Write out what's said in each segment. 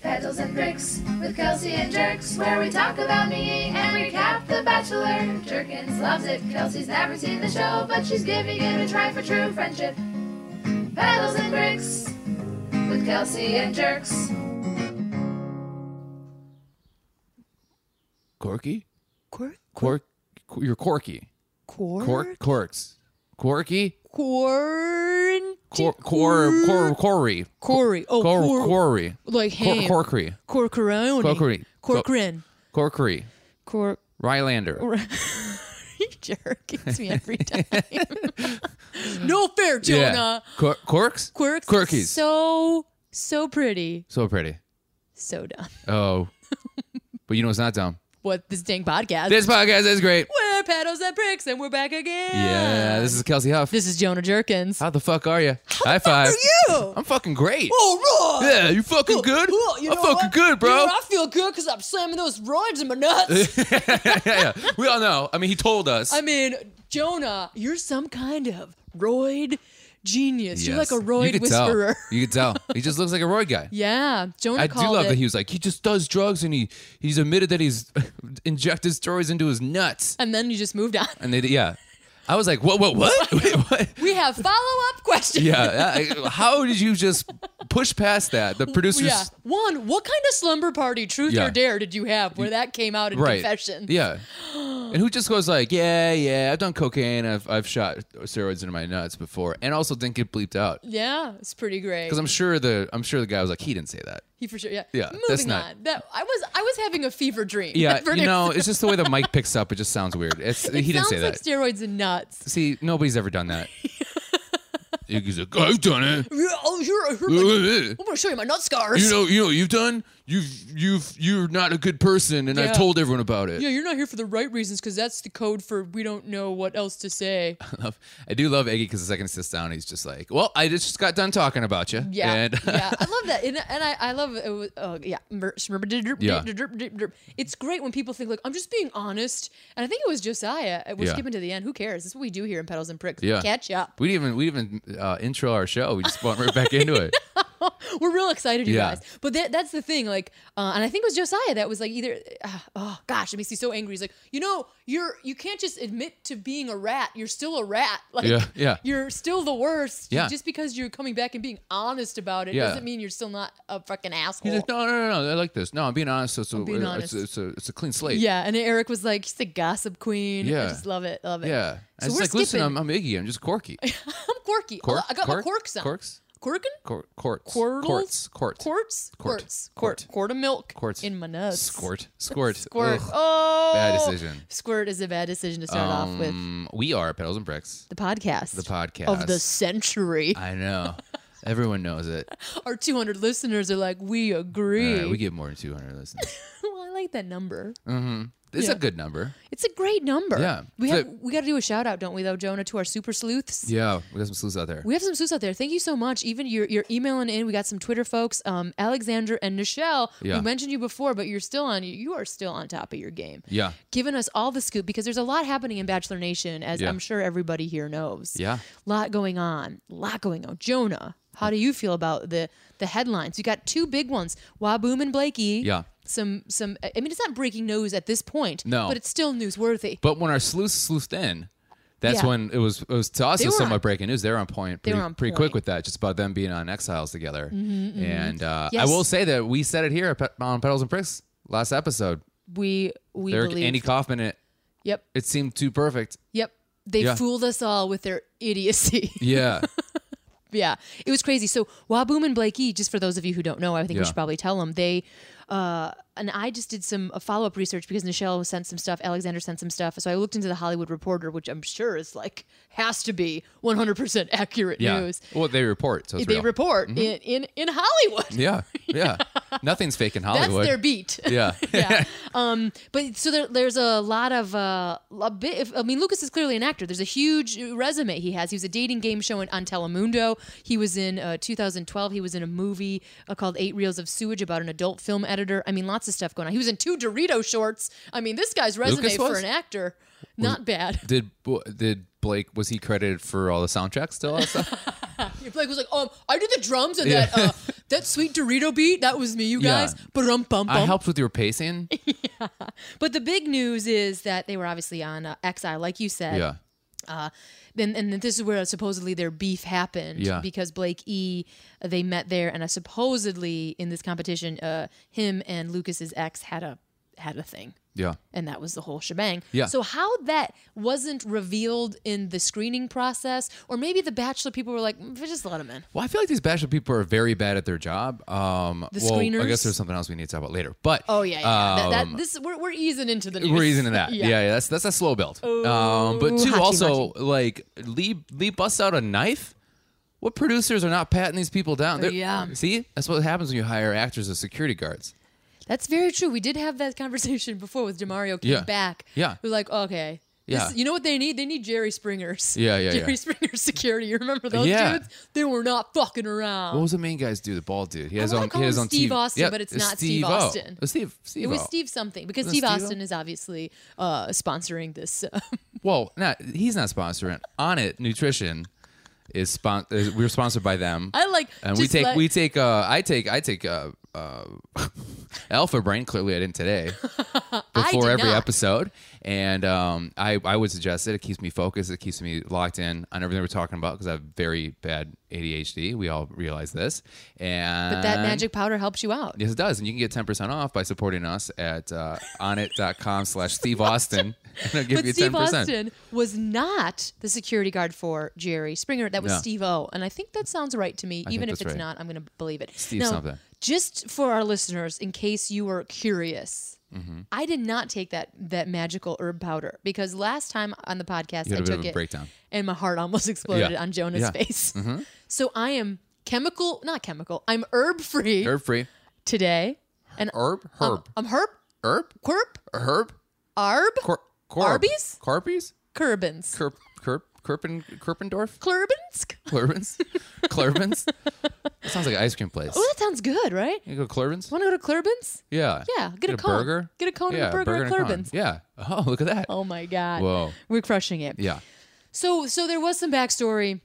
Pickles and Bricks with Kelsey and Jerks, where we talk about me and recap The Bachelor. Jerkins loves it. Kelsey's never seen the show, but she's giving it a try for true friendship. Pedals and Bricks with Kelsey and Jerks. Corky? Quirk? Cork? qu- You're corky. Quirk? Cork? Corks. Corky? Quarant- Cor, cor, cor, corey. Corey. Oh, Cor, cor- corey. like Cor, ham. corkery. Corcorone. Corkery. Corcoran. Corkery. Cor. Rylander. you jerk. Gets me every time. no fair, Jonah. Cor- corks? Quirks. Quirkies. So, so pretty. So pretty. So dumb. Oh. but you know it's not dumb. What this dang podcast? This podcast is great. we're pedals and bricks, and we're back again. Yeah. This is Kelsey Huff. This is Jonah Jerkins. How the fuck are you? High five. you? I'm fucking great. All right. Yeah, you fucking good? Cool. You I'm know fucking what? good, bro. You know, I feel good because I'm slamming those roids in my nuts. yeah, yeah. We all know. I mean, he told us. I mean, Jonah, you're some kind of roid genius. You're Yes. like a roid could tell. whisperer. You could tell. He just looks like a roid guy. yeah, Jonah I do called love it. that he was like, he just does drugs and he he's admitted that he's injected steroids into his nuts. and then you just moved on. And they, yeah. I was like, what, what, what? Wait, what? We have follow up questions. Yeah. I, how did you just push past that? The producers. Yeah. One, what kind of slumber party, truth Yeah. or dare, did you have where that came out in Right. confession? Yeah. And who just goes like, yeah, yeah, I've done cocaine. I've, I've shot steroids into my nuts before. And also didn't get bleeped out. Yeah, it's pretty great. Because I'm sure the I'm sure the guy was like, he didn't say that. he for sure. Yeah. Yeah, Moving that's not- on. That I was I was having a fever dream. Yeah, That you verdict- know, it's just the way the mic picks up. It just sounds weird. It's, he didn't sounds say like that. steroids and nuts. See, nobody's ever done that. He's like, I've done it. Yeah, Oh, you're, you're like, you I'm gonna show you my nut scars. know, you know, you've done. You've, you've, you're not a good person, and Yeah. I've told everyone about it. Yeah, you're not here for the right reasons because that's the code for we don't know what else to say. I, love, I do love Eggy because the second he sits down, he's just like, "Well, I just got done talking about you." Yeah, and yeah, I love that, and, and I, I love it. Was, oh, yeah, mer- shmer- derp- derp- Yeah. derp- derp- derp. It's great when people think like I'm just being honest, and I think it was Josiah. We're Yeah. skipping to the end. Who cares? That's what we do here in Pedals and Pricks. Yeah. catch up. we didn't even, we didn't even uh, intro our show. We just went right back into it. We're real excited, you Yeah. guys. But that, that's the thing, like, uh, and I think it was Josiah that was like either. Uh, oh gosh, it makes me so angry. He's like, you know, you're you can't just admit to being a rat. You're still a rat. Like, Yeah, yeah. You're still the worst. Yeah. Just because you're coming back and being honest about it Yeah. doesn't mean you're still not a fucking asshole. He's like, "No, no, no, no. I like this. No, I'm being honest. So, so being it's, honest. It's, a, it's a clean slate." Yeah, and Eric was like, "She's a gossip queen." I Yeah. just love it, love it. Yeah. I So was we're like, listen, skipping. I'm, I'm Iggy. I'm just quirky. I'm quirky. Oh, Cork? I got cork? my quirks on. Corks? Quirkin? Cor- quartz. Quartles? Quartz. Quartz. Quartz? Quart. Quartz. Quart. Quart. Quart of milk. Quartz. In my nuts. Squirt. Squirt. Squirt. Ugh. Oh. Bad decision. Squirt is a bad decision to start off with. Um, we are Pedals and Bricks, The podcast. the podcast. Of the century. I know. Everyone knows it. Our 200 listeners are like, we All agree. right, we get more than 200 listeners. well, I like that number. It's Yeah. a good number. It's a great number. Yeah. We, So- have, we got to do a shout out, don't we, though, Jonah, to our super sleuths? Yeah, we got some sleuths out there. We have some suits out there. Thank you so much. Even you're, you're emailing in. We got some Twitter folks, um, Alexander and Nichelle. Yeah. We mentioned you before, but you're still on. You are still on top of your game. yeah, Giving us all the scoop because there's a lot happening in Bachelor Nation, as Yeah. I'm sure everybody here knows. Yeah. lot going on. lot going on. Jonah, how do you feel about the the headlines? You got two big ones: Waboom and Blakey. Yeah. Some some. I mean, it's not breaking news at this point. No. but it's still newsworthy. but when our sleuths sleuthed in, that's Yeah. when it was. It was to us. It was were somewhat on- breaking news. They were on point. Pretty, were on pretty point. Mm-hmm, quick with that. Just about them being on Exiles together. And uh, Yes. I will say that we said it here at Pe- on Pedals and Pricks last episode. We we Eric, believe. Andy Kaufman. It yep. it seemed too perfect. Yep. They Yeah. fooled us all with their idiocy. Yeah, yeah. It was crazy. So Waboom and Blakey, just for those of you who don't know, I think Yeah. we should probably tell them. They uh, and I just did some uh, follow up research because Nichelle sent some stuff, Alexander sent some stuff. So I looked into the Hollywood Reporter, which I'm sure is like has to be 100% accurate yeah. news. Well, they report. So it's They real. Mm-hmm. report in, in in Hollywood. Yeah, yeah. Nothing's fake in That's Hollywood. their beat. yeah, yeah. Um, but so there, there's a lot of uh, a bit. If, I mean, Lucas is clearly an actor. There's a huge resume he has. He was a dating game show in, on Telemundo. He was in uh, 2012. He was in a movie uh, called Eight Reels of Sewage about an adult film editor. I mean, lots of stuff going on. He was in two Dorito shorts. I mean, this guy's resume Lucas for was? an actor, not bad. Did did Blake was he credited for all the soundtracks to all that stuff? Blake was like, um, "Oh, I did the drums and Yeah. that uh, that sweet Dorito beat, that was me, you Yeah. guys. Ba-dum, bum, I bum. helped with your pacing. But the big news is that they were obviously on uh, XI, like you said. Yeah. Uh, then and this is where supposedly their beef happened Yeah. because Blake E they met there and uh, supposedly in this competition uh, him and Lucas's ex had a had a thing Yeah. and that was the whole shebang. Yeah. So how that wasn't revealed in the screening process or maybe the bachelor people were like "Mm, just let him in. Well, I feel like these bachelor people are very bad at their job. Um, The well, I screeners? guess there's something else we need to talk about later. But Oh yeah, yeah. That- that, um, this we're, we're easing into the news. We're easing into that. yeah. yeah, that's that's a slow build. um, but two, Hachi also like Lee Lee busts out a knife. What producers are not patting these people down? They're- Yeah. See, that's what happens when you hire actors as security guards. That's very true. We did have that conversation before with Demario came Yeah. back. Yeah. we're like, okay, Yeah. this, you know what they need? They need Jerry Springer's. Yeah, yeah, Jerry yeah. Springer's security. You remember those Yeah. dudes? They were not fucking around. What was the main guy's dude? The bald dude. He has wanna on. call he has him on Steve TV. Austin, but it's not Steve O. Austin. Uh, Steve. Steve. it was O. Steve something because Wasn't Steve Steve-O? Austin is obviously uh, sponsoring this. Uh, Well, not he's not sponsoring. on it nutrition is spon- is, We're sponsored by them. I like and we just take like- we take uh I take I take uh, uh Alpha Brain. Clearly, I didn't today. Before did every not. episode, and um, I I would suggest it. It keeps me focused. It keeps me locked in on everything we're talking about because I have very bad ADHD. We all realize this. And but that magic powder helps you out. Yes, it does. And you can get 10% off by supporting us at uh, onit.com slash Steve Austin. And I'll give But you Steve 10%. Austin was not the security guard for Jerry Springer. That was No. Steve O. And I think that sounds right to me. Even if that's it's right. not, I'm going to believe it. Steve Now, something. Just for our listeners, in case you were curious, Mm-hmm. I did not take that that magical herb powder because last time on the podcast You had a I bit took of a it breakdown. and my heart almost exploded Yeah. on Jonah's Yeah. Mm-hmm. face. So I am chemical, not chemical. I'm herb free Herb free. today, and Herb? um, Herb. I'm herb, herb? quirp, Herb? arb, Cor- corb. Arby's? Carpies? curbins. Kerp, kerp, kerpen, kerpendorf? Clurbinsk? Clervins? Clervins? That sounds like an ice cream place. Oh, that sounds good, right? You go Clervins? Want to go to Clurbin's? Yeah. Yeah, get, a, cone. burger. Get a cone yeah, and a burger, and a at cone. Clurbin's. Yeah. Oh, look at that. Oh my God. Whoa. We're crushing it. Yeah. So so there was some backstory.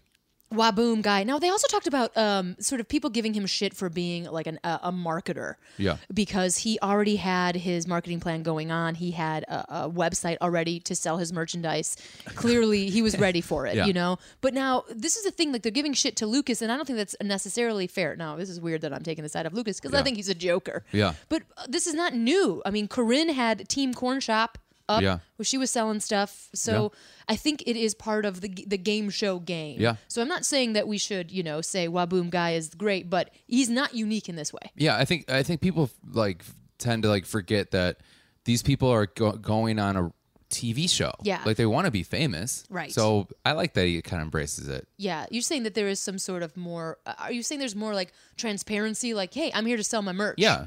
Waboom guy. Now they also talked about um, sort of people giving him shit for being like an, a a marketer. Yeah. Because he already had his marketing plan going on. He had a, a website already to sell his merchandise. Clearly, he was ready for it. Yeah. You know. But now this is the thing. Like they're giving shit to Lucas, and I don't think that's necessarily fair. Now this is weird that I'm taking the side of Lucas because I Yeah. think he's a joker. Yeah. But uh, this is not new. I mean, Corinne had Team Corn Shop up Yeah. where she was selling stuff. So I think it is part of the g- the game show game. Yeah. So I'm not saying that we should, you know, say Waboom guy is great, but he's not unique in this way. Yeah, I think I think people like tend to like forget that these people are go- going on a TV show. Yeah. like they want to be famous. Right. So I like that he kind of embraces it. Yeah. You're saying that there is some sort of more. uh, Are you saying there's more like transparency? Like, hey, I'm here to sell my merch. Yeah,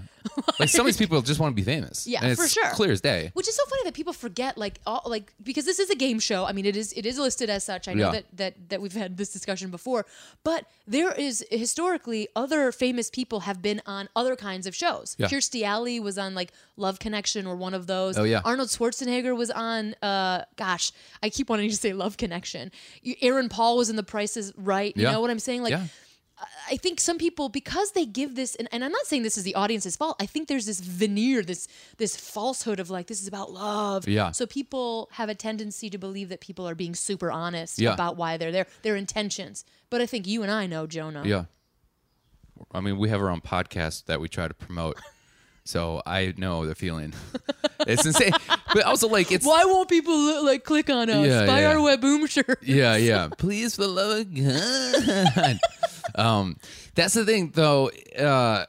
like some of these people just want to be famous. Yeah, and it's for sure. Clear as day. Which is so funny that people forget, like, all, like because this is a game show. I mean, it is it is listed as such. I know Yeah. that that that we've had this discussion before, but there is historically other famous people have been on other kinds of shows. Yeah. Kirstie Alley was on like Love Connection or one of those. Oh, yeah. Arnold Schwarzenegger was on. Uh, gosh, I keep wanting to say Love Connection. You, Aaron Paul was in The Price Is Right. You Yeah. know what I'm saying? Like. yeah, I think some people because they give this and, and I'm not saying this is the audience's fault. I think there's this veneer, this this falsehood of like this is about love. Yeah. So people have a tendency to believe that people are being super honest Yeah. about why they're there, their intentions. But I think you and I know, Jonah. yeah. I mean, we have our own podcast that we try to promote, so I know the feeling. it's insane, but also like it's Why won't people li- like click on us? Yeah, Buy yeah. our web boom shirt. Yeah, yeah. Please, for the love of God. um, that's the thing, though. Uh,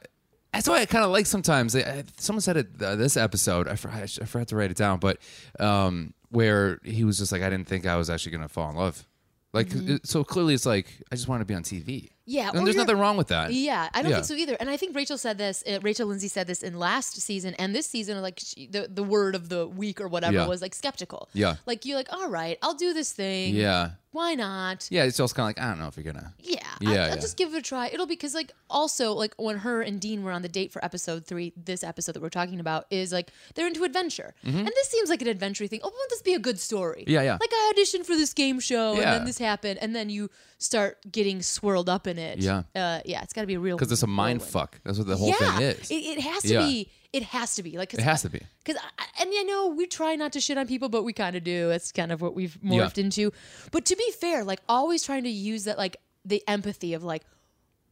that's why I kind of like sometimes. I, I, someone said it uh, this episode. I, for, I, sh- I forgot to write it down, but um, where he was just like, I didn't think I was actually gonna fall in love. Like, it- so clearly, it's like I just want to be on TV. Mm-hmm. Yeah, or and there's you're- nothing wrong with that. Yeah, I don't Yeah. think so either. And I think Rachel said this. Uh, Rachel Lindsay said this in last season and this season. Like she, the the word of the week or whatever Yeah. was like skeptical. Yeah. Like you're like, all right, I'll do this thing. Yeah, Why not? yeah. It's also kind of like I don't know if you're gonna. Yeah, Yeah, I'll, yeah. I'll just give it a try. It'll be because like also like when her and Dean were on the date for episode three, this episode that we're talking about is like they're into adventure, and this seems like an adventure thing. Oh, wouldn't this be a good story? Mm-hmm. Yeah, yeah. Like I auditioned for this game show, Yeah. and then this happened, and then you start getting swirled up in it. Yeah. uh, yeah, it's got to be a real because it's a mind whirlwind. fuck. That's what the whole yeah, thing is. It, it has to Yeah. be. It has to be like It has to be. because and you know we try not to shit on people, but we kind of do. That's kind of what we've morphed into. But to be fair, like always trying to use that like the empathy of like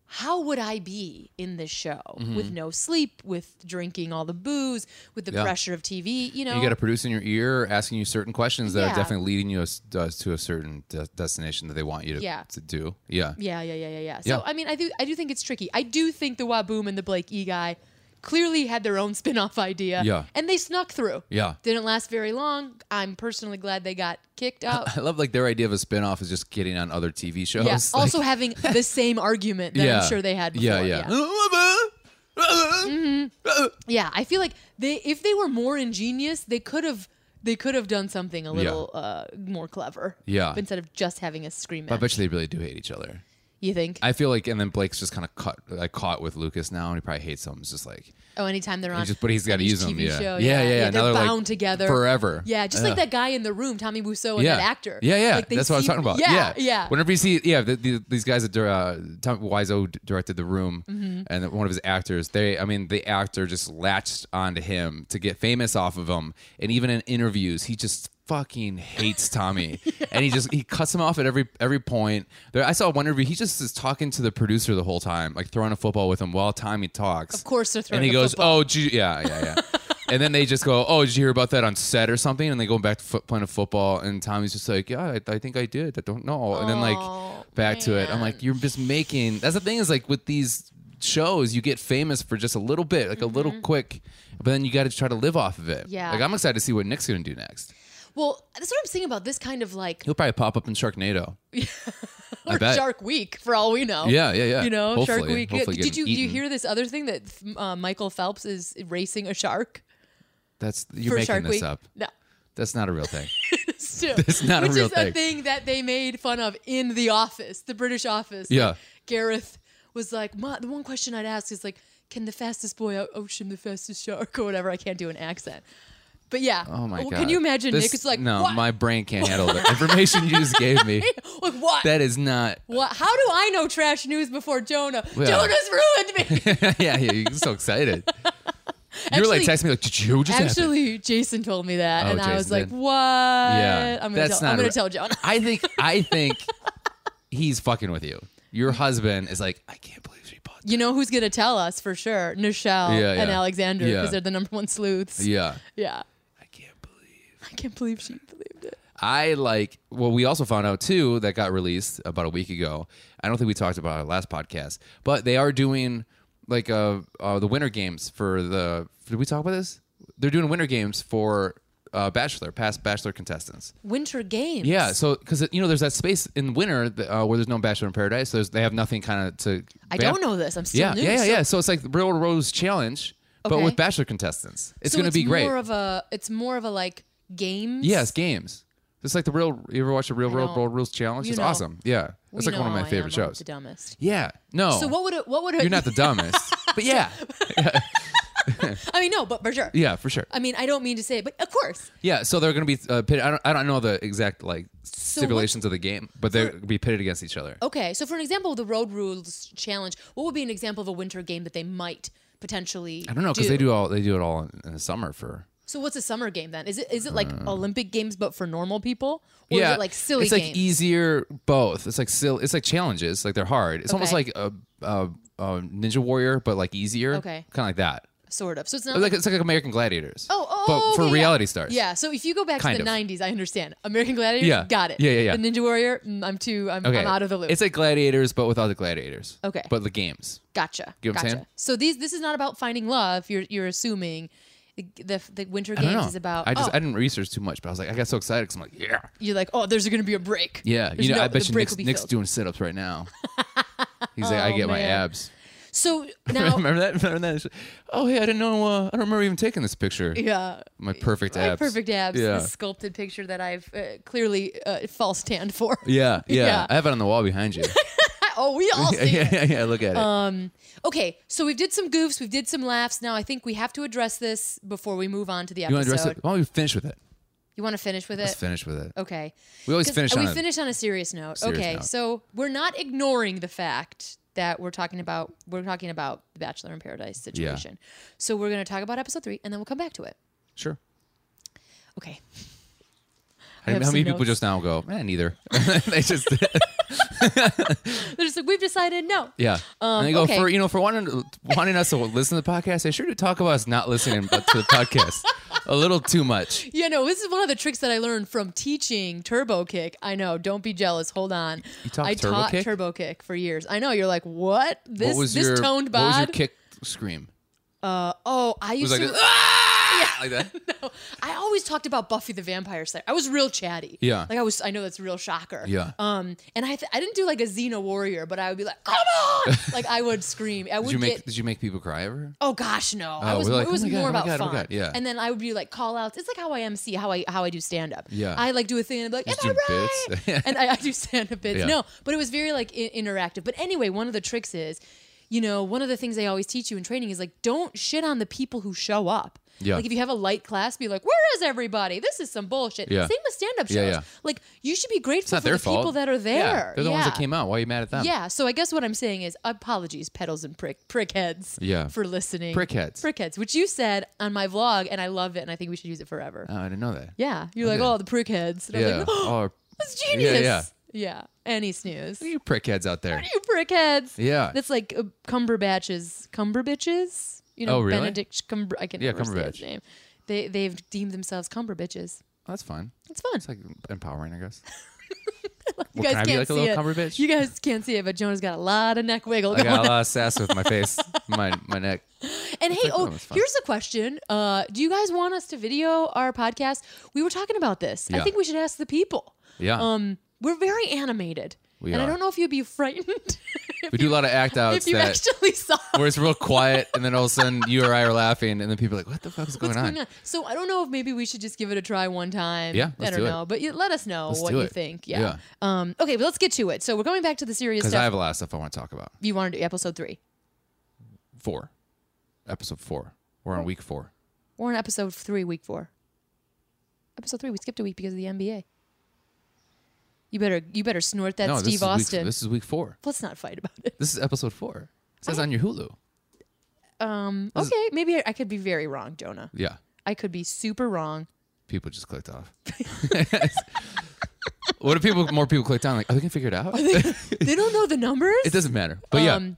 how would I be in this show Mm-hmm. with no sleep, with drinking all the booze, with the Yeah. pressure of TV? You know, You got a producer in your ear asking you certain questions that Yeah. are definitely leading you as- uh, to a certain de- destination that they want you to, Yeah. to do. Yeah. Yeah, yeah, yeah, yeah, yeah. So Yeah. I mean, I do, I do think it's tricky. I do think the Waboom and the Blake E guy clearly had their own spin-off idea. Yeah. and they snuck through. Yeah. didn't last very long. I'm personally glad they got kicked out. I love like their idea of a spin off is just getting on other TV shows. yeah, Like, also having the same argument that I'm sure they had. Before. Yeah, yeah. yeah, Yeah, I feel like they, if they were more ingenious, they could have. They could have done something a little uh, more clever. Yeah. Instead of just having a scream I match. bet you they really do hate each other. you think? I feel like, and then Blake's just kind of caught, like caught with Lucas now, and he probably hates him. It's just like, oh, anytime they're he on. just, but he's got to each use him. TV Yeah. show, yeah, yeah, yeah. They're Now they're, like, bound together forever. Yeah, just like that guy in the room, Tommy Wiseau, and uh, yeah. that actor. Yeah, yeah. Like, they That's what I was seem- talking about. Yeah, Yeah, yeah. Whenever you see, yeah, the, the, these guys that dir- uh, Tom Wiseau d- directed The Room, Mm-hmm. and one of his actors, they, I mean, the actor just latched onto him to get famous off of him, and even in interviews, he just fucking hates Tommy, and he just he cuts him off at every every point. There, I saw one interview. He just is talking to the producer the whole time, like throwing a football with him while Tommy talks. Of course they're throwing And he a goes, football. "Oh, did you- yeah, yeah, yeah." and then they just go, "Oh, did you hear about that on set or something?" And they go back to foot, playing football, and Tommy's just like, "Yeah, I, I think I did. I don't know." And then like Oh, back to it. I'm man. like, "You're just making." That's the thing is like with these shows, you get famous for just a little bit, like a little quick, but then you got to try to live off of it. Mm-hmm. Yeah. Like I'm excited to see what Nick's gonna do next. Well, that's what I'm saying about this kind of like He'll probably pop up in Sharknado. I or bet. Shark Week, for all we know. Yeah, yeah, yeah. You know, Shark Hopefully- Week. hopefully Did getting you do you eaten. hear this other thing that uh, Michael Phelps is racing a shark That's you're for making Shark this Week? up. No. That's not a real thing. Still, That's not a which real is a thing. thing that they made fun of in The Office, the British Office. Like, Yeah. Gareth was like, "Ma- the one question I'd ask is like, can the fastest boy out ocean the fastest shark or whatever? I can't do an accent. But yeah. Oh my Well, god! Can you imagine This- Nick is like, no, what? my brain can't handle the information you just gave me. like what? That is not. what? How do I know trash news before Jonah? Well- Jonah's ruined me. yeah, yeah, you're so excited. you were like Actually- texting me like, did you just happen?" Actually, Jason told me that, Oh, and I Jason was like, did? "What? Yeah, uh, I'm gonna that's tell. not I'm a gonna re- tell Jonah." I think I think he's fucking with you. Your husband is like, I can't believe she bought. You know who's gonna tell us for sure? Nichelle Yeah, and yeah. Alexander, because Yeah. they're the number one sleuths. that." Yeah, Yeah. I can't believe. I can't believe she believed it. I like. Well, we also found out too that got released about a week ago. I don't think we talked about it on our last podcast, but they are doing like uh, uh the winter games for the. Did we talk about this? They're doing winter games for uh, Bachelor, past Bachelor contestants. Winter Games. Yeah, so because you know there's that space in winter uh, where there's no Bachelor in Paradise, so there's, they have nothing kind of to. I don't know this. I'm still Yeah, new. yeah, yeah, so- yeah. So it's like the Real Rose Challenge, but Okay. with Bachelor contestants. It's so going to be great. More of a, it's more of a like games. yes, games. It's like the real. You ever watch the Real World don't. World Rules Challenge? You It's know. awesome. Yeah, it's We like one of know my I am. favorite I'm shows. The dumbest. Yeah. No. So what would it? What would it? You're not the dumbest, but yeah, I mean, no, but for sure. yeah, for sure. I mean, I don't mean to say, it, but of course. Yeah. So they're going to be uh, pitted. I don't. I don't know the exact like stipulations of the game, but they're going to be pitted against each other. Okay, so for an example of the Road Rules Challenge, what would be an example of a winter game that they might potentially? I don't know because they do all. They do it all in, in the summer for. So what's a summer game then? Is it is it like Olympic games but for normal people, or is it like silly Hmm. It's like e- games? easier both. It's like silly. It's like challenges. Like they're hard. It's almost Okay. like a, a, a Ninja Warrior, but like easier. Okay. kind of like that. sort of. So it's not It's like like it's like American Gladiators. Oh, oh, but for okay, yeah. reality stars. Yeah, so if you go back Kind to the of. '90s, I understand. American Gladiator, Yeah. got it. Yeah, yeah, yeah. The Ninja Warrior, mm, I'm too. I'm, Okay. I'm out of the loop. It's like Gladiators, but without the gladiators. Okay. But the games. gotcha. get what I'm gotcha. saying? So these, this is not about finding love. You're, you're assuming the the Winter I don't Games know. is about. I just oh, I didn't research too much, but I was like, I got so excited because I'm like, yeah, you're like, oh, there's going to be a break. yeah. There's you know, no- I bet the you break Nick's, will be Nick's filled. doing sit ups right now. He's like, I Oh, get my man. abs. So now, remember that? Remember that? Oh, hey, I didn't know. Uh, I don't remember even taking this picture. yeah. My perfect My abs. perfect abs. Yeah. This sculpted picture that I've uh, clearly uh, false tanned for. Yeah, yeah, Yeah. I have it on the wall behind you. oh, we all yeah, see. it. Oh, yeah, yeah. Look at it. Okay, so we did some goofs, we did some laughs. Now I think we have to address this before we move on to the you episode. want to address it? Why don't we finish with it? You want to finish with it? Let's finish with it. Okay. We always Oh. 'Cause- finish uh, on we a- finish on a serious note. serious okay, note. so we're not ignoring the fact that we're talking about we're talking about the Bachelor in Paradise situation. So we're going to talk about episode three, and then we'll come back to it. Sure. Okay. How, I have how some many people notes. just now go, eh, neither? they just, They're just like we've decided no. yeah. Um, and they go, okay. for, you know, for wanting, wanting us to listen to the podcast, they sure do talk about us not listening but to the podcast a little too much. You know, this is one of the tricks that I learned from teaching Turbo Kick. I know, don't be jealous. Hold on. You taught I Turbo taught Kick? Turbo Kick for years. I know. You're like, what? This what was this your, toned bod? What was your kick scream? Uh, oh, I It was used like, to. this, ah! like that. no, I always talked about Buffy the Vampire Slayer. I was real chatty. Yeah. Like I was. I know that's a real shocker. Yeah. Um, and I th- I didn't do like a Xena warrior, but I would be like, come on! like I would scream. I would Did you make get. Did you make people cry ever? Oh gosh, no! I Oh, was we're like, it was oh my God, more oh my about God, oh my fun. God, yeah. And then I would do like call outs. It's like how I MC, how I how I do stand up. Yeah. I like do a thing and be like, Just am do I right? bits. and I, I do stand up bits. Yeah. No, but it was very like I- interactive. But anyway, one of the tricks is, you know, one of the things they always teach you in training is like, don't shit on the people who show up. Yeah. Like if you have a light class, be like, where is everybody? This is some bullshit. Yeah. Same with stand up shows. Yeah, yeah. Like you should be It's grateful not Oh, for their the fault. people that are there. Yeah, they're the ones that Yeah. came out. Why are you mad at them? Yeah, so I guess what I'm saying is apologies, pedals and prick prickheads. Yeah. For listening. Prickheads. Prickheads, which you said on my vlog and I love it and I think we should use it forever. Oh, I didn't know that. yeah. You're like, okay. oh the prickheads. And I was Yeah. like, oh, oh, that's genius. yeah. Yeah. Any snooze. you prickheads out there. You prickheads. Yeah. That's like uh, Cumberbatch's Cumberbitches. You know, Oh, really? Benedict Cumber I can Yeah, never say his Cumberbatch. name. They they've deemed themselves Cumberbitches. That's fun. It's fun. It's like empowering, I guess. you Well, guys can I can't be like a see little it. cover bitch? You guys can't see it, but Jonah's got a lot of neck wiggle I going got a lot of sass with my face, my my neck. And hey, that oh, was fun. here's a question. Uh, do you guys want us to video our podcast? We were talking about this. I Yeah. think we should ask the people. Yeah. Um, we're very animated. We and I are. don't know if you'd be frightened we do a lot of act outs if you that actually saw where it's real quiet, and then all of a sudden you or I are laughing, and then people are like, "What the fuck is going, what's on? going on. So I don't know if maybe we should just give it a try one time. Yeah, I let's don't do it. know. But you, let us know Let's what do you it. think. Yeah. Um, okay, but let's get to it. So we're going back to the serious Because I stuff. have a lot of stuff I want to talk about. you want to do episode three. Four, episode four. We're on Oh. week four. We're on episode three, week four. Episode three, we skipped a week because of the NBA. You better you better snort that no, this Steve is week- Austin. this is week four. Let's not fight about it. This is episode four. It Oh. says on your Hulu. Um, This is- okay, maybe I, I could be very wrong, Jonah. Yeah. I could be super wrong. people just clicked off. what if people more people clicked on? Like, oh, they can figure it out. they don't know the numbers. It doesn't matter. But yeah, Um,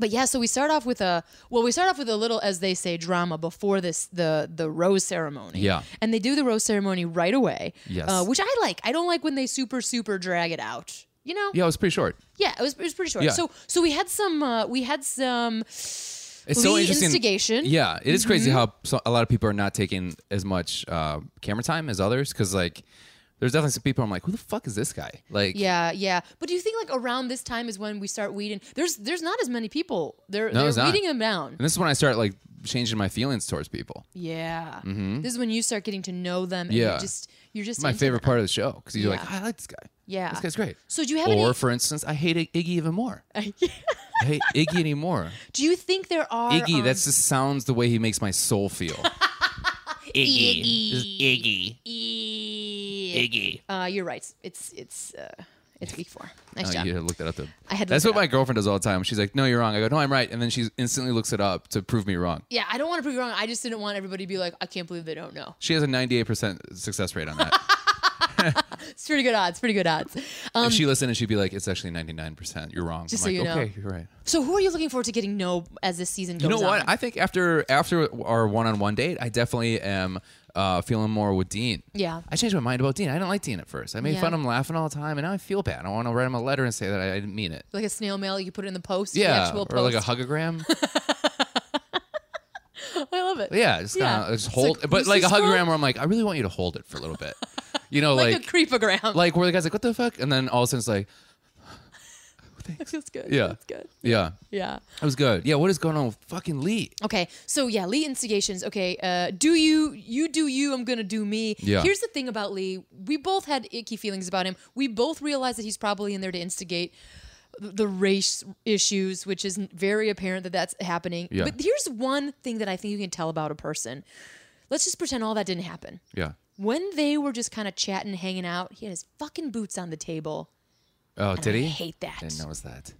but yeah, so we start off with a well, we start off with a little, as they say, drama before this the the rose ceremony. Yeah. and they do the rose ceremony right away. Yes. uh, which I like. I don't like when they super super drag it out. You know, yeah, it was pretty short. yeah, it was it was pretty short. Yeah. So so we had some uh, we had some It's so Lee interesting. instigation. Mm-hmm. Yeah, it is crazy how so, a lot of people are not taking as much uh, camera time as others because like. There's definitely some people I'm like, who the fuck is this guy? Like, Yeah, yeah. But do you think like around this time is when we start weeding? There's there's not as many people. They're No, it's not. they're Mm-hmm. weeding them down. and this is when I start like changing my feelings towards people. Yeah. This is when you start getting to know them. And You're Mm-hmm. Yeah. just you're just My into favorite them. part of the show because you're Yeah. like, I like this guy. Yeah. this guy's great. So do you have or any? for instance, I hate Iggy even more. I hate Iggy anymore. Do you think there are Iggy, um, that's just sounds the way he makes my soul feel. Iggy. This is Iggy. Iggy. Uh, you're right. It's it's uh, it's week four. Nice Oh, job. you had to look that up. Though. I had to That's look what it my girlfriend does all the time. She's like, "No, you're wrong." I go, "No, I'm right," and then she instantly looks it up to prove me wrong. Yeah, I don't want to prove you wrong. I just didn't want everybody to be like, I can't believe they don't know. She has a 98% success rate on that. It's pretty good odds. Pretty good odds. Um, if she listened, and she'd be like, "It's actually 99%. You're wrong." Just I'm like, so you know. "Okay, you're right." So who are you looking forward to getting know as this season goes You know what? on? I think after after our one-on-one date, I definitely am uh, feeling more with Dean. Yeah. I changed my mind about Dean. I didn't like Dean at first. I made Yeah. fun of him laughing all the time, and now I feel bad. I want to write him a letter and say that I, I didn't mean it. like a snail mail, you put it in the post. the Yeah, actual or like post. a hugogram. I love it. Yeah, just Yeah. kind of just It's hold, like, but just like a scroll- hugogram where I'm like, I really want you to hold it for a little bit, you know, like, like a creepogram. like where the guy's like, what the fuck, and then all of a sudden it's like, That feels good. Yeah. That's good. yeah, Yeah. it was good. Yeah, what is going on with fucking Lee? Okay. So yeah, Lee instigations. Okay. Uh, do you you do you? I'm gonna do me. Yeah. Here's the thing about Lee. We both had icky feelings about him. We both realized that he's probably in there to instigate th- the race issues, which is very apparent that that's happening. Yeah. But here's one thing that I think you can tell about a person. Let's just pretend all that didn't happen. Yeah, when they were just kind of chatting, hanging out, he had his fucking boots on the table. Oh, did I he? hate that. Didn't notice that.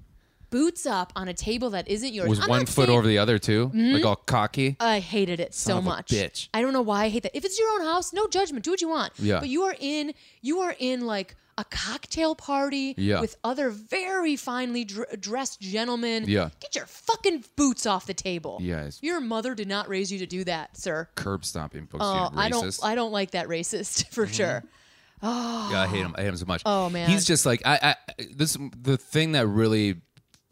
Boots up on a table that isn't yours. Was I'm Mm-hmm. one not foot saying- over the other too? Like all cocky. I hated it so of a much. bitch. I don't know why I hate that. If it's your own house, no judgment. Do what you want. Yeah. But you are in you are in like a cocktail party Yeah. with other very finely dr- dressed gentlemen. Yeah. Get your fucking boots off the table. Yeah, it's- Your mother did not raise you to do that, sir. Curb stomping. Folks, Oh, dude, I don't racist. Mm-hmm. I don't like that racist for sure. Yeah, I hate him. I hate him so much. Oh, man. he's just like I. I this the thing that really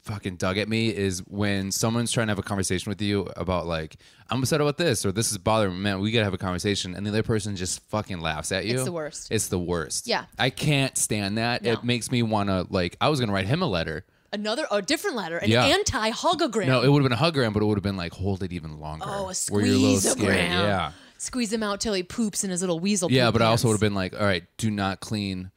fucking dug at me is when someone's trying to have a conversation with you about like I'm upset about this or this is bothering me. Man, we gotta have a conversation, and the other person just fucking laughs at you. It's the worst. It's the worst. Yeah. I can't stand that. No. It makes me wanna like I was gonna write him a letter. Another a different letter, an Yeah. anti hugogram. No, it would have been a hug gram, but it would have been like hold it even longer. oh, a where you're a little squeeze scared. Yeah. Squeeze him out till he poops in his little weasel. Yeah, poop but I also pants. would have been like, all right, do not clean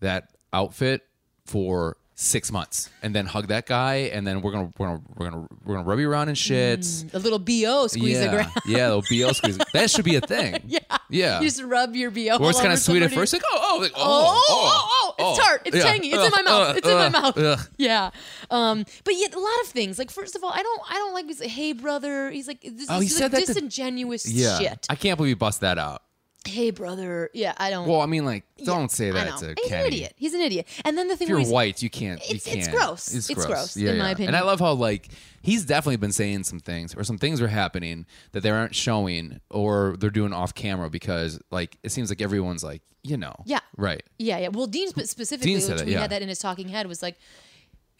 that outfit for six months, and then hug that guy, and then we're gonna we're gonna we're gonna we're gonna rub you around and shit. a little bo Mm. squeeze yeah, the ground. yeah, the BL squeeze. That should be a thing. yeah, yeah. You just rub your BO. Or all it's kind over of sweet at somebody. first, like oh oh like, Oh, oh, oh, oh, it's tart. It's yeah, Uh, tangy. It's in my ugh, mouth. ugh, it's in my ugh, mouth. ugh. Yeah. Um, but yet a lot of things. Like first of all, I don't I don't like he's like, hey brother. He's like this Oh, is he said like that to- disingenuous Yeah, shit. I can't believe you bust that out. hey brother. Yeah, I don't Well, I mean, like, yeah, don't say I that know. to He's Kenny. an idiot. He's an idiot. And then the thing If you're where he's- white, you can't. It's- you can't. it's gross. It's gross, in my opinion. And I love how like he's definitely been saying some things, or some things are happening that they aren't showing, or they're doing off camera because like it seems like everyone's like, you know, Yeah. right. Yeah, yeah. Well, Dean spe- specifically, said which it, we yeah. had that in his talking head, was like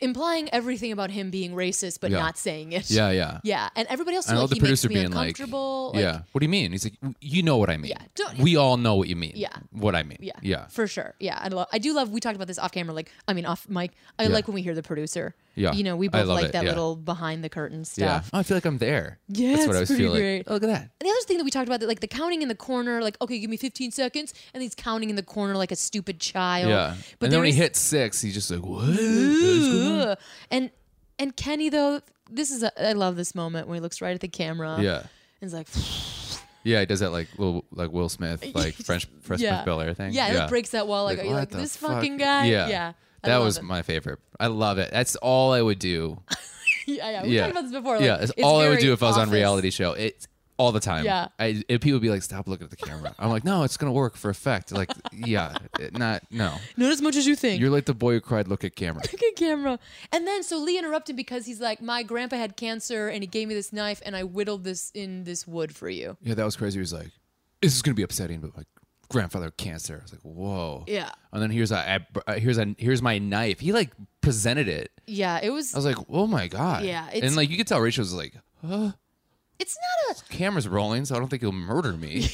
implying everything about him being racist, but Yeah. not saying it. Yeah, yeah. Yeah, and everybody else. I is like, love the he producer makes me being like, uncomfortable. yeah. What do you mean? He's like, you know what I mean. Yeah, don't- we all know what you mean. Yeah. What I mean. Yeah, Yeah. for sure. Yeah, I, love, I do love. We talked about this off camera. Like, I mean, off mic. I Yeah. like when we hear the producer. Yeah. you know, we I both love like it, that yeah. little behind the curtain yeah. stuff. Oh, I feel like I'm there. Yeah, That's what I it's was pretty feeling. great. Oh, look at that. And the other thing that we talked about, that like the counting in the corner, like okay, give me 15 seconds, and he's counting in the corner like a stupid child. Yeah. but Mm-hmm. and then when he there's- hits six, he's just like, what? Ugh. and and Kenny though, this is a, I love this moment when he looks right at the camera. Yeah. and he's like, Yeah, he does that like little like Will Smith like French French yeah, Bel Air thing. Yeah, and it breaks that wall like, you're what like the this fuck? fucking guy. Yeah, I that love was it. my favorite. I love it. That's all I would do. yeah, yeah. We yeah, talked about this before. Like, yeah, it's, all I would very do if I was on office. reality show. It's all the time. Yeah. I, if people would be like, "Stop looking at the camera," I'm like, "No, it's gonna work for effect." Like, yeah, it- not no. Not as much as you think. You're like the boy who cried, "Look at camera." Look at camera. And then so Lee interrupted because he's like, my grandpa had cancer and he gave me this knife and I whittled this in this wood for you. Yeah, that was crazy. He was like, "This is gonna be upsetting," but like, grandfather had cancer. I was like, "Whoa." Yeah. And then here's a I- I- here's a here's my knife. He like presented it. Yeah, it was. I was like, oh my god. Yeah, it's- And like you could tell Rachel was like, it's not a. camera's rolling, so I don't think he'll murder me.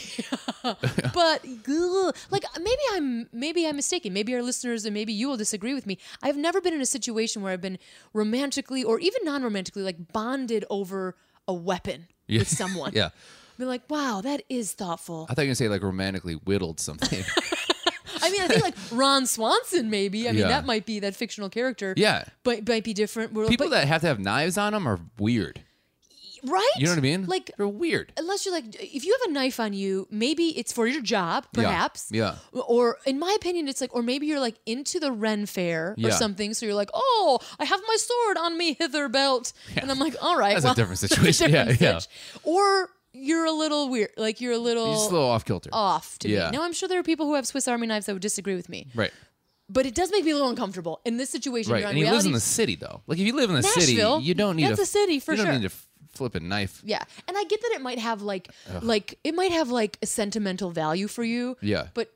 but ugh, like maybe I'm maybe I'm mistaken. Maybe our listeners and maybe you will disagree with me. I've never been in a situation where I've been romantically or even non-romantically like bonded over a weapon with someone. yeah. Been like, wow, that is thoughtful. I thought you were gonna say like romantically whittled something. I mean, I think like Ron Swanson, maybe. I mean, Yeah. that might be that fictional character. Yeah. but might be different. We're- People but- that have to have knives on them are weird. right? You know what I mean? Like uh, they're weird. unless you're like if you have a knife on you maybe it's for your job Yeah. perhaps Yeah. or in my opinion it's like or maybe you're like into the ren fair or Yeah. something so you're like oh i have my sword on me hither belt and i'm like all right That's a well, different that's a situation. Yeah, different yeah. stitch. or you're a little weird like you're a little, He's just a little off kilter. off to Yeah. me now i'm sure there are people who have swiss army knives that would disagree with me right. but it does make me a little uncomfortable in this situation Right. you're on And he lives reality in the city though. Like if you live in the Nashville, city, you don't need that's a city for you don't sure. need to f- flip a knife. Yeah, and I get that it might have like like it might have like a sentimental value for you. Yeah. but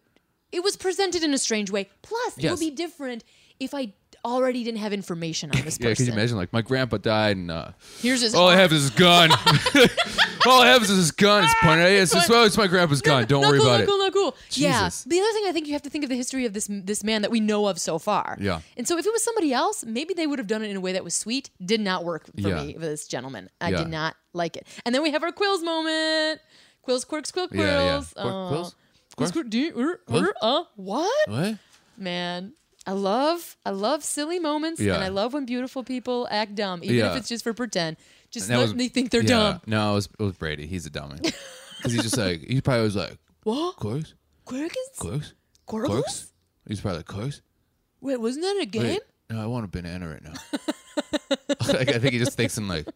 it was presented in a strange way. Plus, it Yes. would be different if I already didn't have information on this Yeah, person. can you imagine? Like my grandpa died, and uh, Here's his. all I have is his gun. all I have is his gun. It's pointed. at- It's, just, well, it's my grandpa's gun. Don't not worry cool, about not it. cool, not cool. Yeah. Jesus. The other thing I think you have to think of the history of this this man that we know of so far. Yeah. And so if it was somebody else, maybe they would have done it in a way that was sweet. Did not work for Yeah. me for this gentleman. I Yeah. did not like it. And then we have our quills moment. Quills, quirks, quill, quills. Yeah, yeah. Quir- Aw. quills? Quills, Quirks? quirk, do- er, er, uh, what? What? Man. I love I love silly moments Yeah. and I love when beautiful people act dumb, even Yeah. if it's just for pretend. Just And that let was- me think they're yeah. dumb. No, it was, it was Brady. He's a dummy. Because he's just like, he probably was like, What? course. Quirkus? Clerks? Quirkus? He's probably like, Clerks? Wait, wasn't that a game? Wait, no, I want a banana right now. like, I think he just thinks I'm like,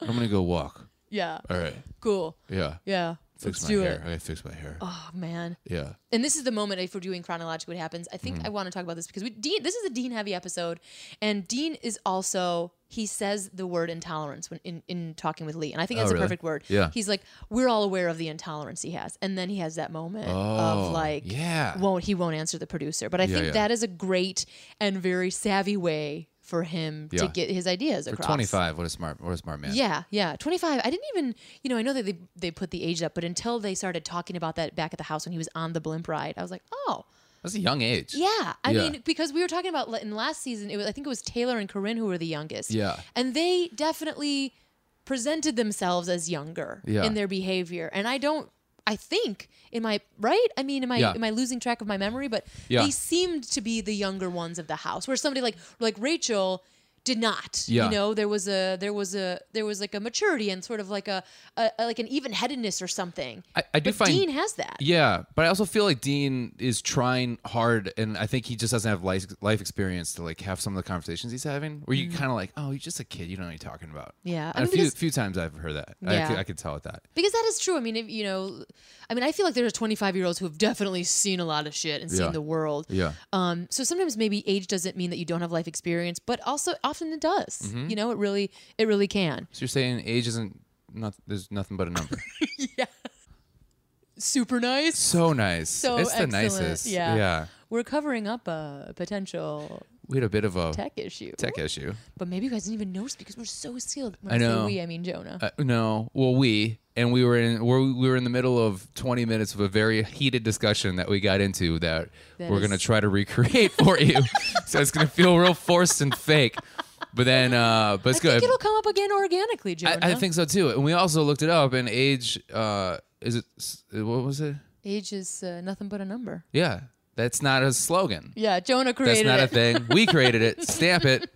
I'm going to go walk. Yeah. All right. Cool. Yeah. Yeah. Fix Let's my do hair. it. I got to fix my hair. Oh man. Yeah. And this is the moment if we're doing chronologically what happens. I Mm-hmm. think I want to talk about this because we Dean this is a Dean heavy episode and Dean is also he says the word intolerance when in, in talking with Lee. And I think Oh, that's a really? perfect word. Yeah. He's like, We're all aware of the intolerance he has. And then he has that moment Oh, of like yeah. won't he won't answer the producer. But I think yeah. that is a great and very savvy way for him to Yeah. get his ideas For across. 25, what a smart, what a smart man. Yeah, yeah. 25. I didn't even, you know, I know that they, they put the age up, but until they started talking about that back at the house when he was on the blimp ride, I was like, oh, That's a young age. yeah. I Yeah. mean, because we were talking about like, in last season, it was, I think it was Taylor and Corinne who were the youngest. Yeah. And they definitely presented themselves as younger Yeah. in their behavior. And I don't, I think, am I right? I mean, am I Yeah. am I losing track of my memory? But Yeah. they seemed to be the younger ones of the house, where somebody like like Rachel did not. Yeah. You know, there was a there was a there was like a maturity and sort of like a, a, a- like an even headedness or something. I, I do but find Dean has that. Yeah, but I also feel like Dean is trying hard, and I think he just doesn't have life life experience to like have some of the conversations he's having. Where you kind of like, oh, you're just a kid, you don't know what you're talking about. Mm-hmm. Yeah, and I a mean, few because- few times I've heard that. I, Yeah. could, I could tell at that. Because that is true. I mean, if, you know, I mean, I feel like there are 25 year olds who have definitely seen a lot of shit and Yeah. seen the world. Yeah. Um, so sometimes maybe age doesn't mean that you don't have life experience, but also often it does. Mm-hmm. You know, it really, it really can. So you're saying age isn't not there's nothing but a number. Super nice. so nice. So it's the excellent. nicest. Yeah. We're covering up a potential We had a bit of a tech, tech issue, issue. but maybe you guys didn't even notice because we're so skilled. When I I know. Say we, I mean Jonah. Uh, no, well we and we were in we're, we were in the middle of 20 minutes of a very heated discussion that we got into that, That we're is- going to try to recreate for you. so it's going to feel real forced and fake. But then uh but it's I think good. it'll come up again organically, Jonah. I, I think so too. And we also looked it up and age uh is it s- what was it? age is uh, nothing but a number. Yeah. That's not a slogan. Yeah, Jonah That's created not a it. thing. We created it. Stamp it.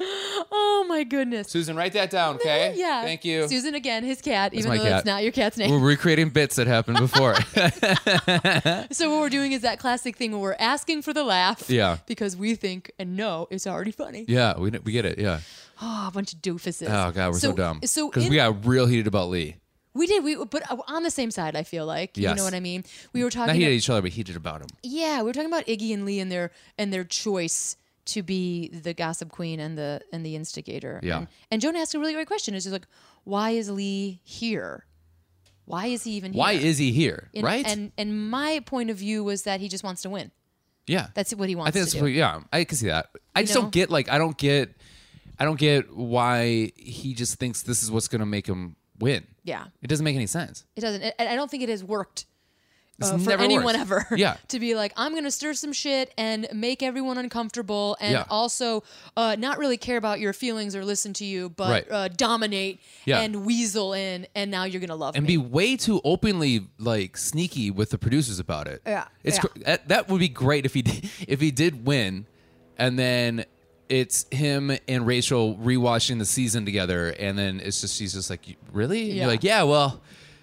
Oh my goodness. Susan, write that down, okay? yeah. Thank you. Susan again, his cat, even my though cat. that's not your cat's name. We're recreating bits that happened before. so what we're doing is that classic thing where we're asking for the laugh. Yeah. Because we think and know it's already funny. yeah, we, we get it. Yeah. Oh, a bunch of doofuses. Oh god, we're so, dumb. So because in- we got real heated about Lee. we did we but on the same side. I feel like you Yes. know what I mean. uh, We were Not talking. heated at each other, but heated about him. yeah, we were talking about Iggy and Lee and their and their choice to be the gossip queen and the and the instigator. Yeah. And, and Joan asked a really great question. It's just like, why is Lee here? Why is he even Why here? is he here? And- right? And and my point of view was that he just wants to win. yeah, That's what he I wants think to that's do. what, yeah. I can see that. I just know? don't get like I don't get, I don't get why he just thinks this is what's gonna make him win. Yeah. it doesn't make any sense. It doesn't. And I don't think it has worked It's uh, for never anyone worked. ever. Yeah. to be like, I'm going to stir some shit and make everyone uncomfortable, and Yeah. also uh, not really care about your feelings or listen to you, but Right. uh, dominate Yeah. and weasel in, and now you're going to love And me. be way too openly like sneaky with the producers about it. Yeah, it's yeah. cr- that, that would be great if he did, if he did win, and then it's him and Rachel rewatching the season together, and then it's just she's just like, "You- really? And Yeah. You're like, yeah, well,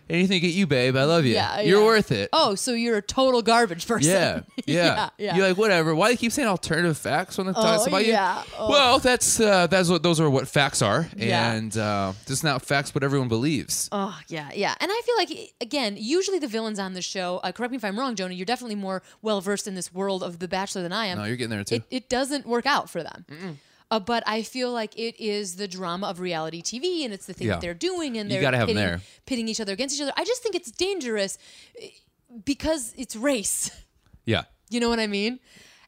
anything at you, babe. I love you. Yeah, you're yeah. worth it. oh, so you're a total garbage person. Yeah, yeah, yeah, yeah. You're like whatever. Why do you keep saying alternative facts when they talk Oh, about yeah. you? Oh. Well, that's uh, that's what those are what facts are, Yeah. and uh, just not facts, but everyone believes. Oh yeah, yeah, and I feel like e, again, usually the villains on the show. Uh, correct me if I'm wrong, Jonah. You're definitely more well versed in this world of The Bachelor than I am. no, you're getting there too. it, it doesn't work out for them. Uh, but I feel like it is the drama of reality TV, and it's the thing Yeah. that they're doing, and You they're gotta have 'em pitting, there. pitting each other against each other. I just think it's dangerous eh, because it's race. yeah, You know what I mean?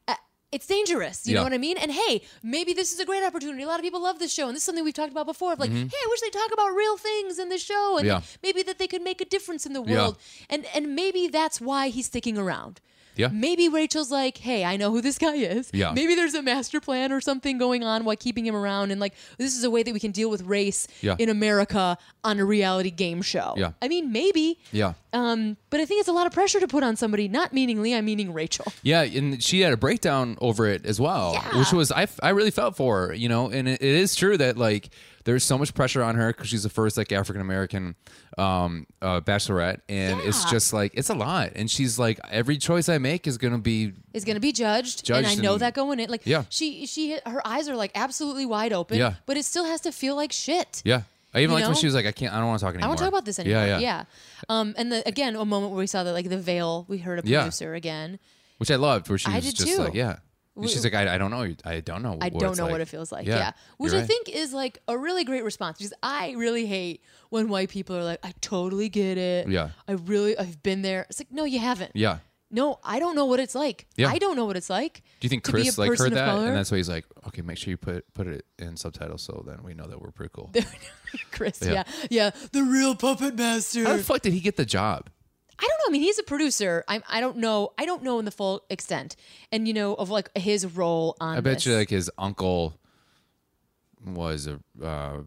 Uh, It's dangerous. You Yeah. know what I mean? And hey, maybe this is a great opportunity. A lot of people love this show, and this is something we've talked about before. Of like, hey, I wish they talk about real things in the show, and Mm-hmm. Yeah. maybe that they could make a difference in the Yeah. world. And and maybe that's why he's sticking around. yeah. Maybe Rachel's like, hey, I know who this guy is. Yeah. Maybe there's a master plan or something going on while keeping him around. And like, this is a way that we can deal with race Yeah. in America on a reality game show. Yeah. I mean, maybe. Yeah. Um, but I think it's a lot of pressure to put on somebody. Not meaningly, I'm meaning Rachel. Yeah, and she had a breakdown over it as well, which was I, I really felt for her, you know. And it, it is true that like there's so much pressure on her because she's the first like African American um, uh, bachelorette, and it's Yeah. just like it's a lot. And she's like, every choice I make is gonna be Is going to be judged, and I Judged know and- that going in. Like, Yeah. she she her eyes are like absolutely wide open. Yeah. but it still has to feel like shit. yeah. I even You like when know? she was like, I can't, I don't want to talk anymore. I don't talk about this anymore. Yeah, yeah, Um, and the, again, a moment where we saw that like the veil. We heard a Yeah. producer again. Which I loved, where she I was did just too. like, yeah. And We- she's like, I, I don't know, I don't know. I what don't it's know like. what it feels like. Yeah. Which You're I right. think is like a really great response because I really hate when white people are like, I totally get it. Yeah. I really, I've been there. It's like, no, you haven't. Yeah. No, I don't know what it's like. Yeah. I don't know what it's like. Do you think to be Chris a like person heard of that, color. and that's why he's like, okay, make sure you put put it in subtitles so then we know that we're pretty cool. Chris, yeah. Yeah. yeah. The real puppet master. How the fuck did he get the job? I don't know. I mean, he's a producer. I'm, I don't know. I don't know in the full extent. And, you know, of like his role on I bet this. you like his uncle was a, uh,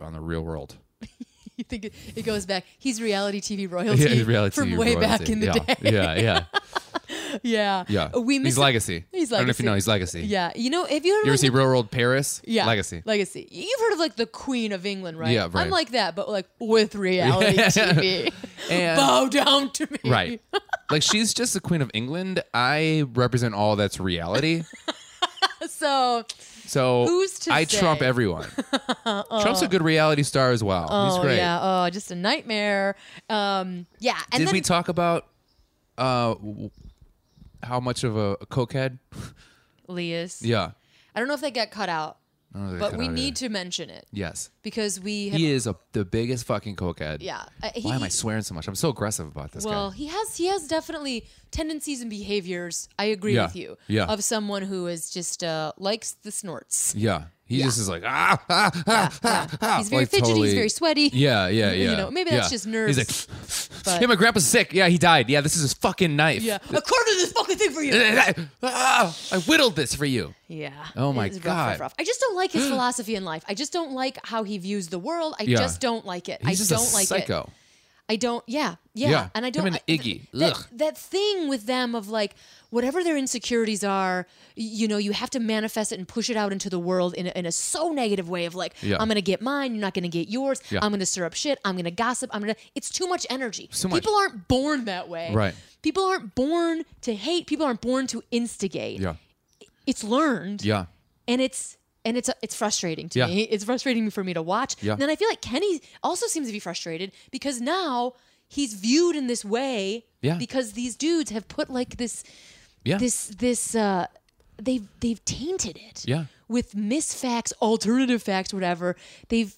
on the real world. You think it, it goes back. He's reality TV royalty from way back in the yeah. day. Yeah, yeah, Yeah. Uh, yeah. We miss he's legacy. He's I don't know if legacy. you know, he's legacy. Yeah. You know, if you ever You ever see Real World Paris? Yeah. Legacy. Legacy. You've heard of like the Queen of England, right? Yeah, right. I'm like that, but like with reality TV. And- Bow down to me. Right. like she's just the Queen of England. I represent all that's reality. So So Who's to I say? trump everyone. Trump's a good reality star as well. he's oh great. yeah. Oh, just a nightmare. Um yeah. And Did then we talk about uh, w- how much of a, a cokehead? Leah's. Yeah. I don't know if they got cut out, I don't know if they but cut we out need either. to mention it Yes. because we have He is a, the biggest fucking cokehead. yeah. Uh, he, Why am I swearing so much? I'm so aggressive about this Well, guy. he has he has definitely tendencies and behaviors. I agree Yeah. with you. Yeah. Of someone who is just uh likes the snorts. Yeah. He just is like ah ah ah ah. ah," He's very like, fidgety. totally- He's very sweaty. Yeah, yeah, You yeah. know, maybe that's Yeah. just nerves, He's like, but- yeah, my grandpa's sick. Yeah, he died. Yeah, this is his fucking knife. Yeah. I carved this fucking thing for you. Ah, I whittled this for you. Yeah. Oh my It's rough, God. rough, rough. I just don't like his philosophy in life. I just don't like how he views the world. I Yeah. just don't like it. He's I just don't a like psycho. it. I don't. Yeah, yeah. Yeah. And I Him don't. and I- th- Iggy. that, Ugh. that thing with them of like whatever their insecurities are, y- you know, you have to manifest it and push it out into the world in a, in a so negative way of like, Yeah. I'm gonna get mine, you're not gonna get yours. Yeah. I'm gonna stir up shit. I'm gonna gossip. I'm gonna. It's too much energy. too much. People aren't born that way. Right. People aren't born to hate. People aren't born to instigate. Yeah. It's learned Yeah. and it's and it's it's frustrating to Yeah. me. It's frustrating for me to watch. Yeah. And then I feel like Kenny also seems to be frustrated because now he's viewed in this way Yeah. because these dudes have put like this Yeah. this this uh they've they've tainted it. Yeah. With misfacts, alternative facts, whatever. They've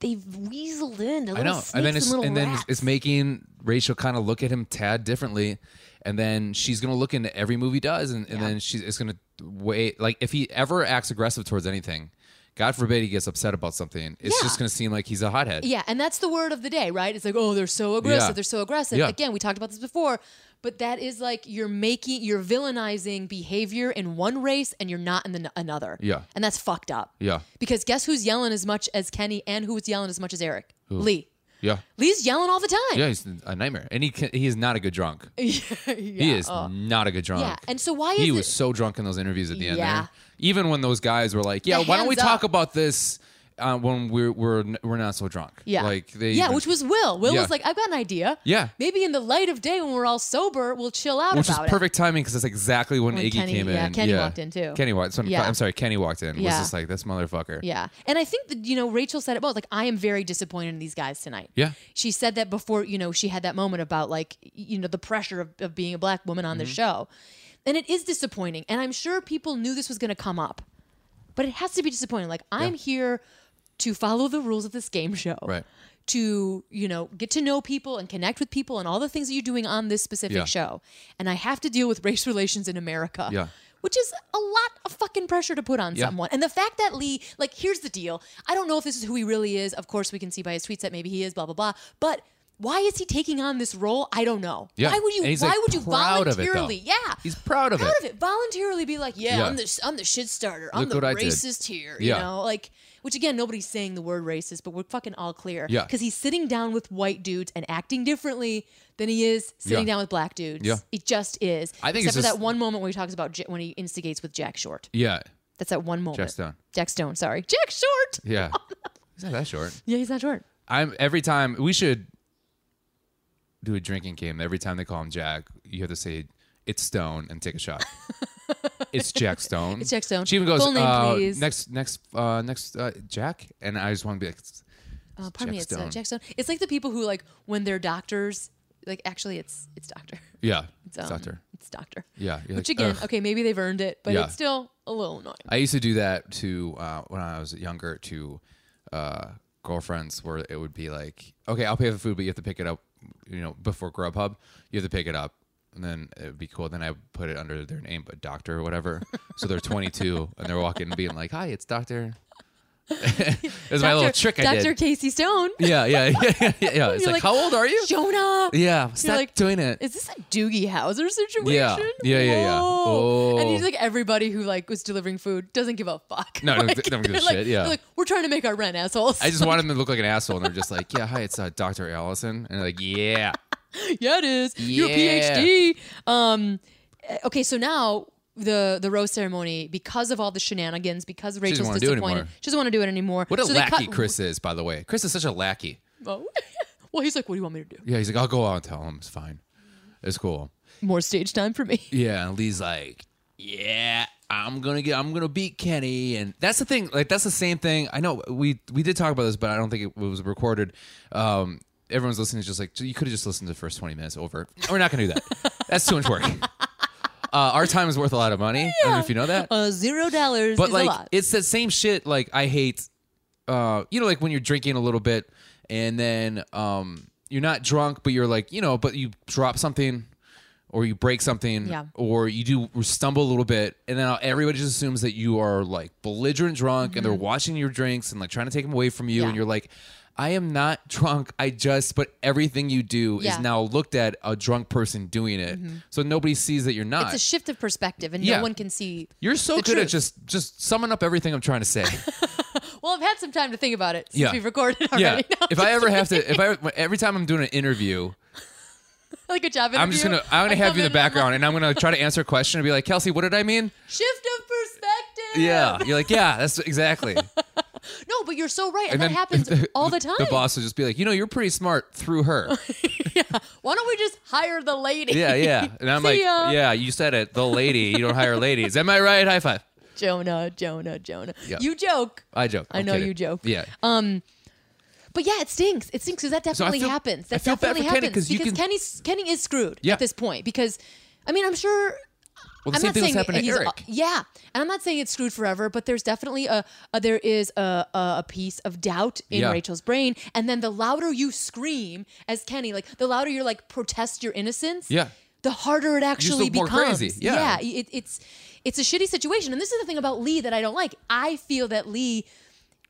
they've weaseled in a I little know. snakes And then and, it's little and then it's, rats. it's making Rachel kind of look at him tad differently, and then she's gonna look into every movie he does, and, and then she's it's gonna wait. Like if he ever acts aggressive towards anything, God forbid he gets upset about something, it's Yeah. just gonna seem like he's a hothead. Yeah, and that's the word of the day, right? It's like, oh, they're so aggressive. Yeah. They're so aggressive. Yeah. Again, we talked about this before, but that is like you're making, you're villainizing behavior in one race and you're not in the, another. Yeah. And that's fucked up. Yeah. Because guess who's yelling as much as Kenny and who's yelling as much as Eric? Lee. Yeah. Lee's yelling all the time. Yeah, he's a nightmare, and he can, he is not a good drunk. Yeah. Oh, He is not a good drunk. Yeah. And so why is he it? was so drunk in those interviews at the end Yeah. there. Even when those guys were like, "Yeah, The why don't we hands talk up. about this uh, when we're we're we're not so drunk?" yeah. like they yeah, even- which was Will. Will Yeah. was like, I've got an idea. Yeah. Maybe in the light of day when we're all sober, we'll chill out which was about it. perfect timing because that's exactly when, When Iggy Kenny- came in. yeah, Kenny walked in, too. Kenny walked. so- Yeah. I'm sorry, Kenny walked in. Yeah. Was just like this motherfucker. Yeah. And I think that, you know, Rachel said it both. Like, I am very disappointed in these guys tonight. Yeah. She said that before, you know, she had that moment about like, you know, the pressure of, of being a black woman on the Mm-hmm. show. And it is disappointing. And I'm sure people knew this was going to come up, but it has to be disappointing. Like, I'm here to follow the rules of this game show. Right. To, you know, get to know people and connect with people and all the things that you're doing on this specific Yeah. show. And I have to deal with race relations in America. Yeah. Which is a lot of fucking pressure to put on Yeah. someone. And the fact that Lee, like, here's the deal. I don't know if this is who he really is. Of course, we can see by his tweets that maybe he is, blah, blah, blah. But why is he taking on this role? I don't know. Yeah. Why would you And he's, why like, would you proud of it, though. voluntarily? yeah. He's proud of proud it. of it. Voluntarily be like, yeah, Yeah. I'm the I'm the shit starter. I'm Look the what I did. racist here. You Yeah. know, like Which again, nobody's saying the word racist, but we're fucking all clear. Yeah. Because he's sitting down with white dudes and acting differently than he is sitting Yeah. down with black dudes. Yeah. It just is. I think it's except for just- that one moment where he talks about J- when he instigates with Jack Short. Yeah. That's that one moment. Jack Stone. Jack Stone. Sorry, Jack Short. Yeah. He's not that short. Yeah, he's not short. I'm every time we should do a drinking game. Every time they call him Jack, you have to say it's Stone and take a shot. it's Jack Stone. It's Jack Stone. She even goes Full name, uh, please. next, next, uh, next uh, Jack, and I just want to be like, Uh, pardon Jack me, it's uh, Stone. Jack Stone. It's like the people who like when they're doctors. Like actually, it's it's doctor. yeah, It's, um, doctor. It's doctor. Yeah, you're Which like, again, "Ugh." okay, maybe they've earned it, but Yeah. it's still a little annoying. I used to do that to uh, when I was younger to uh, girlfriends, where it would be like, okay, I'll pay for food, but you have to pick it up, you know, before Grubhub, you have to pick it up, and then it would be cool. Then I would put it under their name, but doctor or whatever. so they're 22 and they're walking and being like, "Hi, it's doctor." That's my little trick I Doctor did. Casey Stone. Yeah, yeah, yeah, yeah. yeah. It's You're like, how old are you? Jonah. Yeah, You're stop like doing it. Is this a Doogie Howser situation? Yeah, yeah, yeah. Whoa. And Oh. he's like everybody who like was delivering food doesn't give a fuck. No, don't- like, don't give a they're like- shit, yeah. they're like we're trying to make our rent, assholes. I just wanted them to look like an asshole, and they're just like, "Yeah, hi, it's uh, Doctor Allison," and they're like, "Yeah." yeah, it is. You're a Yeah. PhD. Um, uh, okay, so now the the rose ceremony because of all the shenanigans, because Rachel's wanna do it disappointed, anymore. she doesn't want to do it anymore. What a so they lackey cut- Chris is, by the way. Chris is such a lackey. Oh. well, he's like, "What do you want me to do? Yeah, he's like, I'll go out and tell him. It's fine. It's cool. More stage time for me." Yeah, and Lee's like, yeah, I'm gonna get, I'm gonna beat Kenny, and that's the thing. Like that's the same thing. I know we we did talk about this, but I don't think it was recorded. Um, everyone's listening is just like you could have just listened to the first 20 minutes over. We're not gonna do that. that's too much work. Uh, our time is worth a lot of money. I don't know if you know that. Uh, zero dollars but is like a lot. it's the same shit like i hate uh you know like when you're drinking a little bit and then um you're not drunk but you're like you know but you drop something or you break something Yeah. or you do or stumble a little bit and then everybody just assumes that you are like belligerent drunk and they're watching your drinks and like trying to take them away from you Mm-hmm. Yeah. and you're like I am not drunk. I just, but everything you do Yeah. is Mm-hmm. now looked at a drunk person doing it. So nobody sees that you're not. it's a shift of perspective, and Yeah. no one can see. You're so The good truth. at just just summing up everything I'm trying to say. Well, I've had some time to think about it since Yeah. we've recorded yeah. already. No, If I ever have to, if I every time I'm doing an interview, like a job interview, I'm just gonna I'm gonna I have come you in the and I'm like, background and I'm gonna try to answer a question and be like, Kelsey, what did I mean? Shift of perspective. Yeah. You're like, yeah, that's exactly. And, No, but you're so right, and, that happens all the time. The boss will just be like, you know, you're pretty smart through her. Why don't we just hire the lady? Yeah, yeah. And I'm See like, ya. yeah, you said it. The lady, you don't hire ladies. Am I right? High five. Jonah, Jonah, Jonah. Yeah. You joke. I joke. I I'm know kidding. you joke. Um, Yeah. But yeah, it stinks. It stinks because that I definitely feel- happens. That I feel bad definitely for Kenny happens 'cause you because can- Kenny's Kenny is screwed Yeah. at this point because, I mean, I'm sure well, the I'm same not thing was saying happening to he's- Eric. yeah, and I'm not saying it's screwed forever, but there's definitely a, a there is a, a a piece of doubt in Yeah. Rachel's brain, and then the louder you scream as Kenny, like the louder you're like protest your innocence. Yeah. The harder it actually look more becomes. crazy. Yeah. it, it's it's a shitty situation, and this is the thing about Lee that I don't like. I feel that Lee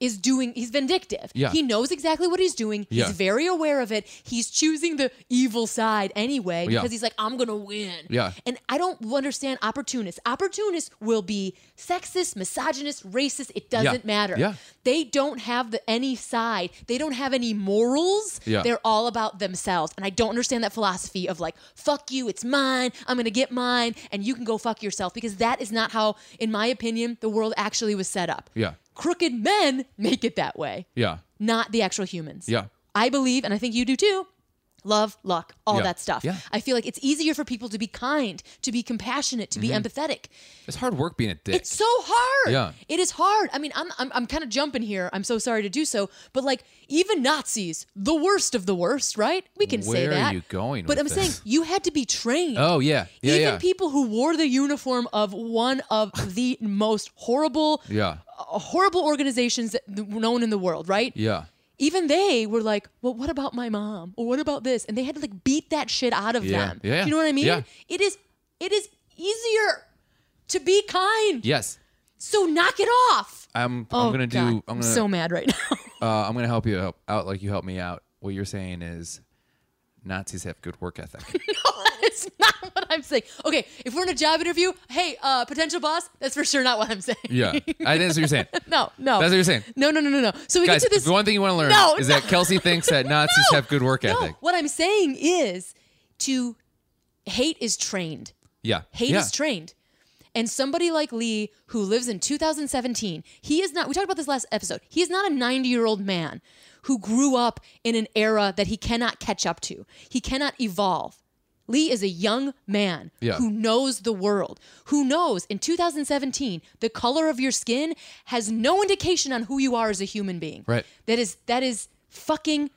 is doing he's vindictive. Yeah. He knows exactly what he's doing. Yeah. He's very aware of it. He's choosing the evil side anyway Yeah. because he's like I'm going to win. Yeah. And I don't understand opportunists. Opportunists will be sexist, misogynist, racist. It doesn't Yeah. matter. Yeah. They don't have the any side. They don't have any morals. Yeah. They're all about themselves. And I don't understand that philosophy of like, fuck you, it's mine. I'm gonna get mine, and you can go fuck yourself. Because that is not how, in my opinion, the world actually was set up. Yeah. Crooked men make it that way Yeah. not the actual humans. Yeah. I believe, and I think you do too. Love, luck, all Yeah. that stuff. Yeah. I feel like it's easier for people to be kind, to be compassionate, to be empathetic. It's hard work being a dick. It's so hard. Mm-hmm. Yeah. It is hard. I mean, I'm I'm, I'm kind of jumping here. I'm so sorry to do so, but like even Nazis, the worst of the worst, right? We can say Where are that. you going with But I'm this? saying you had to be trained. oh yeah. Yeah. even yeah. people who wore the uniform of one of the most horrible, yeah. uh, horrible organizations that, known in the world, right? Yeah. even they were like, well, what about my mom? Or what about this? And they had to like beat that shit out of Yeah. them. Yeah. Do you know what I mean? Yeah. It is it is easier to be kind. Yes. So knock it off. I'm. Oh, I'm gonna do. God. I'm gonna. so mad right now. uh, I'm gonna help you help out like you help me out. What you're saying is, Nazis have good work ethic. No, that is not what I'm saying. Okay, if we're in a job interview, hey, uh, potential boss, that's for sure not what I'm saying. Yeah, I think that's what you're saying. No, no. That's what you're saying. No, no, no, no, no. So we Guys, get to this. the one thing you want to learn No, is no. that Kelsey thinks that Nazis have good work no, ethic. what I'm saying is to hate is trained. Yeah, Hate yeah. is trained. And somebody like Lee, who lives in 2017, he is not, we talked about this last episode, he is not a 90 year old man who grew up in an era that he cannot catch up to. He cannot evolve. Lee is a young man Yeah. who knows the world, who knows in 2017, the color of your skin has no indication on who you are as a human being. Right. That is, that is fucking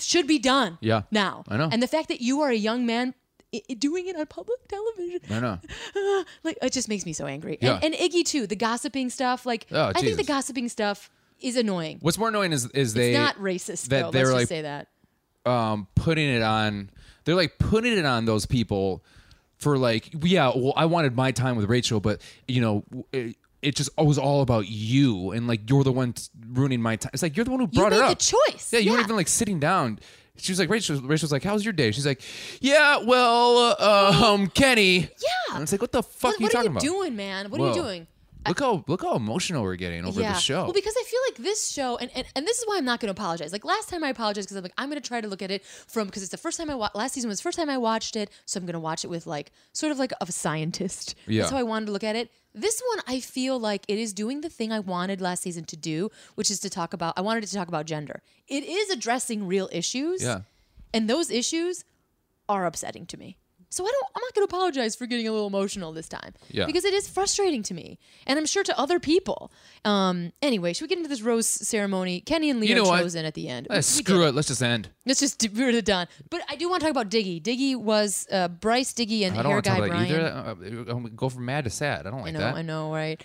should be done. Yeah. Now. I know. And the fact that you are a young man i- i- doing it on public television. I know. Like it just makes me so angry. Yeah. And, and Iggy too, the gossiping stuff. Like Oh, I think the Jesus. gossiping stuff is annoying. What's more annoying is is they it's not racist that though. they Let's were just like- say that. um, putting it on. They're like putting it on those people for like, yeah, well, I wanted my time with Rachel, but you know, it, it just was all about you, and like you're the one t- ruining my time. It's like you're the one who You brought made it the up. choice. Yeah, you weren't even like sitting down. She was like, Rachel. Rachel's like, "How's your day?" She's like, "Yeah, well, uh, um, Kenny." Yeah. And it's like, what the fuck are what, you what talking are you about? doing, man? What are you Whoa. doing? Look how look how emotional we're getting over the show. Well, because I feel like this show, and, and, and this is why I'm not going to apologize. Like last time I apologized because I'm like, I'm going to try to look at it from, because it's the first time I watched, last season was the first time I watched it. So I'm going to watch it with like, sort of like of a scientist. Yeah. That's how I wanted to look at it. This one, I feel like it is doing the thing I wanted last season to do, which is to talk about, I wanted it to talk about gender. It is addressing real issues. yeah. And those issues are upsetting to me. So I don't I'm not going to apologize for getting a little emotional this time. Yeah. Because it is frustrating to me. And I'm sure to other people. Um anyway, should we get into this rose ceremony? Kenny and Leo know what? chosen at the end. Eh, We- we screw did. it. Let's just end. Let's just we're done. But I do want to talk about Diggy. Diggy was uh, Bryce Diggy and I don't hair want to guy talk about Brian. that either. Uh, uh, go from mad to sad. I don't like I know, that. I know, right?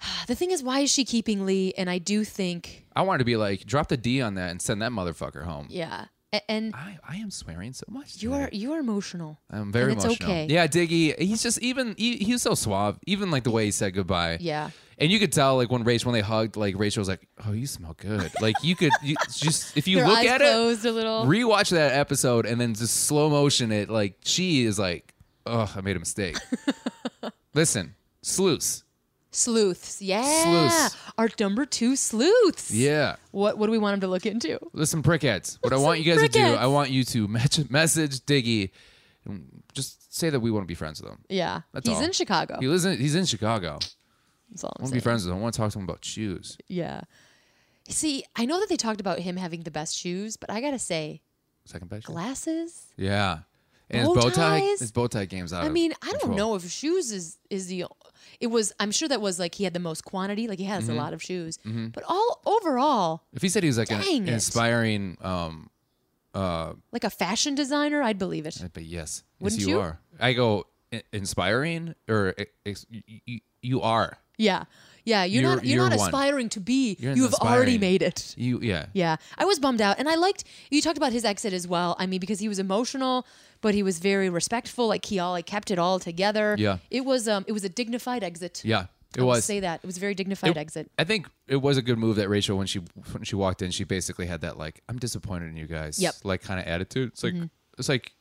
The thing is why is she keeping Lee and I do think I wanted to be like, drop the D on that and send that motherfucker home. yeah. A- And I, I am swearing so much. you today. are you are emotional. I'm very and it's emotional. okay. Yeah, Diggy. He's just even. He, he was so suave. Even like the way he said goodbye. Yeah. And you could tell like when Rachel when they hugged like Rachel was like, oh you smell good. Like you could you, just if you Their look eyes at closed it, a little. rewatch that episode and then just slow motion it. Like she is like, oh I made a mistake. Listen, sleuths. Sleuths, yeah. Sleuths. Our number two sleuths. Yeah. What what do we want him to look into? Listen, prickheads. What I want you guys to do, Prickheads. I want you to match, message Diggy, and just say that we want to be friends with him. Yeah. That's he's all. in Chicago. He lives in, he's in Chicago. That's all I I'm want to saying. be friends with him. I want to talk to him about shoes. Yeah. See, I know that they talked about him having the best shoes, but I gotta say, Second best. glasses. Yeah. And Bow his bow tie, ties? his bow tie game's out. I of mean, I don't control. know if shoes is is the. It was. I'm sure that was like he had the most quantity. Like he has Mm-hmm. a lot of shoes, but all overall, If he said he was like an, Dang an it. inspiring, um, like a fashion designer, I'd believe it. but yes, Wouldn't yes, you? are. I go "I- inspiring or i- ex- y- y- you are. Yeah, yeah. You're, You're- not. You're, you're not one. aspiring to be. You're you have already inspiring. made it. You yeah. Yeah, I was bummed out, and I liked you talked about his exit as well. I mean, because he was emotional, but he was very respectful. Like he all like kept it all together. Yeah. it was um, it was a dignified exit. Yeah. It I will was. say that it was a very dignified exit. I think it was a good move that Rachel, when she when she walked in, she basically had that like "I'm disappointed in you guys," Yep. Mm-hmm. like kind of attitude. It's like it's like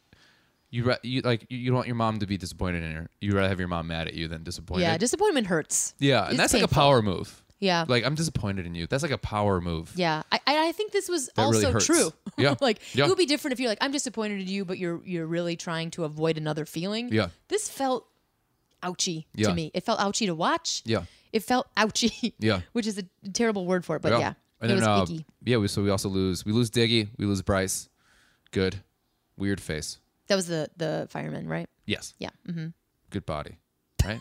you ra- you like you don't want your mom to be disappointed in her. You rather have your mom mad at you than disappointed. Yeah, disappointment hurts. yeah, It's and that's like a painful. power move. Yeah. like I'm disappointed in you. That's like a power move. Yeah, I, I I think this was really also hurts. true. Yeah. like Yeah. it would be different if you're like I'm disappointed in you, but you're you're really trying to avoid another feeling. Yeah. this felt ouchy Yeah. to me. It felt ouchy to watch. Yeah. it felt ouchy. Yeah. which is a terrible word for it, but yeah, and it then was uh, icky. yeah, we, so we also lose we lose Diggy, we lose Bryce. Good, weird face. That was the the fireman, right? Yes, Yeah. hmm good body, right?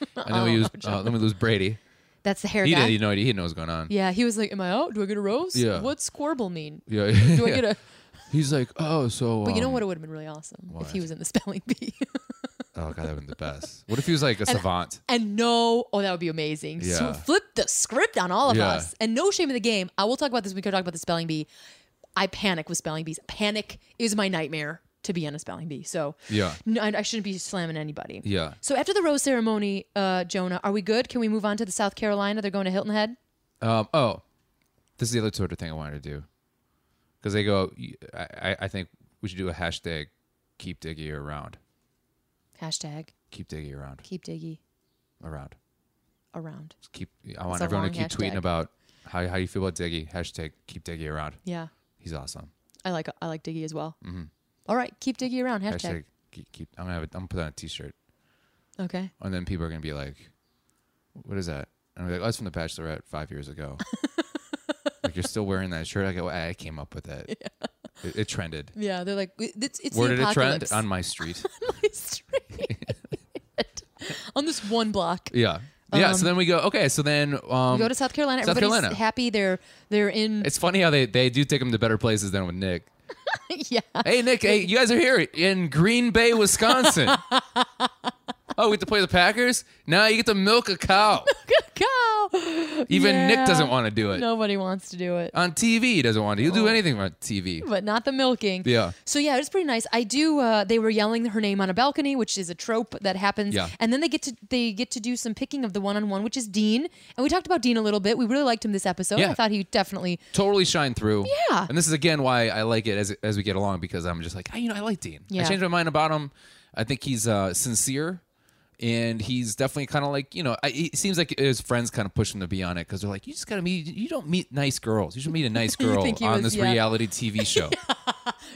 and Oh, then we lose uh, then we lose Brady. That's the hair He guy. didn't, he know he didn't know what's going on. Yeah, he was like, "Am I out? Do I get a rose? Yeah. What's squirble mean? Yeah, Do I get a?" He's like, oh, so. But you know um, what? It would have been really awesome if he what? was in the spelling bee. Oh god, that would be the best. What if he was like a savant? and no, oh, that would be amazing. So Yeah. flip the script on all of Yeah. us. And no shame in the game. I will talk about this. when We can talk about the spelling bee. I panic with spelling bees. Panic is my nightmare to be on a spelling bee. So Yeah. no, I, I shouldn't be slamming anybody. Yeah. So after the rose ceremony, uh, Jonah, are we good? Can we move on to the South Carolina? They're going to Hilton Head. Um, oh, this is the other Twitter thing I wanted to do because they go. I, I- I think we should do a hashtag keep Diggy around. Hashtag Keep Diggy around. keep Diggy Around. around. Just keep. I want a everyone to long keep tweeting hashtag. about how how you feel about Diggy. Hashtag keep Diggy around. Yeah, He's awesome. I like I like Diggy as well. All right, keep Diggy around. Mm-hmm. Hashtag, Hashtag. keep, keep. I'm gonna have. A, I'm gonna put that on a T-shirt, Okay. and then people are gonna be like, "What is that?" And I'm like, "Oh, it's from The Bachelorette five years ago." like you're still wearing that shirt. I go, "I came up with that. It, it trended. Yeah, they're like it's it's Where the did it trend? apocalypse On my street. on this one block. yeah. Yeah. so then we go. Okay. So then um, Um, Go to South Carolina. South Everybody's Carolina. happy. They're they're in. It's funny how they, they do take him to better places than with Nick. yeah. Hey, Nick, hey, you guys are here in Green Bay, Wisconsin. oh, we get to play the Packers? Now you get to milk a cow. Go. Even Yeah. Nick doesn't want to do it. Nobody wants to do it. On TV, he doesn't want to. He'll do Oh. anything on TV. but not the milking. Yeah. So yeah, it was pretty nice. I do. Uh, they were yelling her name on a balcony, which is a trope that happens. Yeah. And then they get to they get to do some picking of the one on one, which is Dean. And we talked about Dean a little bit. We really liked him this episode. Yeah. I thought he definitely. Totally shine through. Yeah. And this is, again, why I like it as, as we get along because I'm just like, I, you know, I like Dean. Yeah. I changed my mind about him. I think he's uh, sincere. And he's definitely kind of like you know. I, it seems like his friends kind of push him to be on it because they're like, you just gotta meet. You don't meet nice girls. You should meet a nice girl think he on was- this yeah. reality TV show.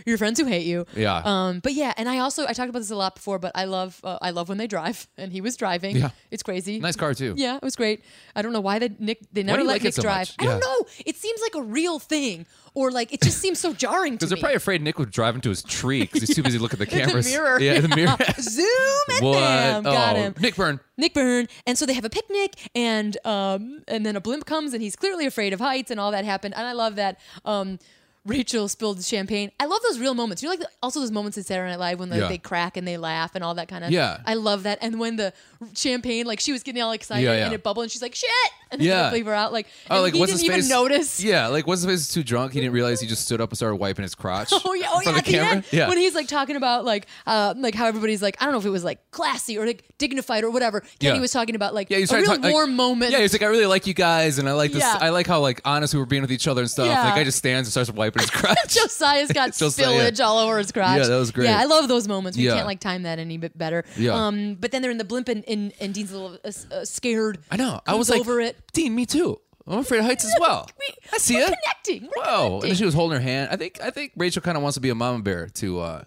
Your friends who hate you. Yeah. Um. But yeah, and I also I talked about this a lot before, but I love uh, I love when they drive, and he was driving. Yeah. It's crazy. Nice car too. Yeah, it was great. I don't know why they Nick they never do you let like it Nick so drive. much? I don't Yeah. know. It seems like a real thing, or like it just seems so jarring to Because me. they're probably afraid Nick would drive into his tree because he's too busy looking at the the cameras. mirror. Yeah, the mirror. Zoom and what? bam, got oh, him. Nick Byrne. Nick Byrne, and so they have a picnic, and um, and then a blimp comes, and he's clearly afraid of heights, and all that happened, and I love that. Um, Rachel spilled champagne. I love those real moments. You know, like also those moments in Saturday Night Live when like, Yeah. they crack and they laugh and all that kind of. Yeah. I love that. And when the champagne, like she was getting all excited Yeah, yeah. and it bubbled, and she's like, "Shit!" and then Yeah. they leave her out. Like, Oh, and like he what's didn't his even face? notice. Yeah, like what's his face is too drunk. He didn't realize he just stood up and started wiping his crotch. Oh yeah, oh for yeah. the At the camera. end, yeah. when he's like talking about like, uh, like how everybody's like, I don't know if it was like classy or like dignified or whatever. Kenny Yeah. was talking about like yeah, he's a trying real to talk, like- warm moment. Yeah, he's like, I really like you guys, and I like this. Yeah. I like how like honest we were being with each other and stuff. Yeah. Like, I just stands and starts wiping his crotch. Josiah's got Josiah. spillage all over his crotch. Yeah, that was great. Yeah, I love those moments. We Yeah. can't like time that any bit better. Yeah. Um, but then they're in the blimp and and, and Dean's a little uh, uh, scared. I know. I He's was like, over it. Dean, me too. I'm afraid of heights as well. We- I see we're it. connecting. We're Whoa! And connecting. then she was holding her hand. I think. I think Rachel kind of wants to be a mama bear to. uh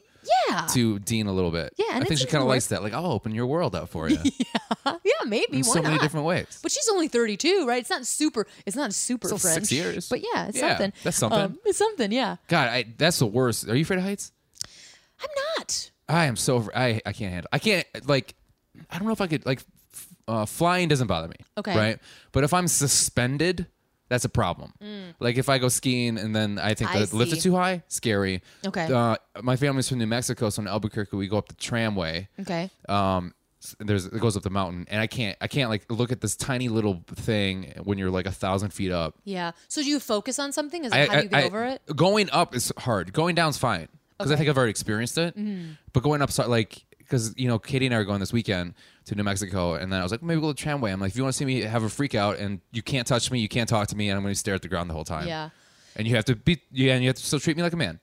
Yeah. to Dean a little bit. Yeah, and I think it's she in kind the of likes that. Like, I'll open your world up for you yeah, maybe. in Why so many not? different ways. But she's only 32, right? It's not super. It's not super Still six French. years. But yeah, it's Yeah, something. Um, that's something. it's something. Yeah. God, I, that's the worst. Are you afraid of heights? I'm not. I am so. I I can't handle. I can't like. I don't know if I could like. f- Uh, flying doesn't bother me. Okay. Right. But if I'm suspended. That's a problem. Like if I go skiing and then I think Mm. I the lift see. is too high, scary. Okay. Uh, my family's from New Mexico, so in Albuquerque we go up the tramway. Okay. um s- there's it goes up the mountain and i can't i can't like look at this tiny little thing when you're like a thousand feet up Yeah. So do you focus on something? Is I, that how do you get I- I- over it? going up is hard going down's fine because i Okay. Mm-hmm. think i've already experienced it but going up so- like because you know katie and i are going this weekend to new mexico and then i was like maybe we'll go to tramway i'm like if you want to see me have a freak out and you can't touch me you can't talk to me and i'm going to stare at the ground the whole time Yeah. and you have to be yeah and you have to still treat me like a man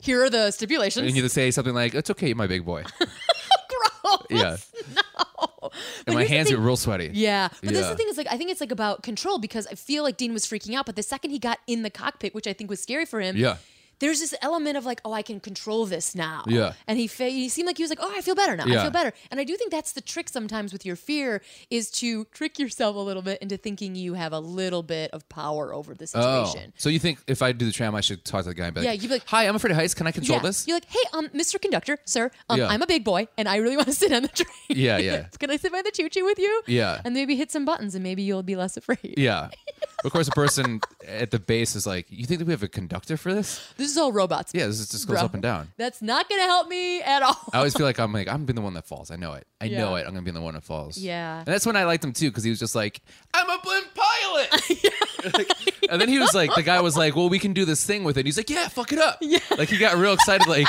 Here are the stipulations. and you have to say something like it's okay my big boy Gross. yeah No. But and my here's the hands thing- get real sweaty Yeah, but that's the Yeah. thing is like I think it's like about control because I feel like Dean was freaking out, but the second he got in the cockpit, which I think was scary for him, Yeah. there's this element of like, oh, I can control this now. Yeah. and he fa- he seemed like he was like, oh, I feel better now. I Yeah. feel better, and I do think that's the trick sometimes with your fear is to trick yourself a little bit into thinking you have a little bit of power over the situation. Oh. So you think if I do the tram, I should talk to the guy and be like, Yeah, you'd be like- "Hi, I'm afraid of heights. Can I control Yeah. this?" You're like, hey, um, Mr. Conductor, sir, um, Yeah. I'm a big boy and I really want to sit on the train. Yeah, yeah. Can I sit by the choo choo with you? Yeah. And maybe hit some buttons and maybe you'll be less afraid. yeah. of course, the person at the base is like, "You think that we have a conductor for this?" This is all robots. Yeah, this just goes bro. up and down. Oh, That's not gonna help me at all. I always feel like I'm like I'm being the one that falls. I know it. I Yeah. know it. I'm gonna be the one that falls. Yeah. And that's when I liked him too because he was just like, "I'm a blimp pilot." Like, and then he was like, the guy was like, "Well, we can do this thing with it." He's like, "Yeah, fuck it up." Yeah. Like he got real excited. Like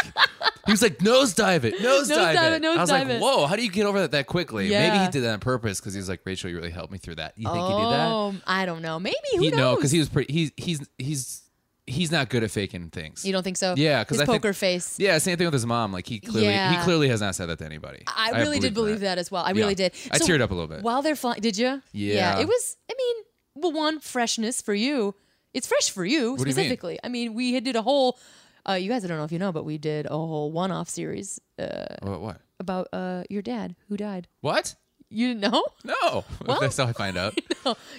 he was like, "Nosedive it, nosedive, Nosedive it, I was like, nosedive it. "Whoa, how do you get over that that quickly?" Maybe Yeah. he did that on purpose because he was like, "Rachel, you really helped me through that." You think he did that? Oh, I Um, don't know. Maybe who he knows? no, because he was pretty. He's he's he's he's not good at faking things. You don't think so? Yeah, 'cause his I think- poker face. yeah, same thing with his mom. Like he clearly he Yeah. clearly has not said that to anybody. I really did believe that. as well. I Yeah. really did. I teared up a little bit. While they're flying, did you? Yeah. It was. I mean, well, one freshness for you. It's fresh for you do you mean? specifically. I mean, we had did a whole. Uh, you guys, I don't know if you know, but we did a whole one-off series uh, What? What? about uh, your dad who died. What? You didn't know? No. That's how I find out.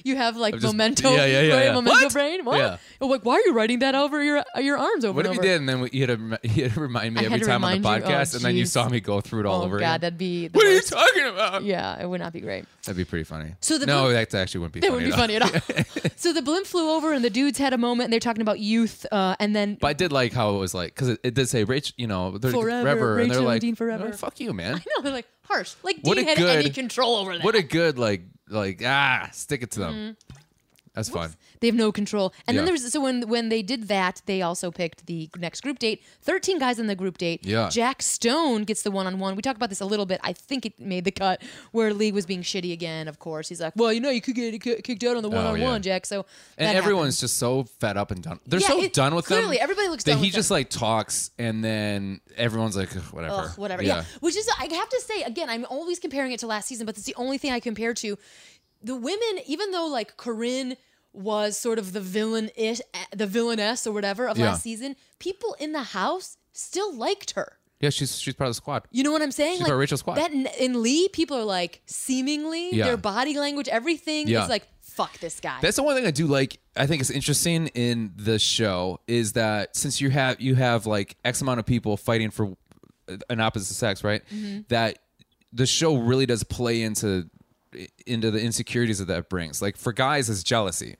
You have like just- memento, yeah, yeah, yeah, brain, yeah. memento What? brain. What? Yeah. Oh, Like, why are you writing that over your your arms over What and if you over? did? And then we- you had to, rem- you had to remind me I every had to time on the remind you? Oh, podcast, and then you jeez. saw me go through it all Oh over God, again. that'd be. The What are you worst. talking about? Yeah, it would not be great. That'd be pretty funny. So the no, blue- that actually wouldn't be. That funny wouldn't be at all. funny at all. so the blimp flew over, and the dudes had a moment, and they're talking about youth, uh, and then But I did like how it was like because it, it did say Rach, you know, they're Forever, and they're Rachel and like, Dean forever. "Oh, fuck you, man. no, they're like harsh. Like What Dean a had good- any control over that. What a good like, like ah, stick it to them. Mm-hmm. That's fun. they have no control. And then Yeah. there's so when when they did that, they also picked the next group date. Thirteen guys in the group date. Yeah. Jack Stone gets the one on one. We talked about this a little bit. I think it made the cut where Lee was being shitty again. Of course, he's like, well, you know, you could get ki- kicked out on the one on Oh, yeah. one, Jack. So And that everyone's happened. just so fed up and done. They're Yeah, so it- done with them. clearly, everybody looks that done he with just like talks, and then everyone's like, "Ugh, whatever, Ugh, whatever. Yeah. Which is, I have to say, again, I'm always comparing it to last season, but that's the only thing I compare to. The women, even though like Corinne was sort of the villain ish, the villainess or whatever of Yeah. last season, people in the house still liked her. Yeah, she's she's part of the squad. You know what I'm saying? She's part of Rachel's squad. That in Lee, people are like seemingly Yeah. their body language, everything Yeah. is like fuck this guy. That's the one thing I do like. I think is interesting in the show is that since you have you have like X amount of people fighting for an opposite sex, right? That the show really does play into into the insecurities that that brings. Like for guys, it's jealousy.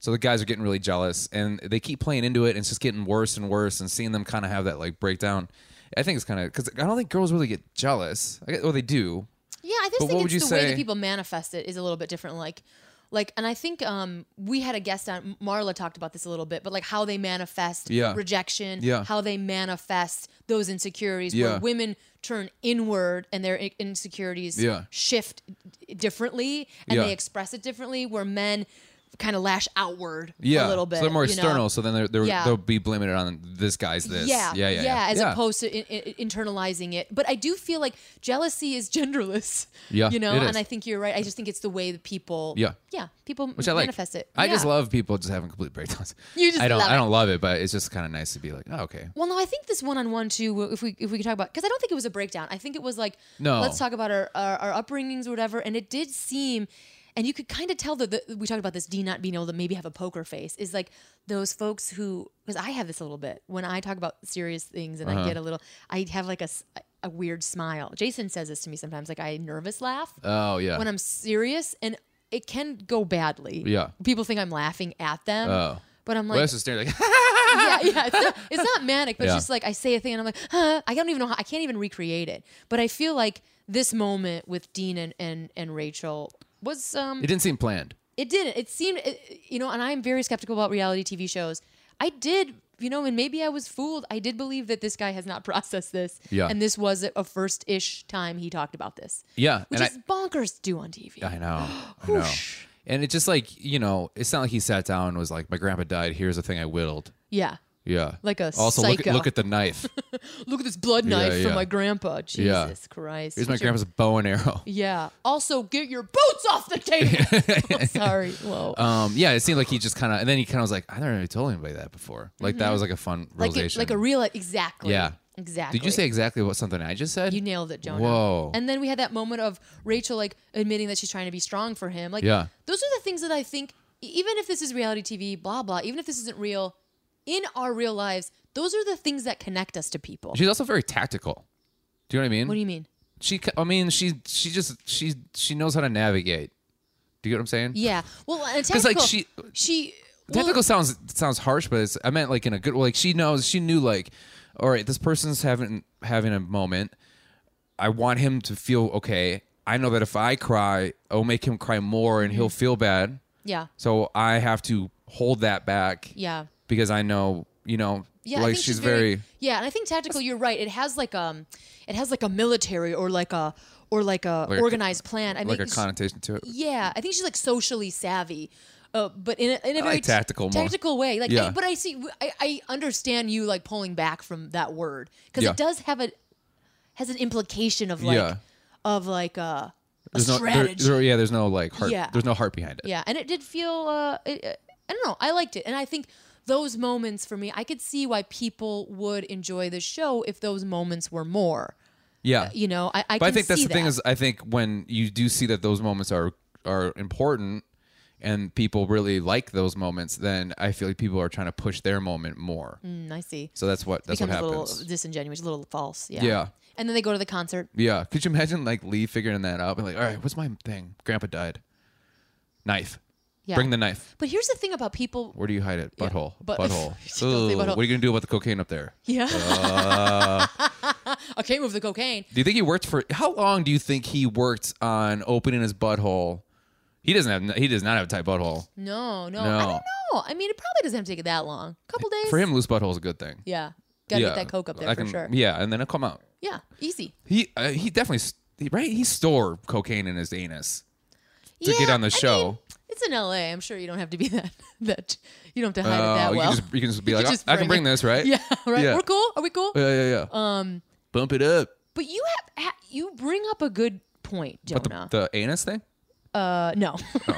So the guys are getting really jealous, and they keep playing into it, and it's just getting worse and worse, and seeing them kind of have that like breakdown. I think it's kind of because I don't think girls really get jealous. I guess, well, they do. Yeah, I just But what think would it's you the way say- that people manifest it is a little bit different. Like, like, and I think um, we had a guest on Marla talked about this a little bit, but like how they manifest Yeah. rejection, Yeah. how they manifest those insecurities. Yeah. Where women turn inward and their in- insecurities Yeah. shift d- differently, and Yeah. they express it differently. Where men kind of lash outward Yeah, a little bit, So they're more you know? external. So then they're, they're Yeah. they'll be blaming it on this guy's this. Yeah, yeah, yeah. as opposed to in, in, internalizing it. But I do feel like jealousy is genderless. Yeah, you know, it is. and I think you're right. I just think it's the way that people. Yeah. yeah, people which I like. manifest it. I just Yeah. love people just having complete breakdowns. You just I don't love I it. don't love it, but it's just kind of nice to be like, oh okay, Well, no, I think this one-on-one too. If we if we could talk about, because I don't think it was a breakdown. I think it was like, No. let's talk about our our, our upbringings or whatever. And it did seem, and you could kind of tell that the, we talked about this D not being able to maybe have a poker face is like those folks who because I have this a little bit when I talk about serious things and Uh-huh. I get a little, I have like a s- a weird smile. Jason says this to me sometimes, like I nervous laugh oh yeah, when I'm serious and. It can go badly. Yeah. People think I'm laughing at them. Oh. But I'm like, well, that's just like yeah, yeah. It's not, it's not manic, but Yeah. it's just like I say a thing and I'm like, huh, I don't even know how, I can't even recreate it. But I feel like this moment with Dean and, and, and Rachel was, um, it it, didn't seem planned. didn't, it seemed, it, you know, and I'm very skeptical about reality TV shows. I did, you know, and maybe I was fooled. I did believe that this guy has not processed this. Yeah. And this was a first ish time he talked about this, Yeah, which and is bonkers to do on TV. I, I know, I know. And it just like you know, it's not like he sat down and was like, my grandpa died. Here's the thing I whittled. yeah. Yeah, Like a also look at, psycho. look at the knife. Look at this blood knife yeah. from my grandpa. Jesus Yeah. Christ. Here's my Such a- grandpa's bow and arrow. Yeah. Also, get your boots off the table. I'm sorry. Whoa. Um, yeah, it seemed like he just kind of, and then he kind of was like, I never really told anybody that before. Like that was like a fun Mm-hmm. like a, realization. like a real exactly. Yeah. Exactly. Did you say exactly what something I just said? You nailed it, Jonah. Whoa. And then we had that moment of Rachel like admitting that she's trying to be strong for him. Like Yeah. those are the things that I think e- even if this is reality TV, blah blah, even if this isn't real, in our real lives, those are the things that connect us to people. She's also very tactical. Do you know what I mean? what do you mean? She, ca- I mean, she, she just, she, she knows how to navigate. Do you get what I'm saying? Yeah. Well, and Because, like, technical, she- she well, Technical sounds sounds harsh, but it's, I meant like in a good. Like she knows, she knew. Like, all right, this person's having having a moment. I want him to feel okay. I know that if I cry, I'll make him cry more, and Mm-hmm. he'll feel bad. yeah. So I have to hold that back. Yeah. Because I know, you know, Yeah, I like think she's, very, yeah, and I think tactical. You're right. It has like um, it has like a military or like a or like a Like a- organized plan. I like mean, a connotation to it. yeah, I think she's like socially savvy. Uh, but in a, in a very like tactical more. tactical way, like. Yeah. I- but I see. I, I understand you like pulling back from that word because Yeah. it does have a has an implication of like Yeah. of like uh, a There's no, there- strategy. there- yeah, there's no like heart. Yeah. There's no heart behind it. Yeah, and it did feel. Uh, it, uh, I don't know. I liked it, and I think those moments for me, I could see why people would enjoy the show if those moments were more. Yeah. You know, I, I But I can think that's see the thing that. is I think when you do see that those moments are are important and people really like those moments, then I feel like people are trying to push their moment more. Mm, I see. So that's what that's what Becomes a little happens. disingenuous, a little false. Yeah. Yeah. And then they go to the concert. Yeah. Could you imagine like Lee figuring that out and like, all right, what's my thing? Grandpa died. Knife. Yeah. Bring the knife. But here's the thing about people. Where do you hide it? Butthole. but- butthole. Don't say Ooh, butthole. What are you gonna do about the cocaine up there? Yeah. Uh. I came with the cocaine. Do you think he worked for? How long do you think he worked on opening his butthole? He doesn't have. He does not have a tight butthole. No, no, No. I don't know. I mean, it probably doesn't have to take that long. couple days. For him, loose butthole is a good thing. Yeah. Gotta get that coke up there I for can- sure. Yeah, and then it'll come out. yeah. Easy. He uh, he definitely s- he- right. He store cocaine in his anus to yeah, get on the I show. mean, it's in LA. I'm sure you don't have to be that that you don't have to hide Uh, it that you, well. can just, you can just be You like, can just I, I can bring bring it. this, right? yeah, right. Yeah. We're cool. Are we cool? yeah, yeah, yeah. Um, Bump it up. but you have ha- you bring up a good point, But Jonah. the, Oh. the anus thing. uh, no,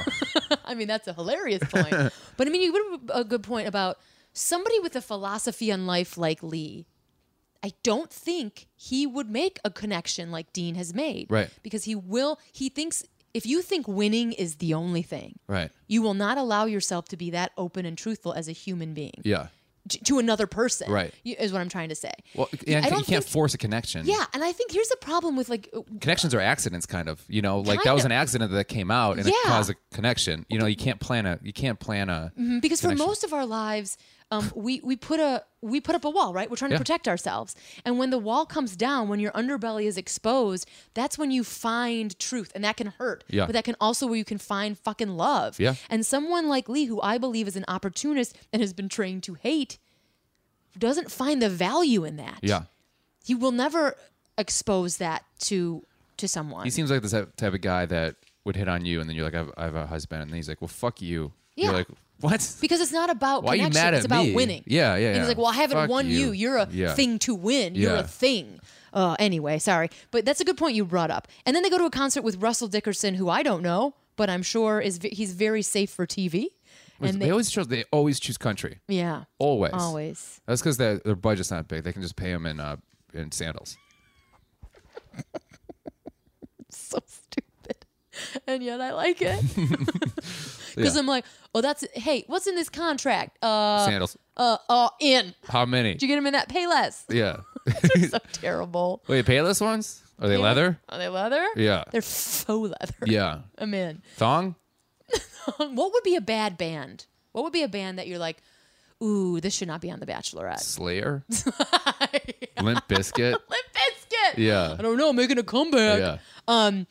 I mean that's a hilarious point. but I mean you put up a good point about somebody with a philosophy on life like Lee. I don't think he would make a connection like Dean has made, Right. Because he will. He thinks if you think winning is the only thing, Right. you will not allow yourself to be that open and truthful as a human being Yeah. t- to another person. Right. y- Is what I'm trying to say. Well, yeah, I you don't can't think- force a connection. Yeah, and I think here's the problem with like uh, Connections are accidents, kind of. You know, like Kind that was of. an accident that came out and it Yeah. caused a connection. You know, you can't plan a. You can't plan a. because for connection. most of our lives, um, we we put a we put up a wall, right? We're trying to Yeah. protect ourselves, and when the wall comes down, when your underbelly is exposed, that's when you find truth, and that can hurt. Yeah. But that can also where you can find fucking love. Yeah. And someone like Lee, who I believe is an opportunist and has been trained to hate, doesn't find the value in that. Yeah. He will never expose that to to someone. He seems like the type type of guy that would hit on you, and then you're like, "I have, I have a husband," and then he's like, "Well, fuck you." Yeah. You're like, "What?" Because it's not about Why are you connection. mad it's at about me? winning. Yeah, yeah, And yeah. he's like, well, I haven't Fuck won you. you. You're a Yeah. thing to win. You're Yeah. a thing. Uh, anyway, sorry, but that's a good point you brought up. And then they go to a concert with Russell Dickerson, who I don't know, but I'm sure is v- he's very safe for TV. they, And they, always choose. They always choose country. yeah, Always. always. That's because their their budget's not big. They can just pay him in uh, in sandals. so stupid. And yet I like it because I'm like, oh, that's hey, what's in this contract? Uh, Sandals. uh, uh, in. How many? Did you get him in that pay less? yeah. so terrible. Wait, payless ones? Are they leather? Are they leather? Yeah. They're faux leather. Yeah. I'm in. Thong? What would be a bad band? What would be a band that you're like, ooh, this should not be on The Bachelorette? Slayer? Limp biscuit? Limp Bizkit. Yeah. I don't know. Making a comeback. Yeah. Um.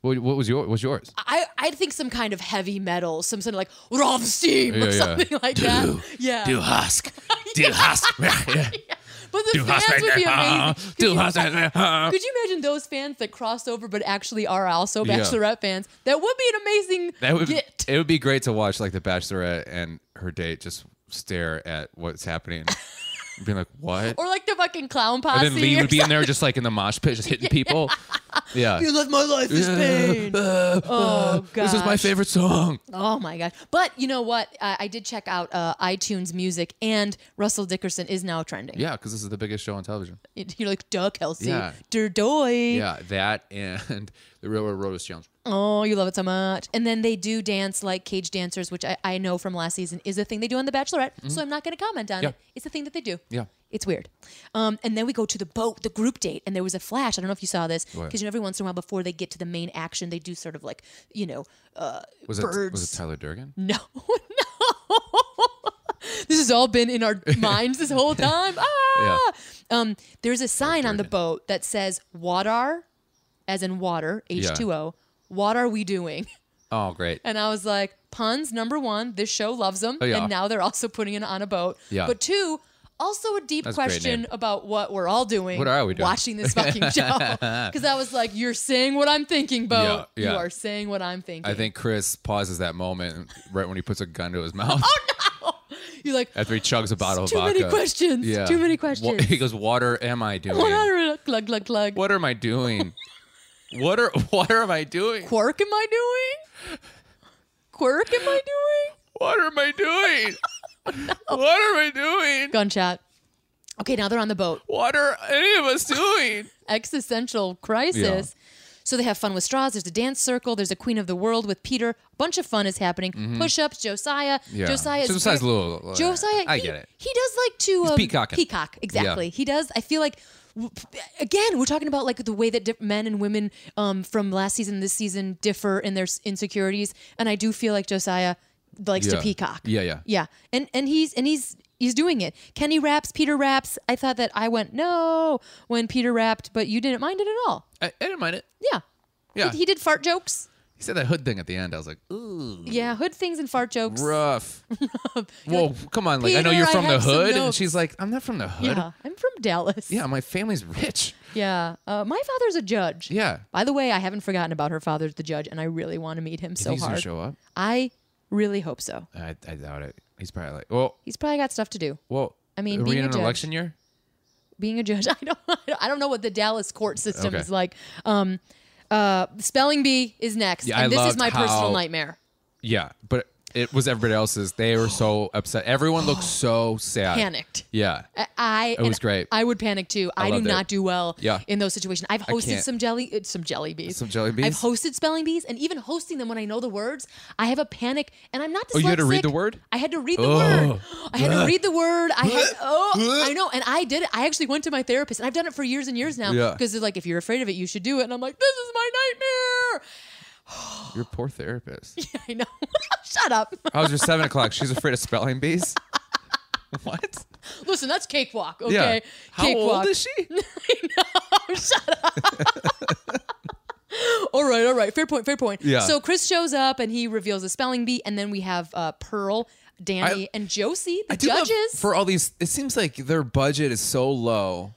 What, what was your? What's yours? I I think some kind of heavy metal, some sort of like Rav Steam Yeah, or yeah. something like that. Yeah. husk. Do husk. But the fans would be Uh-huh. amazing. Could you, could you imagine those fans that cross over but actually are also Yeah. Bachelorette fans? That would be an amazing That would get. it would be great to watch like the Bachelorette and her date just stare at what's happening, and being like, "What?" Or like the fucking clown posse. and then Lee or would be in there just like in the mosh pit, just hitting people. Yeah. something. Let my life is pain. Uh, Oh, this is my gosh. favorite song. Oh my god! But you know what? Uh, I did check out uh, iTunes Music, and Russell Dickerson is now trending. Yeah, because this is the biggest show on television. You're like, duh, Kelsey, Yeah. Dur doy. Yeah, that and the Railroad Roaders Challenge. Oh, you love it so much. And then they do dance like cage dancers, which I, I know from last season is a thing they do on The Bachelorette. So I'm not going to comment on Mm-hmm. Yeah. it. It's a thing that they do. Yeah. It's weird. Um, and then we go to the boat, the group date, and there was a flash. I don't know if you saw this What? because you know every once in a while before they get to the main action, they do sort of like you know uh, Was it, birds. was it Tyler Durgan? No, no. this has all been in our minds this whole time. Ah! Um, there's a sign on the boat that says "Water," as in water, Yeah. H2O. What are we doing? Oh, great. And I was like, puns number one. This show loves them, Oh, yeah. and now they're also putting it on a boat. Yeah. But two, Also, a deep That's a great question name. about what we're all doing. What are we doing? Watching this fucking show. Because I was like, you're saying what I'm thinking, Bo. Yeah, yeah. You are saying what I'm thinking. I think Chris pauses that moment right when he puts a gun to his mouth You're like, after he chugs a bottle Oh, too of vodka. many questions. Yeah. Too many Wa- questions. he goes, "Water, am I doing? What are glug glug glug? What What am I doing? what are what am I doing? quirk am I doing? Quirk am I doing? What am I doing? Oh, What am I doing? Gunshot. Okay, now they're on the boat. What are any of us doing? Existential crisis. So they have fun with straws. There's a dance circle. There's a Queen of the World with Peter. A bunch of fun is happening. Push-ups. Josiah. Mm-hmm. Yeah. Josiah. is Josiah's a very- little. uh, Josiah. I he, get it. He does like to um, peacocking. Peacock. Exactly. He does. I feel like. w- Again, we're talking about like the way that diff- men and women um, from last season, this season, differ in their s- insecurities, and I do feel like Josiah likes Yeah. to peacock. Yeah, yeah. yeah, and and he's and he's he's doing it. Kenny raps, Peter raps. I thought that I went no when Peter rapped, but you didn't mind it at all. I, I didn't mind it. Yeah, Yeah. He, he did fart jokes. He said that hood thing at the end. I was like, ooh, Yeah, hood things and fart jokes. rough. well, come on. Like, I know "Peter, you're I from the have some hood. And notes." she's like, I'm not from the hood. Yeah, I'm from Dallas. Yeah, my family's rich. Yeah. Uh, my father's a judge. Yeah. By the way, I haven't forgotten about her father's the judge, and I really want to meet him so He's gonna hard. show up. I really hope so. I, I doubt it. He's probably like, well, He's probably got stuff to do. well. I mean, are we being in a an judge- election year? Being a judge, I don't, I don't know what the Dallas court system Okay. is like. Um, uh, spelling bee is next, Yeah, and I this is loved my how- personal nightmare. Yeah, but it was everybody else's. They were so upset. Everyone looked so sad. Panicked. Yeah. I- I was and great. I would panic too. I, do loved it. not do well Yeah. in those situations. I've hosted can't. some jelly uh, some jelly bees. Some jelly bees? I've hosted spelling bees and even hosting them when I know the words, I have a panic and I'm not dyslexic. Oh, you had to read the word? I had to read the Oh. word. I had to read the word. I had oh I know and I did it. I actually went to my therapist and I've done it for years and years now Yeah. because they're like if you're afraid of it, you should do it and I'm like this is my nightmare. Your poor therapist. I know. Shut up. How's your seven o'clock? She's afraid of spelling bees. What? Listen, that's cakewalk, Yeah. okay? How cakewalk. old is she? all right, all right. Fair point, fair point. Yeah. So Chris shows up and he reveals a spelling bee, and then we have uh, Pearl, Danny, I- and Josie, the I do love judges. for all these. It seems like their budget is so low.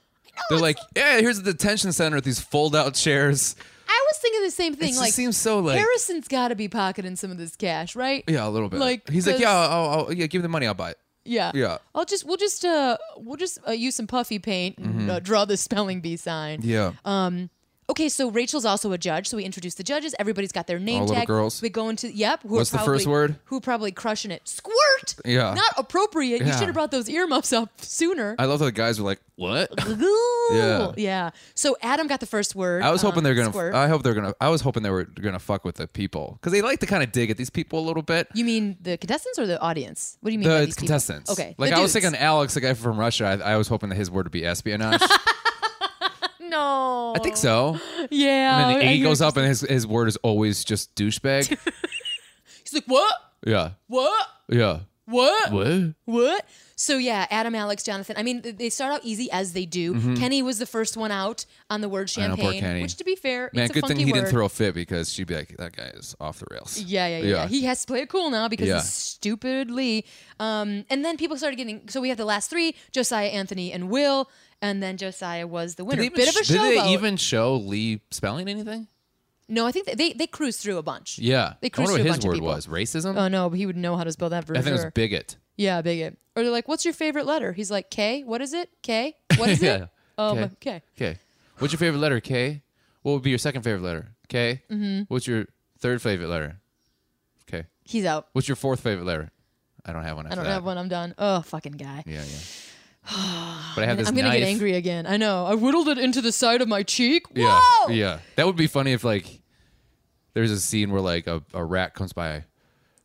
They're like, yeah, here's a detention center with these fold-out chairs. I was thinking the same thing. It just like, seems so like, Harrison's got to be pocketing some of this cash, right? yeah, a little bit. like, he's like, 'cause- yeah, I'll, I'll, yeah, give me the money, I'll buy it. Yeah. Yeah. I'll just we'll just uh we'll just uh, use some puffy paint and uh, draw the spelling bee sign. Mm-hmm. Yeah, Um, Okay, so Rachel's also a judge, so we introduce the judges. Everybody's got their name All little tag. girls. We go into yep. Who are What's the probably- first word? Who are probably crushing it? Squirt. Yeah. Not appropriate. You Yeah. should have brought those earmuffs up sooner. I love how the guys were like, what? Ooh. Yeah. So Adam got the first word. I was hoping um, they're gonna. uh, squirt. I hope they're gonna. I was hoping they were gonna fuck with the people because they like to kind of dig at these people a little bit. you mean the contestants or the audience? What do you mean? by The these people? contestants. Okay. Like the I was dudes. thinking, Alex, the guy from Russia. I, I was hoping that his word would be espionage. No. I think so. Oh, Yeah. And then I- I Iggy hear- goes up, and his his word is always just douchebag. He's like, what? yeah, What? yeah. What? What? What? So yeah, Adam, Alex, Jonathan. I mean, th- they start out easy as they do. Kenny was the first one out on the word Mm-hmm. know, poor champagne, Kenny. which, to be fair, Man, it's a good funky thing he word. didn't throw a fit because she'd be like, that guy is off the rails. Yeah, yeah, yeah, Yeah. He has to play it cool now because Yeah. he's stupidly. Um, and then people started getting. So we have the last three: Josiah, Anthony, and Will. And then Josiah was the winner. Did, they even, Bit of a did showboat. they even show Lee spelling anything? no, I think they, they they cruised through a bunch. Yeah. They I wonder cruised what through a his bunch of word people. was. Racism? Oh no, but he would know how to spell that for I think it sure. was bigot. yeah, bigot. Or they're like, "What's your favorite letter?" He's like, "K." What is it? K. What is Yeah. it? Um, K. K. Okay. What's your favorite letter, K? What would be your second favorite letter? K? Mm-hmm. What's your third favorite letter? Okay. He's out. What's your fourth favorite letter? I don't have one after I don't that. have one. I'm done. Oh, fucking guy. Yeah, yeah. But I have this I'm gonna knife. get angry again. I know. I whittled it into the side of my cheek. Yeah, Whoa! yeah. That would be funny if like there's a scene where like a, a rat comes by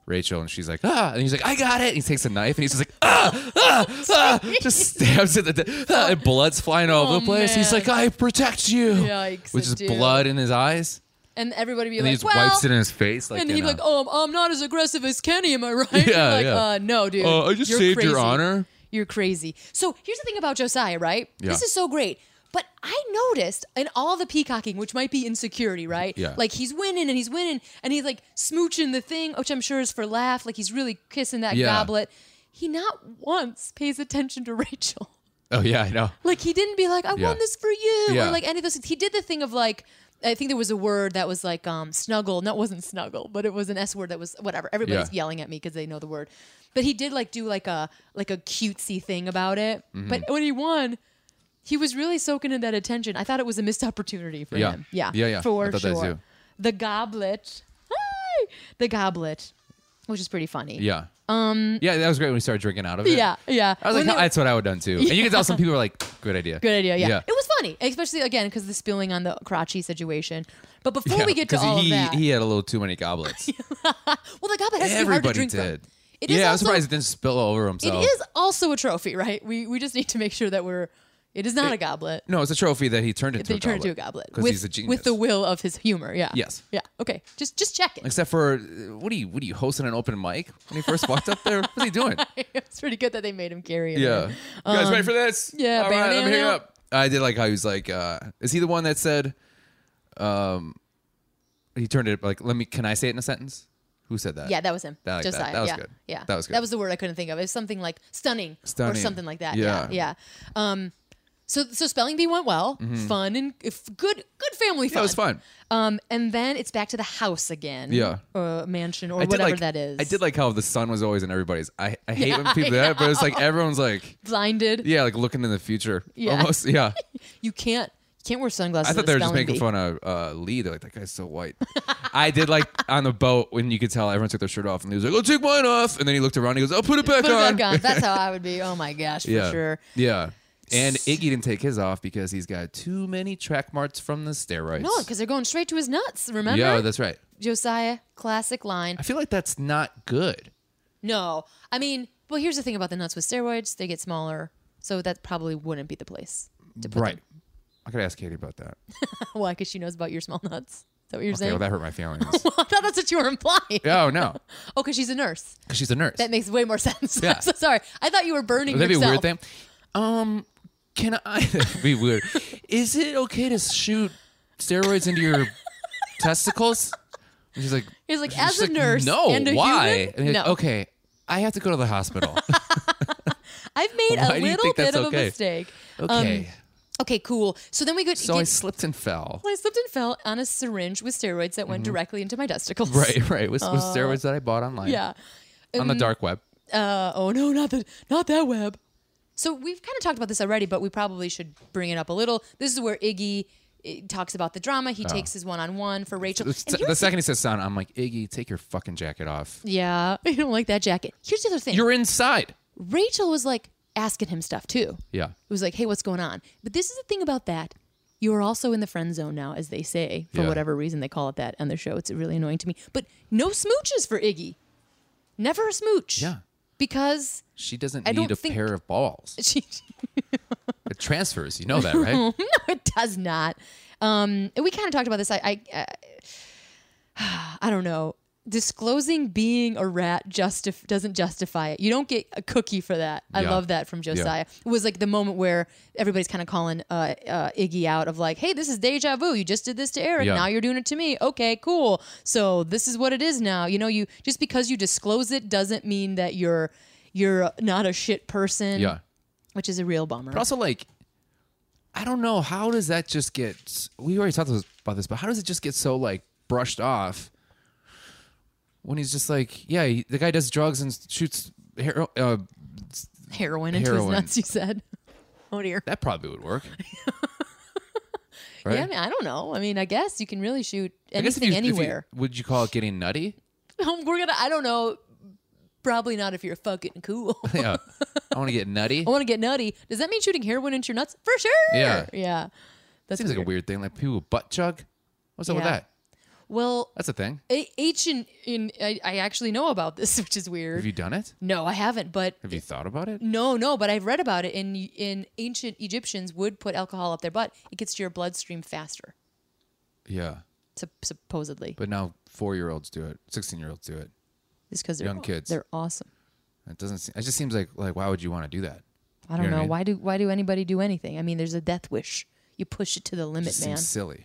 Rachel and she's like ah, and he's like I got it. And he takes a knife and he's just like ah, ah, ah, just stabs it. Ah, and blood's flying all over Oh, the place. He's man. like I protect you, Yikes, which I is do. blood in his eyes. And everybody be And he like, just well, wipes it in his face. Like and in he'd be a, like, oh, I'm, I'm not as aggressive as Kenny, am I right? You're Yeah, like, yeah. Uh, no, dude. Uh, I just you're saved crazy. your honor. You're crazy. So here's the thing about Josiah, right? Yeah. This is so great. But I noticed in all the peacocking, which might be insecurity, right? Yeah. Like he's winning and he's winning and he's like smooching the thing, which I'm sure is for laugh. Like he's really kissing that Yeah. goblet. he not once pays attention to Rachel. Oh yeah, I know. Like he didn't be like, I Yeah. won this for you, Yeah. or like any of those. things. He did the thing of like, I think there was a word that was like um, snuggle. No, it wasn't snuggle, but it was an S word that was whatever. Everybody's Yeah. yelling at me because they know the word. But he did like do like a like a cutesy thing about it. Mm-hmm. But when he won, he was really soaking in that attention. I thought it was a missed opportunity for Yeah. him. Yeah, Yeah, yeah. for I thought that sure. too. The goblet, Hi! the goblet, which is pretty funny. Yeah. Um. Yeah, that was great when we started drinking out of it. yeah, yeah. I was like, When "Oh, they- that's what I would have done too. And you can tell some people were like, good idea. Good idea. Yeah. It was funny, especially again because the spilling on the crotchy situation. But before Yeah, we get to 'cause all he, of that, he had a little too many goblets. well, the goblet has to be hard to Everybody drink from. did. It is yeah, I was also- surprised it didn't spill over It himself. is also a trophy, right? We we just need to make sure that we're. It is not a goblet. No, it's a trophy that he turned into They a turn goblet. into a goblet Because with he's a genius. with the will of his humor. Yeah. Yes. Yeah. Okay. Just just check it. Except for uh, what are you what are you hosting an open mic when he first walked up there? What's he doing? it's pretty good that they made him carry it. Yeah. in. You guys ready for this? Um, yeah, All right, let me hang banana. up. I did like how he was like, uh, is he the one that said, um, he turned it like, let me, can I say it in a sentence? Who said that? Yeah, that was him. That- like that. Josiah. That was yeah. good. Yeah. That was good. That was the word I couldn't think of. It was something like stunning, or Stunning. something like that. Yeah. Yeah. Yeah. Um, so so spelling bee went well, fun and if, good good family fun. Mm-hmm. Yeah, it was fun. Um, and then it's back to the house again. Yeah. Or mansion or I whatever like, that is. I did like how the sun was always in everybody's. I, I hate when people do that, but it's like everyone's like, blinded. yeah, like looking in the future. Yeah. Almost. Yeah. You can't you can't wear sunglasses. I thought at they a were just spelling making bee. fun of uh, Lee. They're like, that guy's so white. I did like on the boat when you could tell everyone took their shirt off and he was like, I'll take mine off. And then he looked around and he goes, I'll put it back Put it on. back on. That's how I would be. Oh my gosh, for yeah. sure. Yeah. And Iggy didn't take his off because he's got too many track marks from the steroids. No, because they're going straight to his nuts. Remember, yeah, that's right. Josiah, classic line. I feel like that's not good. No, I mean, well, here's the thing about the nuts with steroids; they get smaller, so that probably wouldn't be the place to put Right. I could ask Katie about that. them. Why? Because she knows about your small nuts. Is that what you're Okay, well, saying? that hurt my feelings. I thought that's what you were implying. oh no, Oh, because she's a nurse. because she's a nurse. That makes way more sense. Yeah. I'm so sorry. I thought you were burning Would that be a yourself. weird thing? Um, can I? That'd be weird. Is it okay to shoot steroids into your testicles? And she's like, He's like, she's as a nurse no, and a why? human? And he's like, No. okay, I have to go to the hospital. I've made Why a do you little think that's bit of a okay? mistake. okay, Okay, cool. So then we go. so get, I slipped and fell. when I slipped and fell on a syringe with steroids that went directly into my testicles. Mm-hmm. Right, right. With, with steroids that I bought online, Uh, Yeah. on the dark web. uh, oh no, not that, not that web. So we've kind of talked about this already, but we probably should bring it up a little. This is where Iggy eh, talks about the drama. Ah. He takes his one-on-one for Rachel. The, And se- the here's second he says "son," I'm like, Iggy, take your fucking jacket off. the- yeah, I don't like that jacket. Here's the other thing. You're inside. Rachel was like asking him stuff too. Yeah. It was like, hey, what's going on? But this is the thing about that. You are also in the friend zone now, as they say, for Yeah. whatever reason they call it that on their show. It's really annoying to me. But no smooches for Iggy. Never a smooch. Yeah. Because She doesn't I need don't a think- pair of balls. she It transfers. You know that, right? no, it does not. Um, and we kind of talked about this. I, I, I, I don't know. Disclosing being a rat justif- doesn't justify it. You don't get a cookie for that. I Yeah. love that from Josiah. It was like the moment where everybody's kind of calling uh, uh, Iggy out of like, "Hey, this is deja vu. You just did this to Eric. Yeah. Now you're doing it to me. Okay, cool. So this is what it is now. You know, you just because you disclose it doesn't mean that you're you're not a shit person. yeah. which is a real bummer. But also, like, I don't know how does that just get? We already talked about this, but how does it just get so like brushed off when he's just like, yeah, he, the guy does drugs and shoots. Hero, uh, heroin into Heroin. his nuts. You said, "Oh dear." that probably would work. right? Yeah, I mean, I don't know. I mean, I guess you can really shoot I guess if anything you- if you- anywhere. would you call it getting nutty? We're gonna. I don't know. Probably not if you're fucking cool. I Yeah. I want to get nutty. want to get nutty. Does that mean shooting heroin into your nuts? For sure. Yeah. Yeah. That's Seems like a weird thing. Like people butt chug. What's up with Yeah. that? Well, That's a thing. A- H and in I, I actually know about this, which is weird. Have you done it? no, I haven't. But Have you thought about it? no, no. But I've read about it. In in ancient Egyptians would put alcohol up their butt. It gets to your bloodstream faster. Yeah. sup- Supposedly, But now four year olds do it. Sixteen year olds do it. just because they're young kids. They're awesome. It doesn't. Seem, it just seems like like why would you want to do that? I don't You know know, what I mean? why do why do anybody do anything? I mean, there's a death wish. You push it to the limit, It man. seems silly.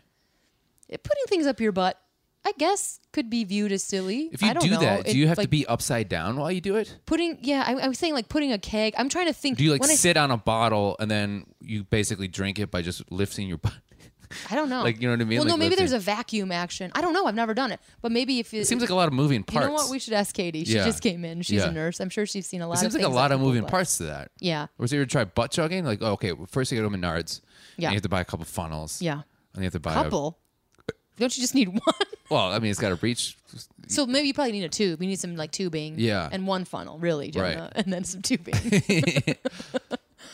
It- Putting things up your butt I guess could be viewed as silly. If you I don't do know. that, It- do you have to like, be upside down while you do it? putting? Yeah, I, I was saying like putting a keg. I'm trying to think. Do you like when I- sit on a bottle and then you basically drink it by just lifting your butt? I, don't know. like, you know what I mean? Well, no, Like maybe there's lifting. a vacuum action. I don't know. I've never done it, but maybe if it It seems like a lot of moving you parts. know what, we should ask Katie. She Yeah. just came in. She's Yeah. a nurse. I'm sure she's seen a lot. it seems of like a things lot that of people moving buy. parts to that. Yeah, Or so you ever try butt chugging? Like, oh, okay, well, first you go to Menards. Yeah. And you have to buy a couple funnels. yeah. And you have to buy A, Couple. Don't you just need one? well, I mean, it's got to reach. So maybe you probably need a tube. You need some like tubing. Yeah. And one funnel, really, Jonah, Right. and then some tubing. I'm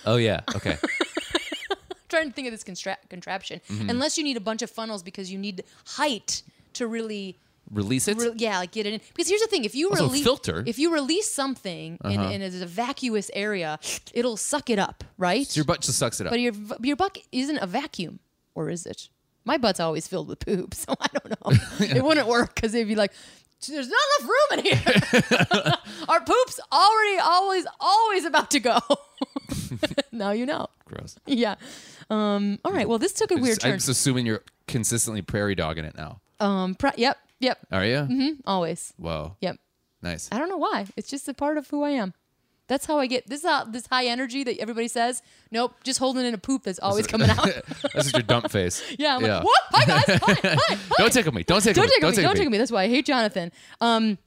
Oh yeah. Okay. trying to think of this constra- contraption. Mm-hmm. Unless you need a bunch of funnels because you need height to really, Release it. re- yeah, like get it in. Because here's the thing: if you Also, release filter. Uh-huh. if you release something in, in a, vacuous area, it'll suck it up, right? Your butt just sucks it up. but your v- your buck isn't a vacuum, or is it? My butt's always filled with poop, so I don't know. It wouldn't work because they'd be like, "There's not enough room in here. Our poop's already always always about to go." now you know. Gross. Yeah. Um, all right. Well, this took a weird Just- I'm turn. just assuming you're consistently prairie dogging it now. Um, pro- yep. Yep. Are you? Mm-hmm. Always. Whoa. Yep. Nice. I don't know why. It's just a part of who I am. That's how I get this. Uh, this high energy that everybody says. Nope. Just holding in a poop that's always coming out. That's just your dump face. Yeah. I'm like, what? Hi guys. Hi. Hi. hi. Don't tickle me. Don't tickle Don't me. take me. Don't take me. That's why I hate Jonathan. Um,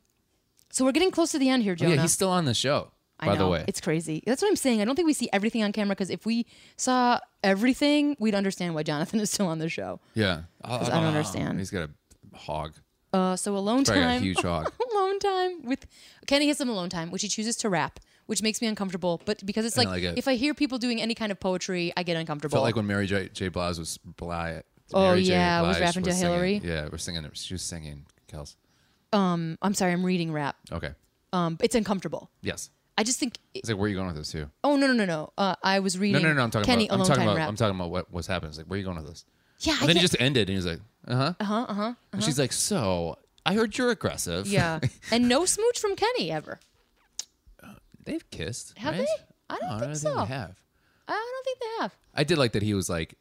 so we're getting close to the end here, Jonah. Oh, Yeah, he's still on the show. I By the know. way, it's crazy. That's what I'm saying. I don't think we see everything on camera because if we saw everything, we'd understand why Jonathan is still on the show. yeah. Oh, I don't understand. He's got a hog. Uh, so alone Probably got a time, huge hog. alone time with Kenny has some alone time, which he chooses to rap, which makes me uncomfortable. But because it's like, like it. if I hear people doing any kind of poetry, I get uncomfortable. Felt like when Mary J. J. Blige was Blige. Oh, Mary J. yeah, was Blige rapping to singing- Hillary. Yeah, we're singing. She was singing. Kels. I'm sorry, I'm reading rap. Okay. Um, it's uncomfortable. Yes. I just think. It's like where are you going with this too? Oh no no no no! Uh, I was No, reading. no, no. I'm talking Kenny about. I'm alone talking time about. rap. I'm talking about what what's happening. It's like where are you going with this? yeah, I And then he can't- Uh-huh, just ended, and he's like, uh huh, uh huh, uh huh. She's like, so I heard you're aggressive. Yeah. and no smooch from Kenny ever. they've kissed. Have right? they? I don't No, think so. they have. I don't think they have. I did like that he was like,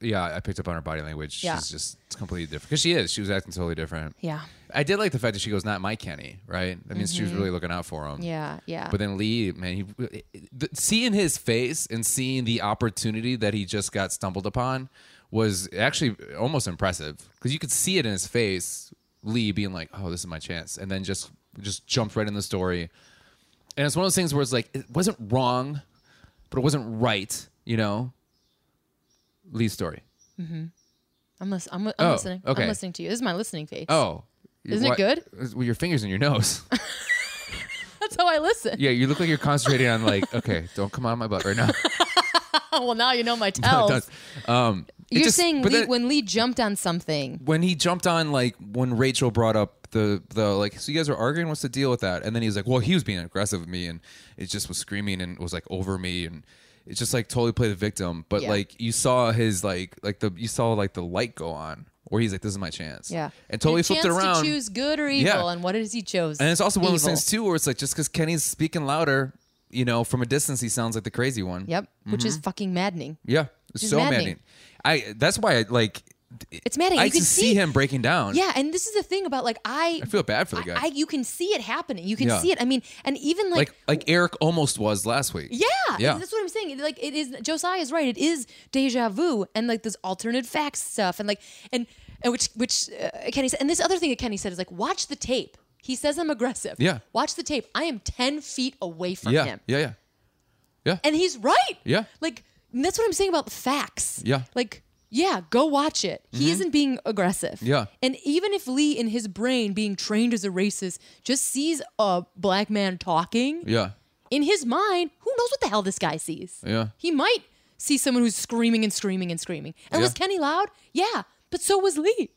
yeah, I picked up on her body language. Yeah. She's just completely different because she is. She was acting totally different. Yeah. I did like the fact that she goes, not my Kenny, right? I mean, she was really looking out for him. Yeah. Yeah. But then Lee, man, he, the, seeing his face and seeing the opportunity that he just got stumbled upon was actually almost impressive because you could see it in his face. Lee being like, "Oh, this is my chance," and then just just jumped right in the story. And it's one of those things where it's like it wasn't wrong, but it wasn't right. You know, Lee's story. I'm, lis- I'm, I'm Oh, listening. okay. I'm listening to you. This is my listening face. Oh, Isn't it good? Well, your fingers in your nose. That's how I listen. yeah, you look like you're concentrating on like, okay, don't come out of my butt right now. Oh, well, now you know my tells. Don't. um, it You're just- saying Lee, but then- when Lee jumped on something. when he jumped on like when Rachel brought up the the like so you guys are arguing what's the deal with that and then he was like well he was being aggressive with me and it just was screaming and was like over me and it's just like totally played the victim but Yeah. like you saw his like like the you saw like the light go on where he's like this is my chance Yeah. and totally Your flipped it chance around To choose good or evil, Yeah. and what is he chose? and it's also one of those Evil. things too where it's like just because Kenny's speaking louder you know from a distance he sounds like the crazy one Yep. Which Mm-hmm. is fucking maddening. yeah it's Which is so maddening. maddening. I that's why I like It's maddening. I you can can see him breaking down Yeah, and this is the thing about like I. I feel bad for the guy I, you can see it happening. You can Yeah. see it. I mean, and even like like Eric almost was last week. Yeah, Yeah. that's what I'm saying. Like it is Josiah is right. It is deja vu and like this alternate facts stuff and like and, and which which uh, Kenny said and this other thing that Kenny said is like watch the tape. He says I'm aggressive. Yeah. Watch the tape. I am ten feet away from Yeah. him, Yeah. Yeah. and he's right. Yeah. Like and that's what I'm saying about facts. Yeah. Mm-hmm. Like yeah, go watch it. He isn't being aggressive. Yeah. And even if Lee, in his brain, being trained as a racist, just sees a black man talking, Yeah. in his mind, who knows what the hell this guy sees? Yeah. He might see someone who's screaming and screaming and screaming. And was Yeah. Kenny loud? Yeah. But so was Lee.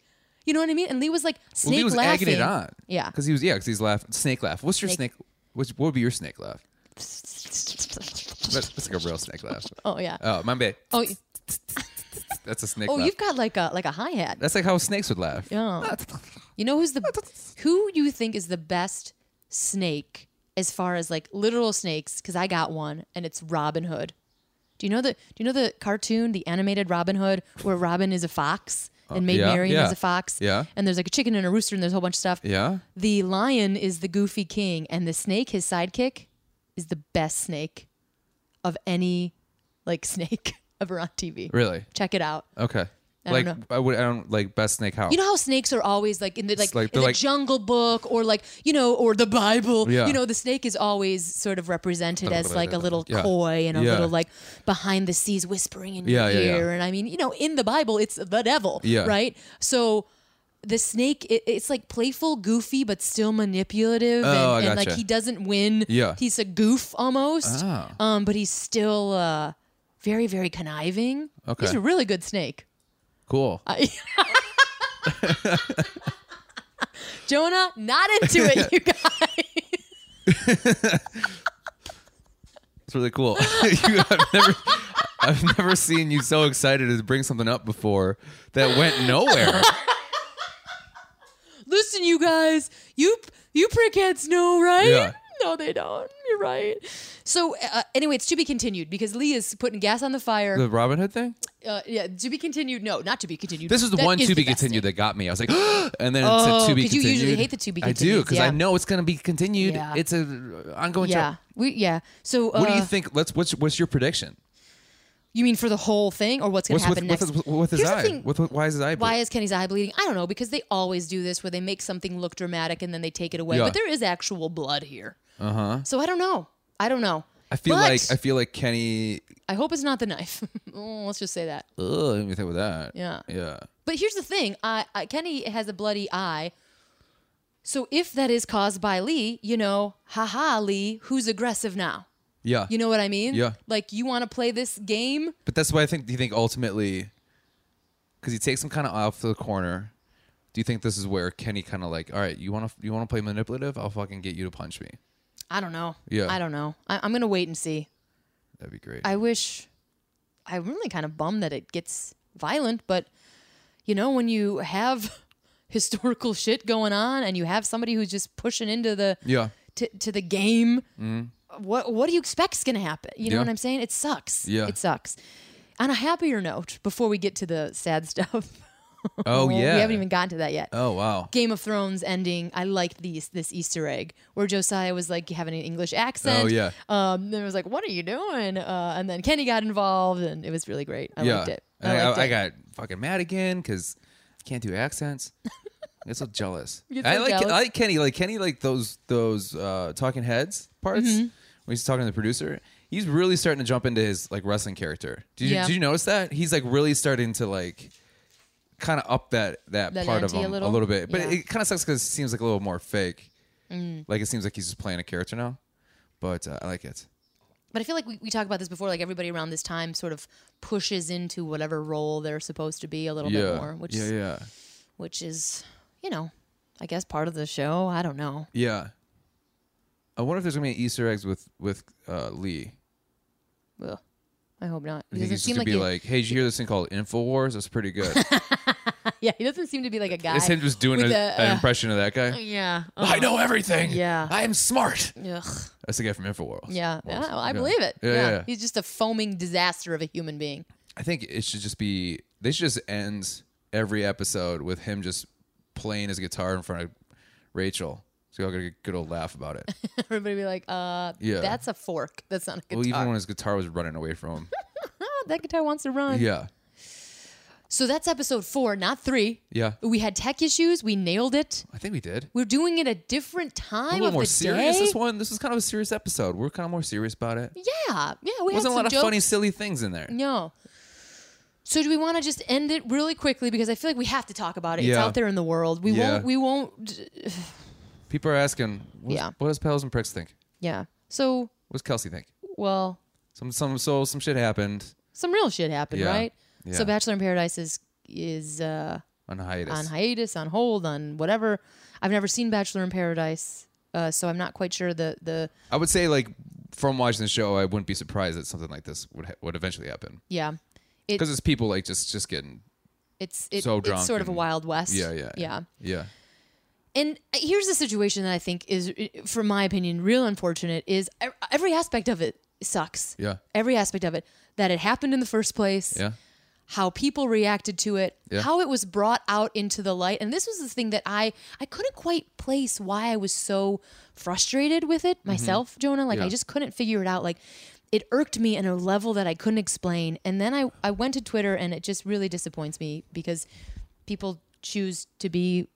You know what I mean? And Lee was like snake he was Uh, laughing. agging it on. Yeah. Because he was yeah. Because he's laughing. Snake laugh. What's your snake? Snake. What's, what would be your snake laugh? That- That's like a real snake laugh. Oh yeah. Oh, my bad. oh, y- That's a snake oh, laugh. you've got like a like a hi hat. That's like how snakes would laugh. Yeah. You know who's the who you think is the best snake as far as like literal snakes? Because I got one, and it's Robin Hood. Do you know the Do you know the cartoon, the animated Robin Hood, where Robin is a fox and Maid Uh, yeah, Marian yeah. is a fox. Yeah. And there's like a chicken and a rooster and there's a whole bunch of stuff. Yeah. The lion is the goofy king and the snake, his sidekick, is the best snake of any like snake ever on TV. Really? Check it out. Okay. don't like know. I would. I don't like best snake how. You know how snakes are always like in the like, like- in they're the like- Jungle Book or like you know or the Bible. Yeah. You know the snake is always sort of represented as like a little Yeah. coy and a Yeah. little like behind the scenes whispering in Yeah, your yeah, yeah. ear. And I mean you know in the Bible it's the devil. Yeah. Right. So. The snake, it, it's like playful, goofy, but still manipulative, Oh, I and, and like gotcha. he doesn't win. Yeah. he's a goof almost, Ah. um, but he's still uh, very, very conniving. Okay. he's a really good snake. cool. I- Jonah, not into it, you guys. It's really cool. You- I've never. I've never seen you so excited to bring something up before that went nowhere. Listen, you guys, you you prickheads know, right? Yeah. No, they don't. You're right. So, uh, anyway, it's to be continued because Lee is putting gas on the fire. the Robin Hood thing? Uh, yeah, to be continued. No, not to be continued. This is the That one to be best continued thing. that got me. I was like, and then it Oh, said to be 'cause you continued. usually hate the to be I do continues, because yeah. I know it's going to be continued. Yeah. It's a ongoing Yeah, show. we yeah. So, uh, What do you think? Let's. What's what's your prediction? You mean for the whole thing, or what's going to What's with, happen with, his- next? with his Here's the eye? thing. With, why is his eye? why blue? is Kenny's eye bleeding? I don't know because they always do this where they make something look dramatic and then they take it away. Yeah. Uh-huh. But there is actual blood here. Uh huh. So I don't know. I don't know. I feel But- like I feel like Kenny. I hope it's not the knife. Oh, Let's just say that. Ugh, let me think with that. Yeah. Yeah. But here's the thing: I, I, Kenny has a bloody eye. So if that is caused by Lee, you know, haha, Lee, who's aggressive now? Yeah. You know what I mean? Yeah. Like you want to play this game? But that's why I think. Do you think ultimately, because he takes him kind of off the corner? Do you think this is where Kenny kind of like, all right, you want to you want to play manipulative? I'll fucking get you to punch me. I don't know. Yeah. I don't know. I, I'm gonna wait and see. That'd be great. I wish I'm really kind of bummed that it gets violent, but you know, when you have historical shit going on and you have somebody who's just pushing into the yeah. to, to the game, what what do you expect's gonna happen? You know Mm-hmm. Yeah. what I'm saying? It sucks. Yeah. It sucks. On a happier note, before we get to the sad stuff, Oh yeah. we haven't even gotten to that yet. Oh wow. Game of Thrones ending, I liked these this Easter egg where Josiah was like having an English accent. Oh, yeah. Um, then it was like, "What are you doing?" Uh, and then Kenny got involved, and it was really great. I liked it. And I, I, liked I it. got fucking mad again because I can't do accents. I get so jealous. get so I like jealous. I like Kenny. Like Kenny, like those those uh, talking heads parts Mm-hmm. when he's talking to the producer. He's really starting to jump into his like wrestling character. Did you, Yeah. did you notice that? He's like really starting to like kind of up that that, That part of ante a him a little, little? bit. But Yeah. Mm. it kind of sucks because it seems like a little more fake. Like it seems like he's just playing a character now. But uh, I like it. but I feel like we, we talked about this before. Like everybody around this time sort of pushes into whatever role they're supposed to be a little bit Yeah. more, which yeah. is, Yeah. which is, you know, I guess part of the show. I don't know. Yeah. I wonder if there's gonna be any Easter eggs with with uh, Lee. Ugh. I hope not. I He think doesn't he's just seem gonna like, be he, like, "Hey, did you hear this thing called Infowars? That's pretty good." yeah, he doesn't seem to be like a guy. it's him just doing a, with a, an uh, impression of that guy. yeah. I know everything. Yeah. I am smart. Ugh. That's the guy from Infowars. Yeah, Wars. yeah, I Yeah. believe it. Yeah, Yeah, yeah, yeah. he's just a foaming disaster of a human being. I think it should just be. They should just end every episode with him just playing his guitar in front of Rachel. So y'all get a good old laugh about it. Everybody be like, "Uh, Yeah. that's a fork. That's not a guitar. well, even when his guitar was running away from him. Oh, that guitar wants to run." yeah. So that's episode four, not three. Yeah. We had tech issues. We nailed it. I think we did. We're doing it a different time a little of more the serious. day. This one, this was kind of a serious episode. We're kind of more serious about it. Yeah, yeah. We had Wasn't a some lot of jokes. funny, silly things in there. No. So do we want to just end it really quickly because I feel like we have to talk about it. It's Yeah. out there in the world. We Yeah. won't. We won't. People are asking, what Yeah. does, what does Pals and Pricks think? Yeah. So What does Kelsey think? well, Some some so some shit happened some real shit happened, Yeah. right? Yeah. So Bachelor in Paradise is is uh, on hiatus. on hiatus, on hold, on whatever. I've never seen Bachelor in Paradise, uh, so I'm not quite sure the the I would say like from watching the show, I wouldn't be surprised that something like this would ha- would eventually happen yeah. because it's people like just just getting It's it, So drunk it's sort of a and- wild west. yeah yeah yeah. yeah And uh, here's the situation that I think is, from my opinion, real unfortunate. Is ev- every aspect of it sucks. yeah Every aspect of it that it happened in the first place. yeah how people reacted to it, Yeah. how it was brought out into the light. And this was the thing that I I couldn't quite place why I was so frustrated with it myself, Jonah. Like Mm-hmm. Yeah. I just couldn't figure it out. Like it irked me in a level that I couldn't explain. And then I, I went to Twitter and it just really disappoints me because people choose to be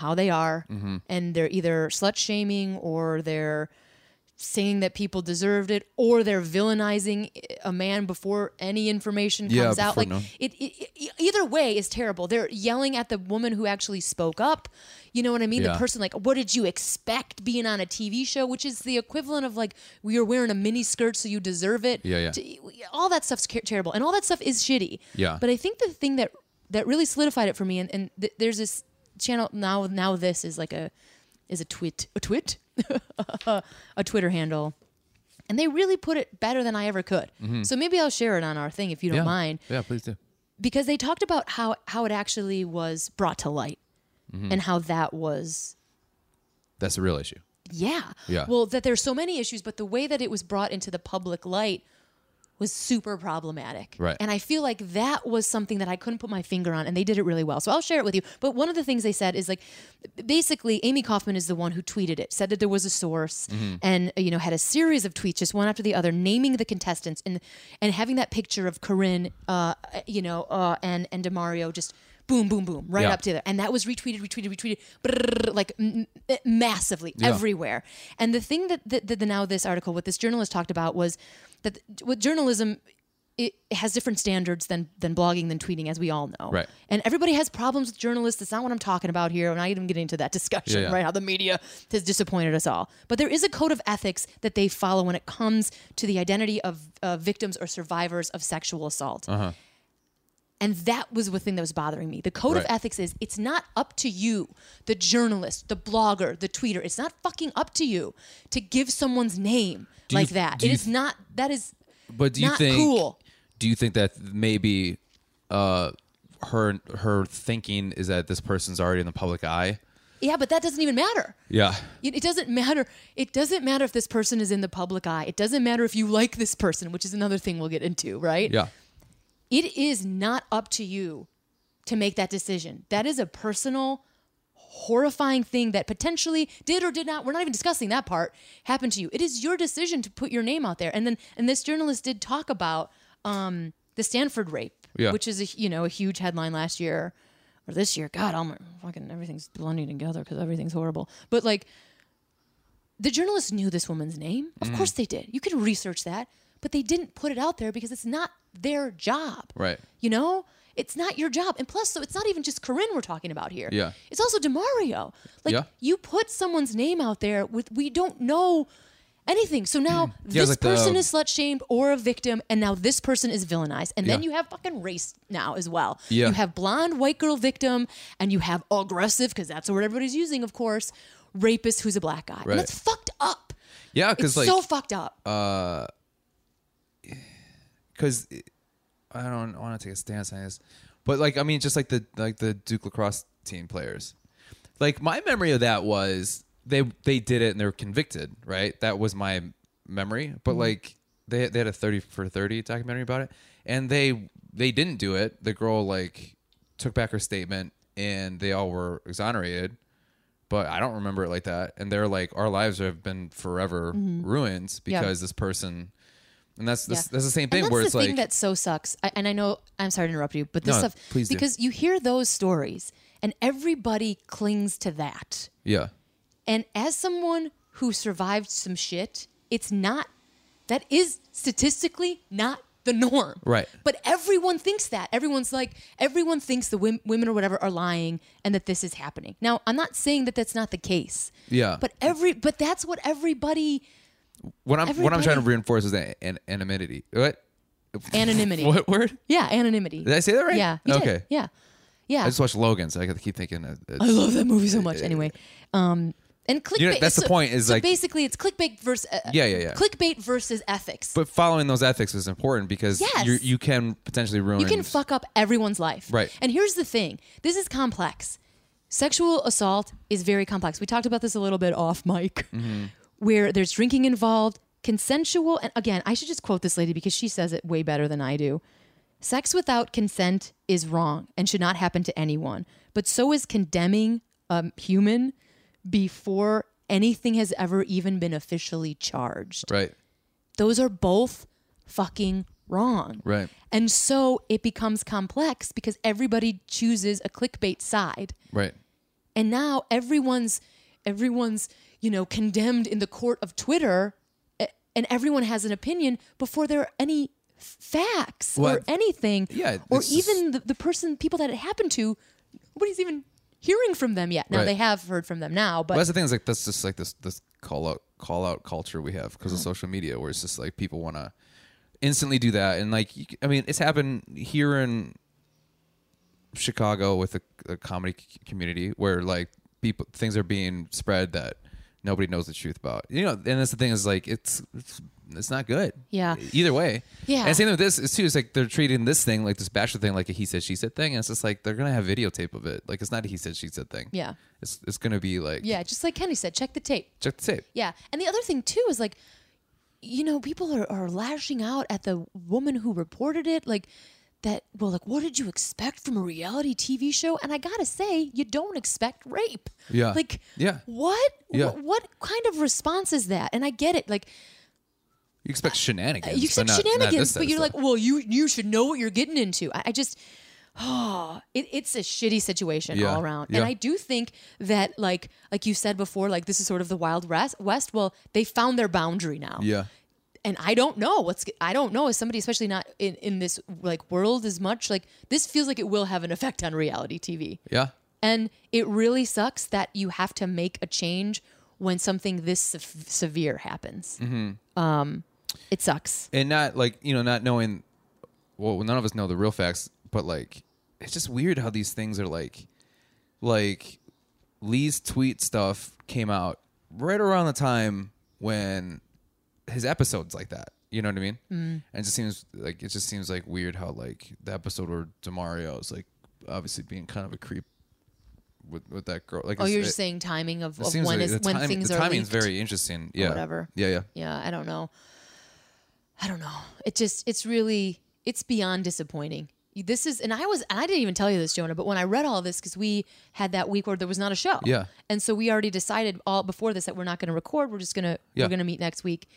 how they are Mm-hmm. and they're either slut shaming or they're saying that people deserved it or they're villainizing a man before any information Yeah, comes out before like no- it, it, it- either way is terrible they're yelling at the woman who actually spoke up you know what i mean Yeah. the person like what did you expect being on a tv show which is the equivalent of like you're wearing a mini skirt so you deserve it Yeah, yeah. To- all that stuff's ca- terrible and all that stuff is shitty Yeah. but i think the thing that that really solidified it for me and, and th- there's this channel now now this is like a is a tweet a tweet a twitter handle and they really put it better than I ever could. So maybe I'll share it on our thing if you don't Mm-hmm. yeah. mind, Yeah, please do. because they talked about how how it actually was brought to light, Mm-hmm. and how that was That's a real issue. yeah. Yeah. Well, that there's so many issues, but the way that it was brought into the public light was super problematic. Right. And I feel like that was something that I couldn't put my finger on, and they did it really well. So I'll share it with you. But one of the things they said is like, basically, Amy Kaufman is the one who tweeted it, said that there was a source, Mm-hmm. and uh, you know had a series of tweets, just one after the other, naming the contestants and and having that picture of Corinne, uh, you know, uh, and and Demario just. Boom, boom, boom, right Yeah. up to there. And that was retweeted, retweeted, retweeted, brrr, like m- m- massively Yeah. everywhere. And the thing that, that, that the now this article, what this journalist talked about was that th- what journalism it has different standards than than blogging than tweeting, as we all know. Right. And everybody has problems with journalists. That's not what I'm talking about here. I'm not even getting into that discussion, Yeah, yeah. right? How the media has disappointed us all. But there is a code of ethics that they follow when it comes to the identity of uh, victims or survivors of sexual assault. And that was the thing that was bothering me. The code of Right. ethics is it's not up to you, the journalist, the blogger, the tweeter. It's not fucking up to you to give someone's name Do you- like that. do It you is th- not. That is. But do you Not think? cool. Do you think that maybe uh, her her thinking is that this person's already in the public eye? Yeah, but that doesn't even matter. Yeah. It it doesn't matter. It doesn't matter if this person is in the public eye. It doesn't matter if you like this person, which is another thing we'll get into, right? Yeah. It is not up to you to make that decision. That is a personal, horrifying thing that potentially did or did not. We're not even discussing that part. Happened to you. It is your decision to put your name out there. And then, and this journalist did talk about um, the Stanford rape, Yeah. which is a you know a huge headline last year or this year. God, all my fucking everything's blending together because everything's horrible. But like the journalists knew this woman's name. Mm. Of course they did. You could research that, but they didn't put it out there because it's not their job. Right. You know? It's not your job. And plus, so it's not even just Corinne we're talking about here. Yeah. It's also DeMario. Like Yeah. you put someone's name out there with we don't know anything. So now Yeah, this like the- person is slut shamed or a victim, and now this person is villainized. And then Yeah. you have fucking race now as well. Yeah. You have blonde white girl victim, and you have aggressive, because that's the word everybody's using, of course, rapist who's a black guy. Right. And that's fucked up. Yeah, It's because like so fucked up. because I don't want to take a stance on this, but like I mean, just like the like the Duke lacrosse team players, like my memory of that was they they did it and they were convicted, right? That was my memory. But Mm-hmm. like they they had a thirty for thirty documentary about it, and they they didn't do it. The girl like took back her statement, and they all were exonerated. But I don't remember it like that. And they're like, our lives have been forever ruined because this person. And that's Mm-hmm. Yeah. that's that's the same And thing that's where the it's thing like that so sucks. I, and I know I'm sorry to interrupt you, but this No, stuff please do. because you hear those stories and everybody clings to that. Yeah. And as someone who survived some shit, it's not that is statistically not the norm. Right. But everyone thinks that. Everyone's like everyone thinks the wom- women or whatever are lying and that this is happening. Now, I'm not saying that that's not the case. Yeah. But every but that's what everybody What I'm what I'm trying to everybody- reinforce is an, an anonymity. What? anonymity. What word? Yeah, anonymity. Did I say that right? Yeah. you did. Okay. Yeah. Yeah. I just watched Logan, so I got to keep thinking. It, it's- I love that movie so much. Anyway, um, and clickbait. know, that's the point, is so like- basically it's clickbait versus uh, Yeah, yeah, yeah. Clickbait versus ethics. but following those ethics is important because Yes. you you can potentially ruin. you can fuck up everyone's life. Right. And here's the thing: this is complex. Sexual assault is very complex. We talked about this a little bit off mic, where there's drinking involved, consensual, and again, I should just quote this lady because she says it way better than I do. Sex without consent is wrong and should not happen to anyone, but so is condemning a human before anything has ever even been officially charged. Right. Those are both fucking wrong. Right. And so it becomes complex because everybody chooses a clickbait side. Right. And now everyone's everyone's, you know, condemned in the court of Twitter a- and everyone has an opinion before there are any f- facts or Well, anything yeah, or it's even the, the person people that it happened to nobody's even hearing from them yet now Right. they have heard from them now but Well, that's the thing. Is like that's just like this this call out call out culture we have Mm-hmm. because of social media, where it's just like people want to instantly do that, and like you, c- I mean, it's happened here in Chicago with the, the comedy c- community, where like people things are being spread that nobody knows the truth about. You know, and that's the thing is like it's. it's it's not good. Yeah. Either way. Yeah. And same thing with this is too. It's like they're treating this thing, like this bachelor thing, like a he said she said thing. And it's just like they're gonna have videotape of it. Like it's not a he said she said thing. Yeah. It's it's gonna be like yeah just like kenny said check the tape check the tape. Yeah. And the other thing too is like, you know, people are, are lashing out at the woman who reported it, like that well, like, what did you expect from a reality TV show? And I gotta say, you don't expect rape. Yeah. Like Yeah. what? Yeah. What, what kind of response is that? And I get it. Like You expect shenanigans. Uh, you but expect not- not shenanigans, this but type you're of like, stuff. well, you you should know what you're getting into. I, I just, oh, it, it's a shitty situation Yeah, all around. yeah. And I do think that, like, like you said before, like this is sort of the wild west. West. Well, they found their boundary now, yeah, and I don't know what's. I don't know as somebody, especially not in in this like world as much. Like this feels like it will have an effect on reality TV. yeah, And it really sucks that you have to make a change when something this se- severe happens. Um, Mm-hmm. it sucks. and not like you know, not knowing. Well, none of us know the real facts, but like, it's just weird how these things are like, like Lee's tweet stuff came out right around the time when his episodes like that. You know what I mean? Mm. And it just seems like it just seems like weird how like the episode where Demario is like obviously being kind of a creep with with that girl. Like, Oh, it's- you're it- just saying timing of, it of seems when like is the when timing- things the are timing's leaked. very interesting. Yeah, whatever. Yeah, yeah. Yeah, I don't know. I don't know. It just it's really it's beyond disappointing. This is and I was and I didn't even tell you this, Jonah, but when I read all this because we had that week where there was not a show. Yeah. And so we already decided all before this that we're not going to record. We're just gonna Yeah. we're gonna meet next week.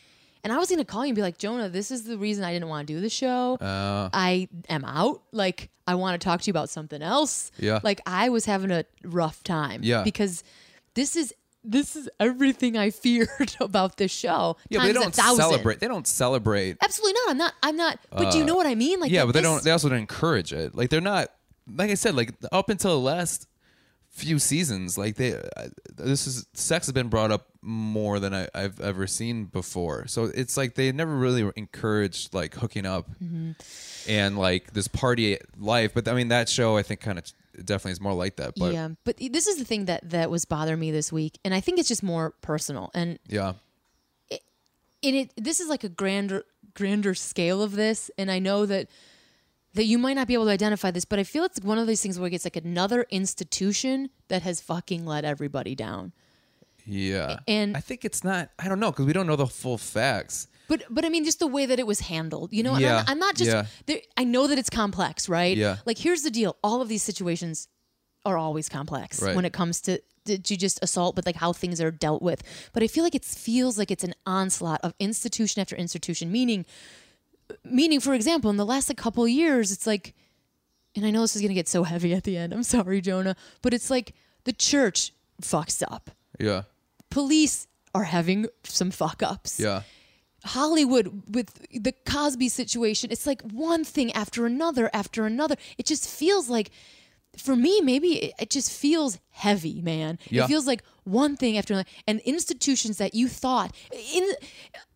And I was gonna call you and be like, Jonah, this is the reason I didn't want to do the show. Uh. I am out. Like I want to talk to you about something else. Yeah. Like I was having a rough time. Yeah. Because this is this is everything I feared about this show. Yeah, but they times a don't thousand. celebrate. They don't celebrate. Absolutely not. I'm not. I'm not. But do you know what I mean? Like, yeah, that but they this- don't. They also don't encourage it. Like they're not. Like I said, like up until the last few seasons, like they uh, this is sex has been brought up more than I, I've ever seen before. So it's like they never really encouraged like hooking up and like this party life. But I mean, that show I think kind of definitely is more like that. But yeah, but this is the thing that that was bothering me this week, and I think it's just more personal. And yeah. in it, this is like a grander grander scale of this, and I know that that you might not be able to identify this, but I feel it's one of these things where it gets like another institution that has fucking let everybody down. Yeah. and- I think it's not, I don't know, because we don't know the full facts. But but I mean, just the way that it was handled, you know. and I'm, Yeah, not- I'm not just. yeah. There, I know that it's complex, right? Yeah. Like here's the deal: all of these situations are always complex Right. when it comes to did you just assault, but like how things are dealt with. But I feel like it feels like it's an onslaught of institution after institution. Meaning, meaning, for example, in the last like, couple of years, it's like, and I know this is gonna get so heavy at the end. I'm sorry, Jonah, but it's like the church fucks up. Yeah. Police are having some fuck ups. Yeah. Hollywood with the Cosby situation. It's like one thing after another after another. It just feels like, for me, maybe it, it just feels heavy, man. Yeah. It feels like one thing after another. And institutions that you thought in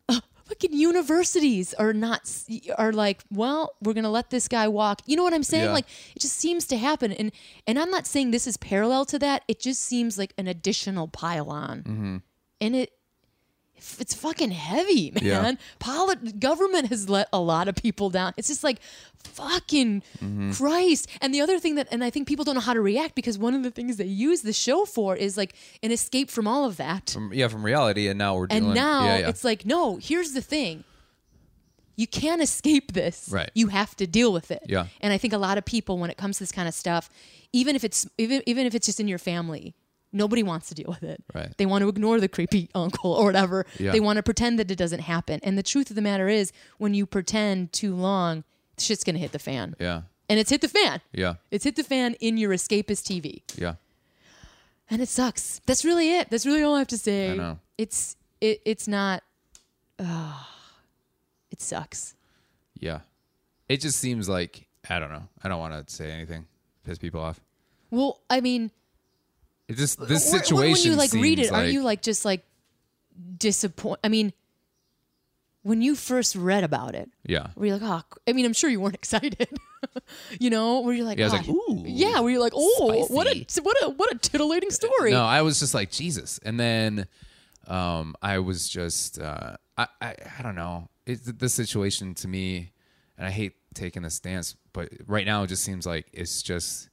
uh, fucking universities are not s- are like, well, we're gonna let this guy walk. You know what I'm saying? Yeah. Like it just seems to happen. And and I'm not saying this is parallel to that. It just seems like an additional pile on. Mm-hmm. And it it's fucking heavy, man. Yeah. Poli- government has let a lot of people down. It's just like fucking Christ. And the other thing that, and I think people don't know how to react because one of the things they use the show for is like an escape from all of that. From, yeah, from reality. And now we're and dealing now yeah, yeah. it's like, no, here's the thing you can't escape this. Right. You have to deal with it. Yeah. And I think a lot of people, when it comes to this kind of stuff, even if it's even even if it's just in your family, nobody wants to deal with it. Right. They want to ignore the creepy uncle or whatever. Yeah. They want to pretend that it doesn't happen. And the truth of the matter is, when you pretend too long, shit's gonna hit the fan. Yeah. And it's hit the fan. Yeah. It's hit the fan in your escapist TV Yeah. and it sucks. That's really it. That's really all I have to say. I know. It's it, it's not. Uh, it sucks. Yeah. It just seems like I don't know. I don't want to say anything. Piss people off. Well, I mean, It just this or- or when situation. you like read seems it, aren't you like just like disappointed? I mean, when you first read about it, Yeah. were you like, oh? I mean, I'm sure you weren't excited. you know, were you like, Yeah, I was "Oh." like, ooh, yeah, were you like, oh, what spicy." a what a what a titillating story. No, I was just like Jesus, and then um, I was just uh, I, I I don't know. It, the situation to me, and I hate taking a stance, but right now it just seems like it's just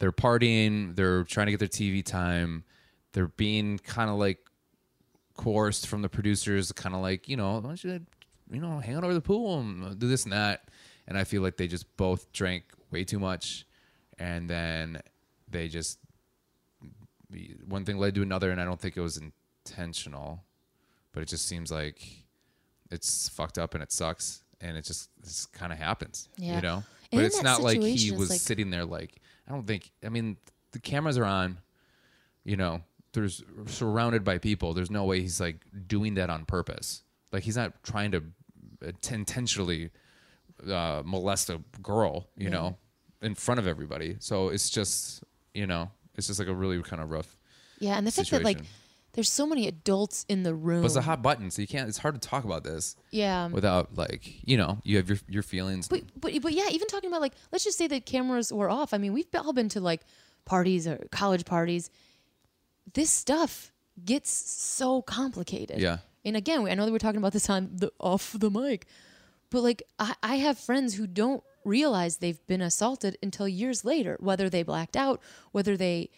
they're partying, they're trying to get their TV time, they're being kind of like coerced from the producers, kind of like you know, why don't you you know hang out over the pool and uh, do this and that, and I feel like they just both drank way too much, and then they just one thing led to another, and I don't think it was intentional, but it just seems like it's fucked up and it sucks, and it just it just kind of happens, Yeah. you know. And But in it's that not like he situation, it's was like- sitting there like I don't think. I mean, the cameras are on. You know, there's surrounded by people. There's no way he's like doing that on purpose. Like he's not trying to uh, t- intentionally uh, molest a girl. You know, in front of everybody. So it's just you know, it's just like a really kind of rough. yeah, and the fact that like situation. there's so many adults in the room. But it's a hot button, so you can't. It's hard to talk about this yeah. without like you know you have your your feelings. Mm. But, but but yeah, even talking about like let's just say that cameras were off. I mean, we've all been to like parties or college parties. This stuff gets so complicated. Yeah. And again, we- I know that we're talking about this on the off the mic, but like I, I have friends who don't realize they've been assaulted until years later, whether they blacked out, whether they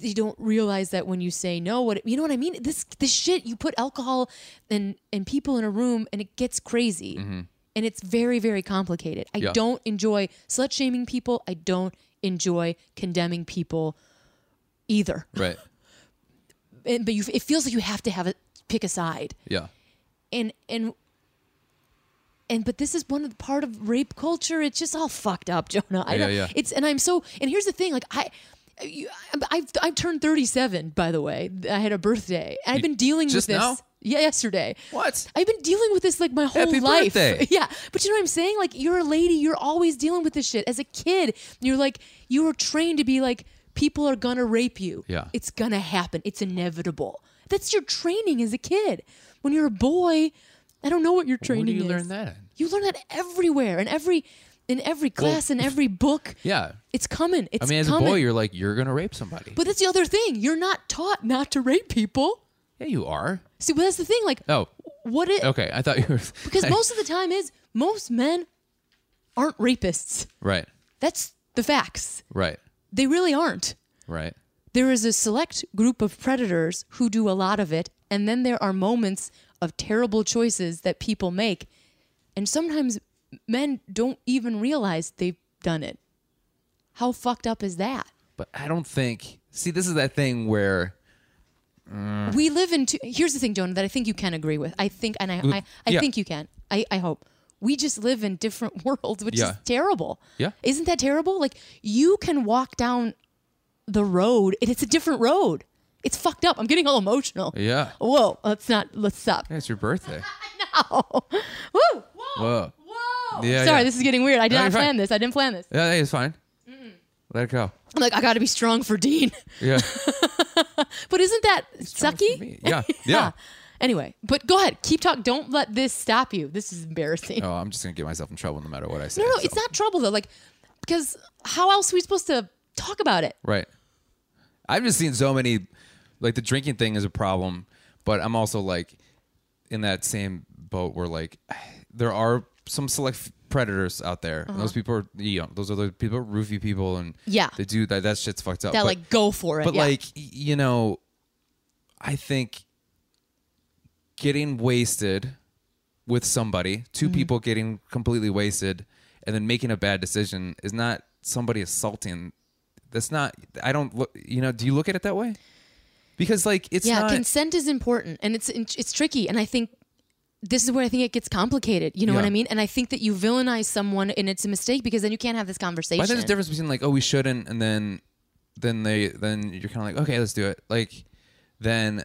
you don't realize that when you say no what you know what i mean this this shit you put alcohol and and people in a room and it gets crazy and it's very very complicated i Yeah. don't enjoy slut shaming people i don't enjoy condemning people either right. and, but you it feels like you have to have a pick a side Yeah. and and and but this is one of the part of rape culture. It's just all fucked up, Jonah. I Yeah, know. yeah. It's and I'm so and here's the thing. Like I, you, I- I've I've turned 37. By the way, I had a birthday. I've been dealing just with this. now? Yeah, yesterday. What? I've been dealing with this like my whole Happy life. birthday. Yeah, but you know what I'm saying? Like you're a lady, you're always dealing with this shit. As a kid, you're like you were trained to be like people are gonna rape you. Yeah. it's gonna happen. It's inevitable. That's your training as a kid. When you're a boy, I don't know what your Where training do you is. learn that? in? You learn that everywhere in every in every class in every book. Yeah. It's coming. It's I mean, as coming. a boy, you're like you're gonna rape somebody. but that's the other thing. You're not taught not to rape people. yeah, you are. See, but that's the thing. Like, Oh, what it okay. I thought you were because most of the time is most men aren't rapists. right, That's the facts. right, They really aren't. right. There is a select group of predators who do a lot of it, and then there are moments of terrible choices that people make, and sometimes men don't even realize they've done it. How fucked up is that? But I don't think. See, this is that thing where We live in two. Here's the thing, Jonah, that I think you can agree with. I think, and I, I, I yeah. think you can. I, I hope. We just live in different worlds, which Yeah. is terrible. Yeah. Isn't that terrible? Like, you can walk down the road, and it's a different road. It's fucked up. I'm getting all emotional. yeah, Whoa, let's not, let's stop. it's your birthday. Woo! Whoa. Whoa! Yeah, Sorry, yeah. this is getting weird. I did No, not you're fine. plan this. I didn't plan this. Yeah, hey, it's fine. Let it go. I'm like, I gotta be strong for Dean. Yeah, But isn't that strong for sucky? me. Yeah, yeah. Anyway, but go ahead. Keep talking. Don't let this stop you. This is embarrassing. Oh, I'm just gonna get myself in trouble no matter what I say. No, no, so- it's not trouble though. Like, because how else are we supposed to talk about it? Right. I've just seen so many, like the drinking thing is a problem, but I'm also like in that same boat where like there are some select predators out there. Those people are, you know, those are the people, roofie people, and Uh-huh. Yeah. they do that. That shit's fucked up. That Oh, But- like, go for it. but yeah. like y- you know, I think getting wasted with somebody, 2 Mm-hmm. people getting completely wasted, and then making a bad decision is not somebody assaulting. That's not. I don't look. You know, do you look at it that way? Because like it's yeah not. consent is important and it's it's tricky and i think this is where i think it gets complicated you know what Yeah. i mean and i think that you villainize someone and it's a mistake because then you can't have this conversation But I think there's a difference between like, oh, we shouldn't, and then, then they, then you're kind of like, okay, let's do it. Like, then,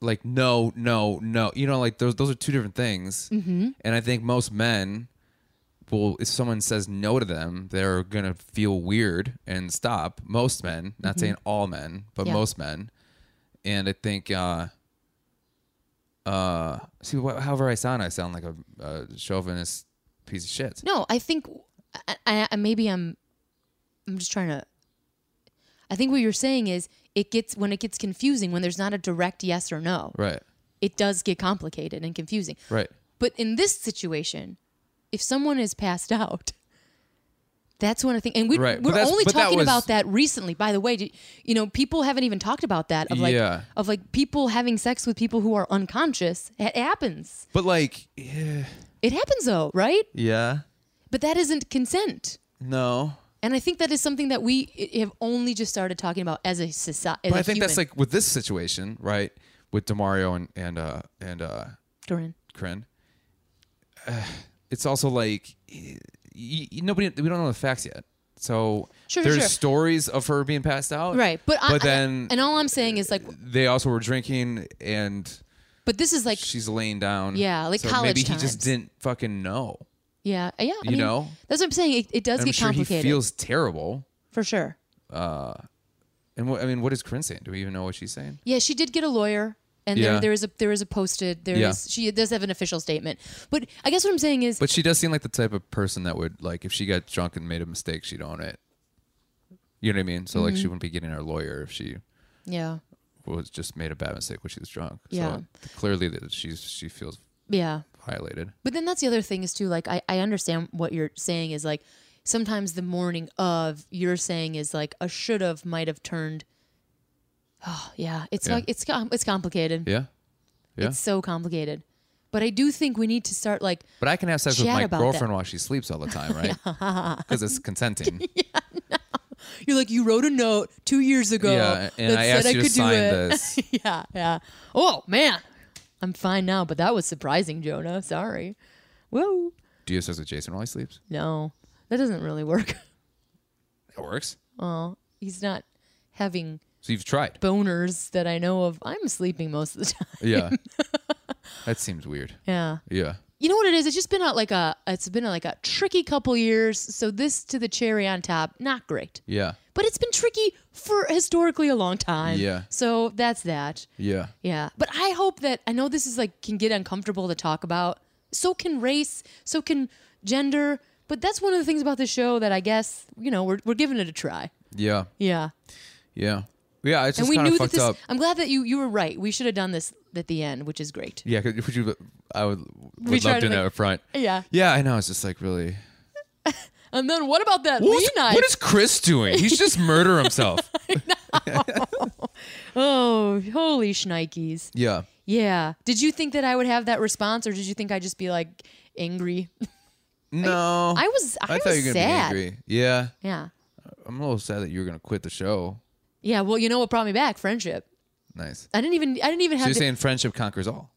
like, no, no, no. You know, like those those are two different things. Mm-hmm. And I think most men will, if someone says no to them, they're gonna feel weird and stop. Most men, not saying all men, but Yeah. most men. And I think, uh, uh, see, wh- however I sound, I sound like a, a chauvinist piece of shit. no i think I, I, I- maybe i'm i'm just trying to i think what you're saying is it gets when it gets confusing when there's not a direct yes or no Right. it does get complicated and confusing Right. But in this situation, if someone is passed out, that's one of the things. And we, Right, but we're that's- only but that talking was- about that recently. By the way, do- you know, people haven't even talked about that of like Yeah. of like people having sex with people who are unconscious. It happens. But like, yeah, It happens though, right? yeah, But that isn't consent. no. And I think that is something that we i- have only just started talking about as a society. But I think that's like with this situation, right? With Demario and and uh and uh Doran. Kryn, uh, it's also like y- y- nobody we don't know the facts yet. So Sure, there's sure. stories of her being passed out, Right, but, I, but then and all I'm saying is like, they also were drinking and but this is like, she's laying down. Yeah, like so college Maybe he times. just didn't fucking know. yeah, uh, yeah, I You mean, know? that's what I'm saying. It, it And does I'm get sure he complicated feels terrible. for sure. And what, I mean, what is Kryn saying? Do we even know what she's saying? Yeah, she did get a lawyer, and Yeah. there, there is a there is a posted there is Yeah. she does have an official statement. But I guess what I'm saying is, But she does seem like the type of person that would like if she got drunk and made a mistake, she'd own it. You know what I mean? So like Mm-hmm. she wouldn't be getting her lawyer if she yeah, was just made a bad mistake when she was drunk. Yeah. So clearly that she's she feels yeah. violated. But then that's the other thing is too. Like I I understand what you're saying is like sometimes the morning of you're saying is like a should have might have turned. Oh yeah, it's Yeah. like it's com- it's complicated. Yeah. Yeah. It's so complicated. But I do think we need to start like But I can have sex with Chat my about that. girlfriend while she sleeps all the time, right? Because it's consenting. you're like you wrote a note two years ago yeah. And that I said asked I you to could sign do it. this. yeah, yeah. Oh man, I'm fine now, but that was surprising, Jonah. Sorry. Whoa. Do you have sex with Jason while he sleeps? No, that doesn't really work. That works. He's not having So you've tried. boners that I know of. I'm sleeping most of the time. Yeah. that seems weird. Yeah. Yeah. You know what it is? It's just been a, like a it's been a, like a tricky couple years. So this to the cherry on top, not great. Yeah. But it's been tricky for historically a long time. Yeah. So that's that. Yeah. Yeah. But I hope that I know this is like can get uncomfortable to talk about. So can race, so can gender. But that's one of the things about this show that I guess, you know, we're we're giving it a try. Yeah. Yeah. Yeah. Yeah, it's And just we kind of knew that fucked this up. I'm glad that you you were right. We should have done this at the end, which is great. Yeah, could, would you? I would We would try love to doing that make- up front. Yeah. Yeah, I know. It's just like really. And then what about that What Lee is, knife? what is Chris doing? He's just murder himself. oh, holy shnikes. yeah. Yeah. Did you think that I would have that response or did you think I'd just be like angry? No. I was I, I was thought you were gonna sad. be angry. Yeah, Yeah. I'm a little sad that you were gonna quit the show. Yeah, well, you know what brought me back? Friendship. Nice. I didn't even I didn't even So have you're to- saying friendship conquers all?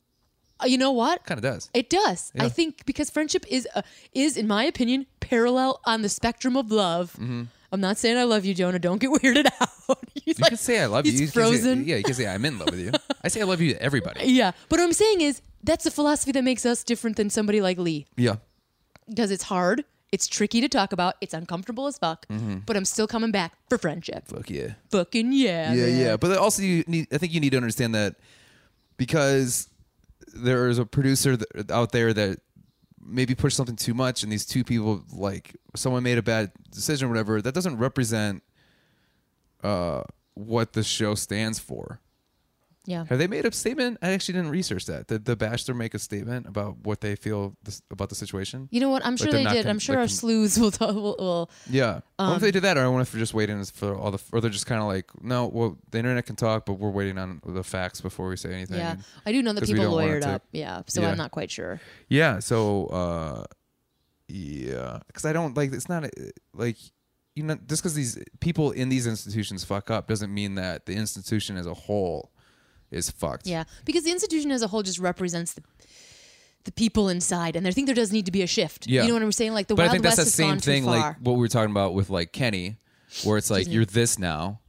Uh, you know what? Kind of does. It does. Yeah. I think because friendship is uh, is in my opinion parallel on the spectrum of love. I'm not saying I love you, Jonah. Don't get weirded out. Mm-hmm. He's You like- can say I love you. he's you can say- frozen. yeah, you can say I'm in love with you. I say I love you to everybody. yeah. But what I'm saying is that's a philosophy that makes us different than somebody like Lee Yeah. because it's hard, it's tricky to talk about, it's uncomfortable as fuck. Mm-hmm. But I'm still coming back for friendship. Fuck yeah. Fucking yeah. Yeah, man. yeah. But also, you need. I think you need to understand that because there is a producer th- out there that maybe pushed something too much, and these two people, like someone made a bad decision, or whatever. That doesn't represent uh, what the show stands for. Yeah. Have they made a statement? I actually didn't research that. Did the Bachelor make a statement about what they feel this, about the situation? You know what? I'm sure they're they not did. con- I'm sure they're our con- sleuths will, tell, will, will. Yeah. I wonder if they did that, or I wonder if they're just waiting for all the, or they're just kind of like, no, well, the internet can talk, but we're waiting on the facts before we say anything. Yeah. I do know that 'Cause we people don't want it lawyered to- up. Yeah. So Yeah. I'm not quite sure. Yeah. So, uh, yeah, because I don't like it's not uh, like you know just because these people in these institutions fuck up doesn't mean that the institution as a whole is fucked. Yeah, because the institution as a whole just represents the the people inside, and I think there does need to be a shift. Yeah. You know what I'm saying? Like the but I Wild think West that's the has gone same too thing, like far. Mm-hmm. what we were talking about with like Kenny, where it's like you're this now,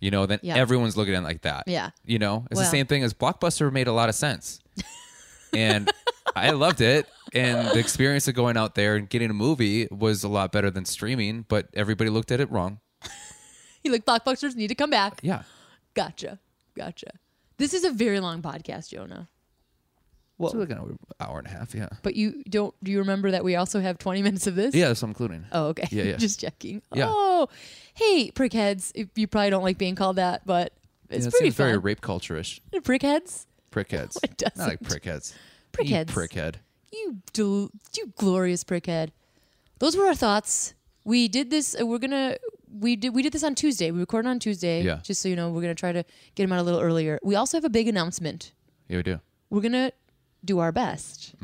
you know. Then Yeah. everyone's looking at it like that. Yeah. you know, it's the Well. same thing as Blockbuster made a lot of sense, and I loved it. And the experience of going out there and getting a movie was a lot better than streaming, but everybody looked at it wrong. you like blockbusters need to come back. Yeah. Gotcha, gotcha. This is a very long podcast, Jonah. Well, so like an hour and a half. Yeah. But you don't? Do you remember that we also have 20 minutes of this? Yeah, that's what I'm including. Oh, okay. Yeah, yeah. Just checking. Yeah. Oh, hey, prickheads. If- You probably don't like being called that, but it's yeah, it pretty seems very fun. rape culture-ish. prickheads. Prickheads. it doesn't. Not like prickheads. Prickheads. You prickhead. You del- you glorious prickhead. Those were our thoughts. We did this. uh, We're gonna. We did. We did this on Tuesday. We recorded on Tuesday. Yeah. Just so you know, we're gonna try to get them out a little earlier. We also have a big announcement. Yeah, we do. We're gonna do our best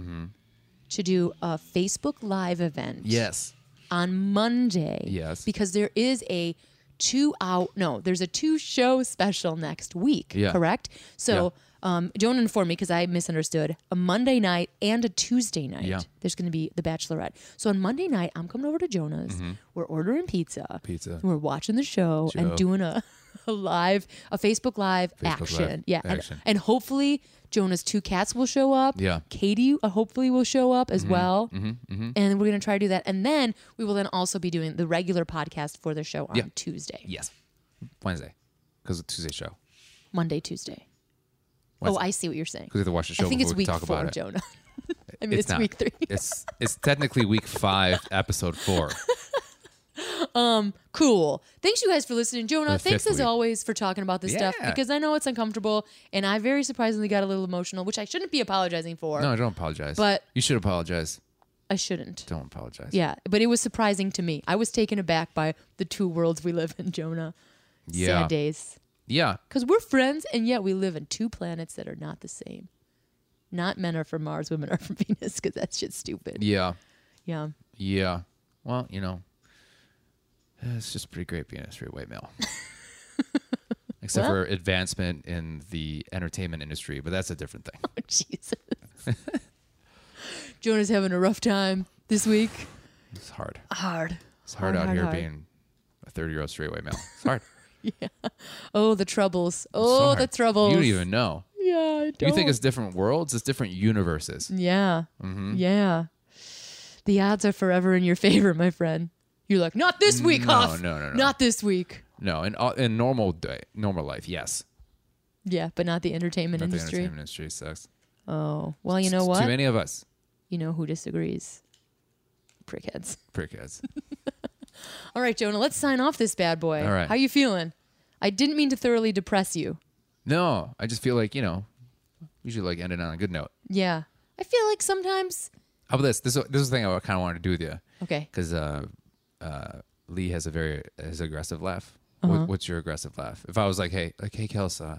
to do a Facebook Live event. Yes. On Monday. Yes. Because there is a two hour. No, there's a two show special next week. Yeah. Correct. So. Um, don't inform me because I misunderstood. A Monday night and a Tuesday night. Yeah. There's going to be The Bachelorette. So on Monday night, I'm coming over to Jonah's. We're ordering pizza. Mm-hmm. Pizza. We're watching the show Show. and doing a, a live, a Facebook Live Live action. Yeah. and- action. And, hopefully Jonah's two cats will show up. Yeah. Katie uh, hopefully will show up Mm-hmm. as well. And we're going to try to do that. And then we will then also be doing the regular podcast for the show on Yeah. Tuesday. Yes. Wednesday, because it's Tuesday show. Monday, Tuesday. Oh, Wednesday. I see what you're saying. Because we have to watch the show I think before it's we week can talk four, about it. Jonah. I mean, it's, not. week three. It's it's technically week five, episode four. cool. Thanks you guys for listening, Jonah. The Thanks fifth as week. always for talking about this stuff Yeah. because I know it's uncomfortable and I very surprisingly got a little emotional, which I shouldn't be apologizing for. No, don't apologize. But- you should apologize. I shouldn't. Don't apologize. Yeah, but it was surprising to me. I was taken aback by the two worlds we live in, Jonah. Yeah. Sad days. Yeah. Because we're friends, and yet we live in two planets that are not the same. Not men are from Mars, women are from Venus, because that's just stupid. Yeah. Yeah. Yeah. Well, you know, it's just pretty great being a straight white male. Except for Well- advancement in the entertainment industry, but that's a different thing. Oh, Jesus. Jonah's having a rough time this week. It's hard. Hard. It's hard, Hard, out hard, here hard. being a 30 year old straight white male. It's hard. Oh, the troubles. It's so Oh, the hard. troubles. You don't even know. Yeah, I don't. You think it's Mm-hmm. different worlds, it's different universes. Yeah. Yeah. The odds are forever in your favor, my friend. You're like, not this week, No, Huff. no, no, no. Not this week. No, in, all- in normal day, normal life, yes. Yeah, but not the entertainment Not industry. The entertainment industry sucks. Oh, well, you know Too what? many of us. You know who disagrees? Prickheads. Prickheads. All right, Jonah, let's sign off this bad boy. All right. How you feeling? I didn't mean to thoroughly depress you. no, I just feel like, you know, we should like end it on a good note. Yeah. I feel like sometimes. How about this? This, this is the thing I kind of wanted to do with you. Okay. because uh, uh, Lee has a very his aggressive laugh. Uh-huh. What, what's your aggressive laugh? If I was like, hey, like, hey, Kels, uh,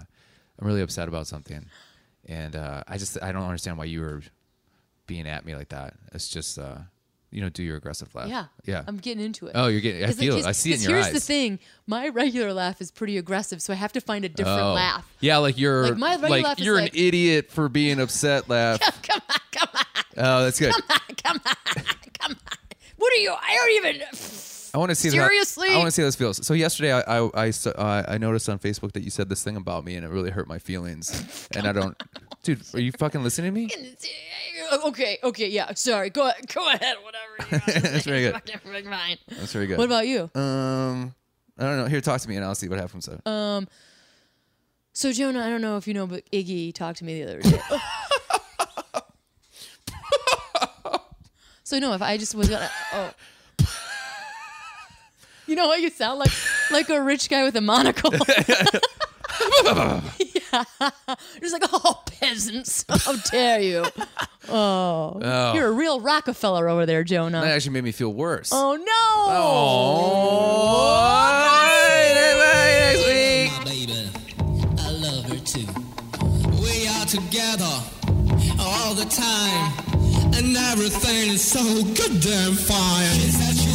I'm really upset about something, and uh, I just I don't understand why you were being at me like that. It's just uh, you know, do your aggressive laugh. Yeah. Uh, yeah. I'm getting into it. oh, you're getting. I 'Cause- feel it. 'cause- I see it in 'cause your here's eyes. the thing. My regular laugh is pretty aggressive, so I have to find a different Oh. laugh. Yeah, like you're like, Like, my regular laugh is you're like- an idiot for being upset laugh. Come on, come on, oh, that's good. come on, come on. What are you? I don't even. I want to see Seriously? How, I want to see how this feels. So yesterday, I I, I s- uh, I noticed on Facebook that you said this thing about me, and it really hurt my feelings. and I don't, dude, are you fucking listening to me? Okay, okay, yeah. Sorry. Go go ahead. Whatever. You That's very good. Fucking fine. That's very good. What about you? Um, I don't know. Here, talk to me, and I'll see what happens. Uh, So. Uh, So Jonah, I don't know if you know, but Iggy talked to me the other day. so no, if I just was gonna, oh, you know what? You sound like like a rich guy with a monocle. yeah, He's like, oh, peasants, how dare you? Oh, you're a real Rockefeller over there, Jonah. That actually made me feel worse. oh no! Oh. Alright, everybody, next my baby. I love her too. We are together all the time, and everything is so goddamn fine. She said she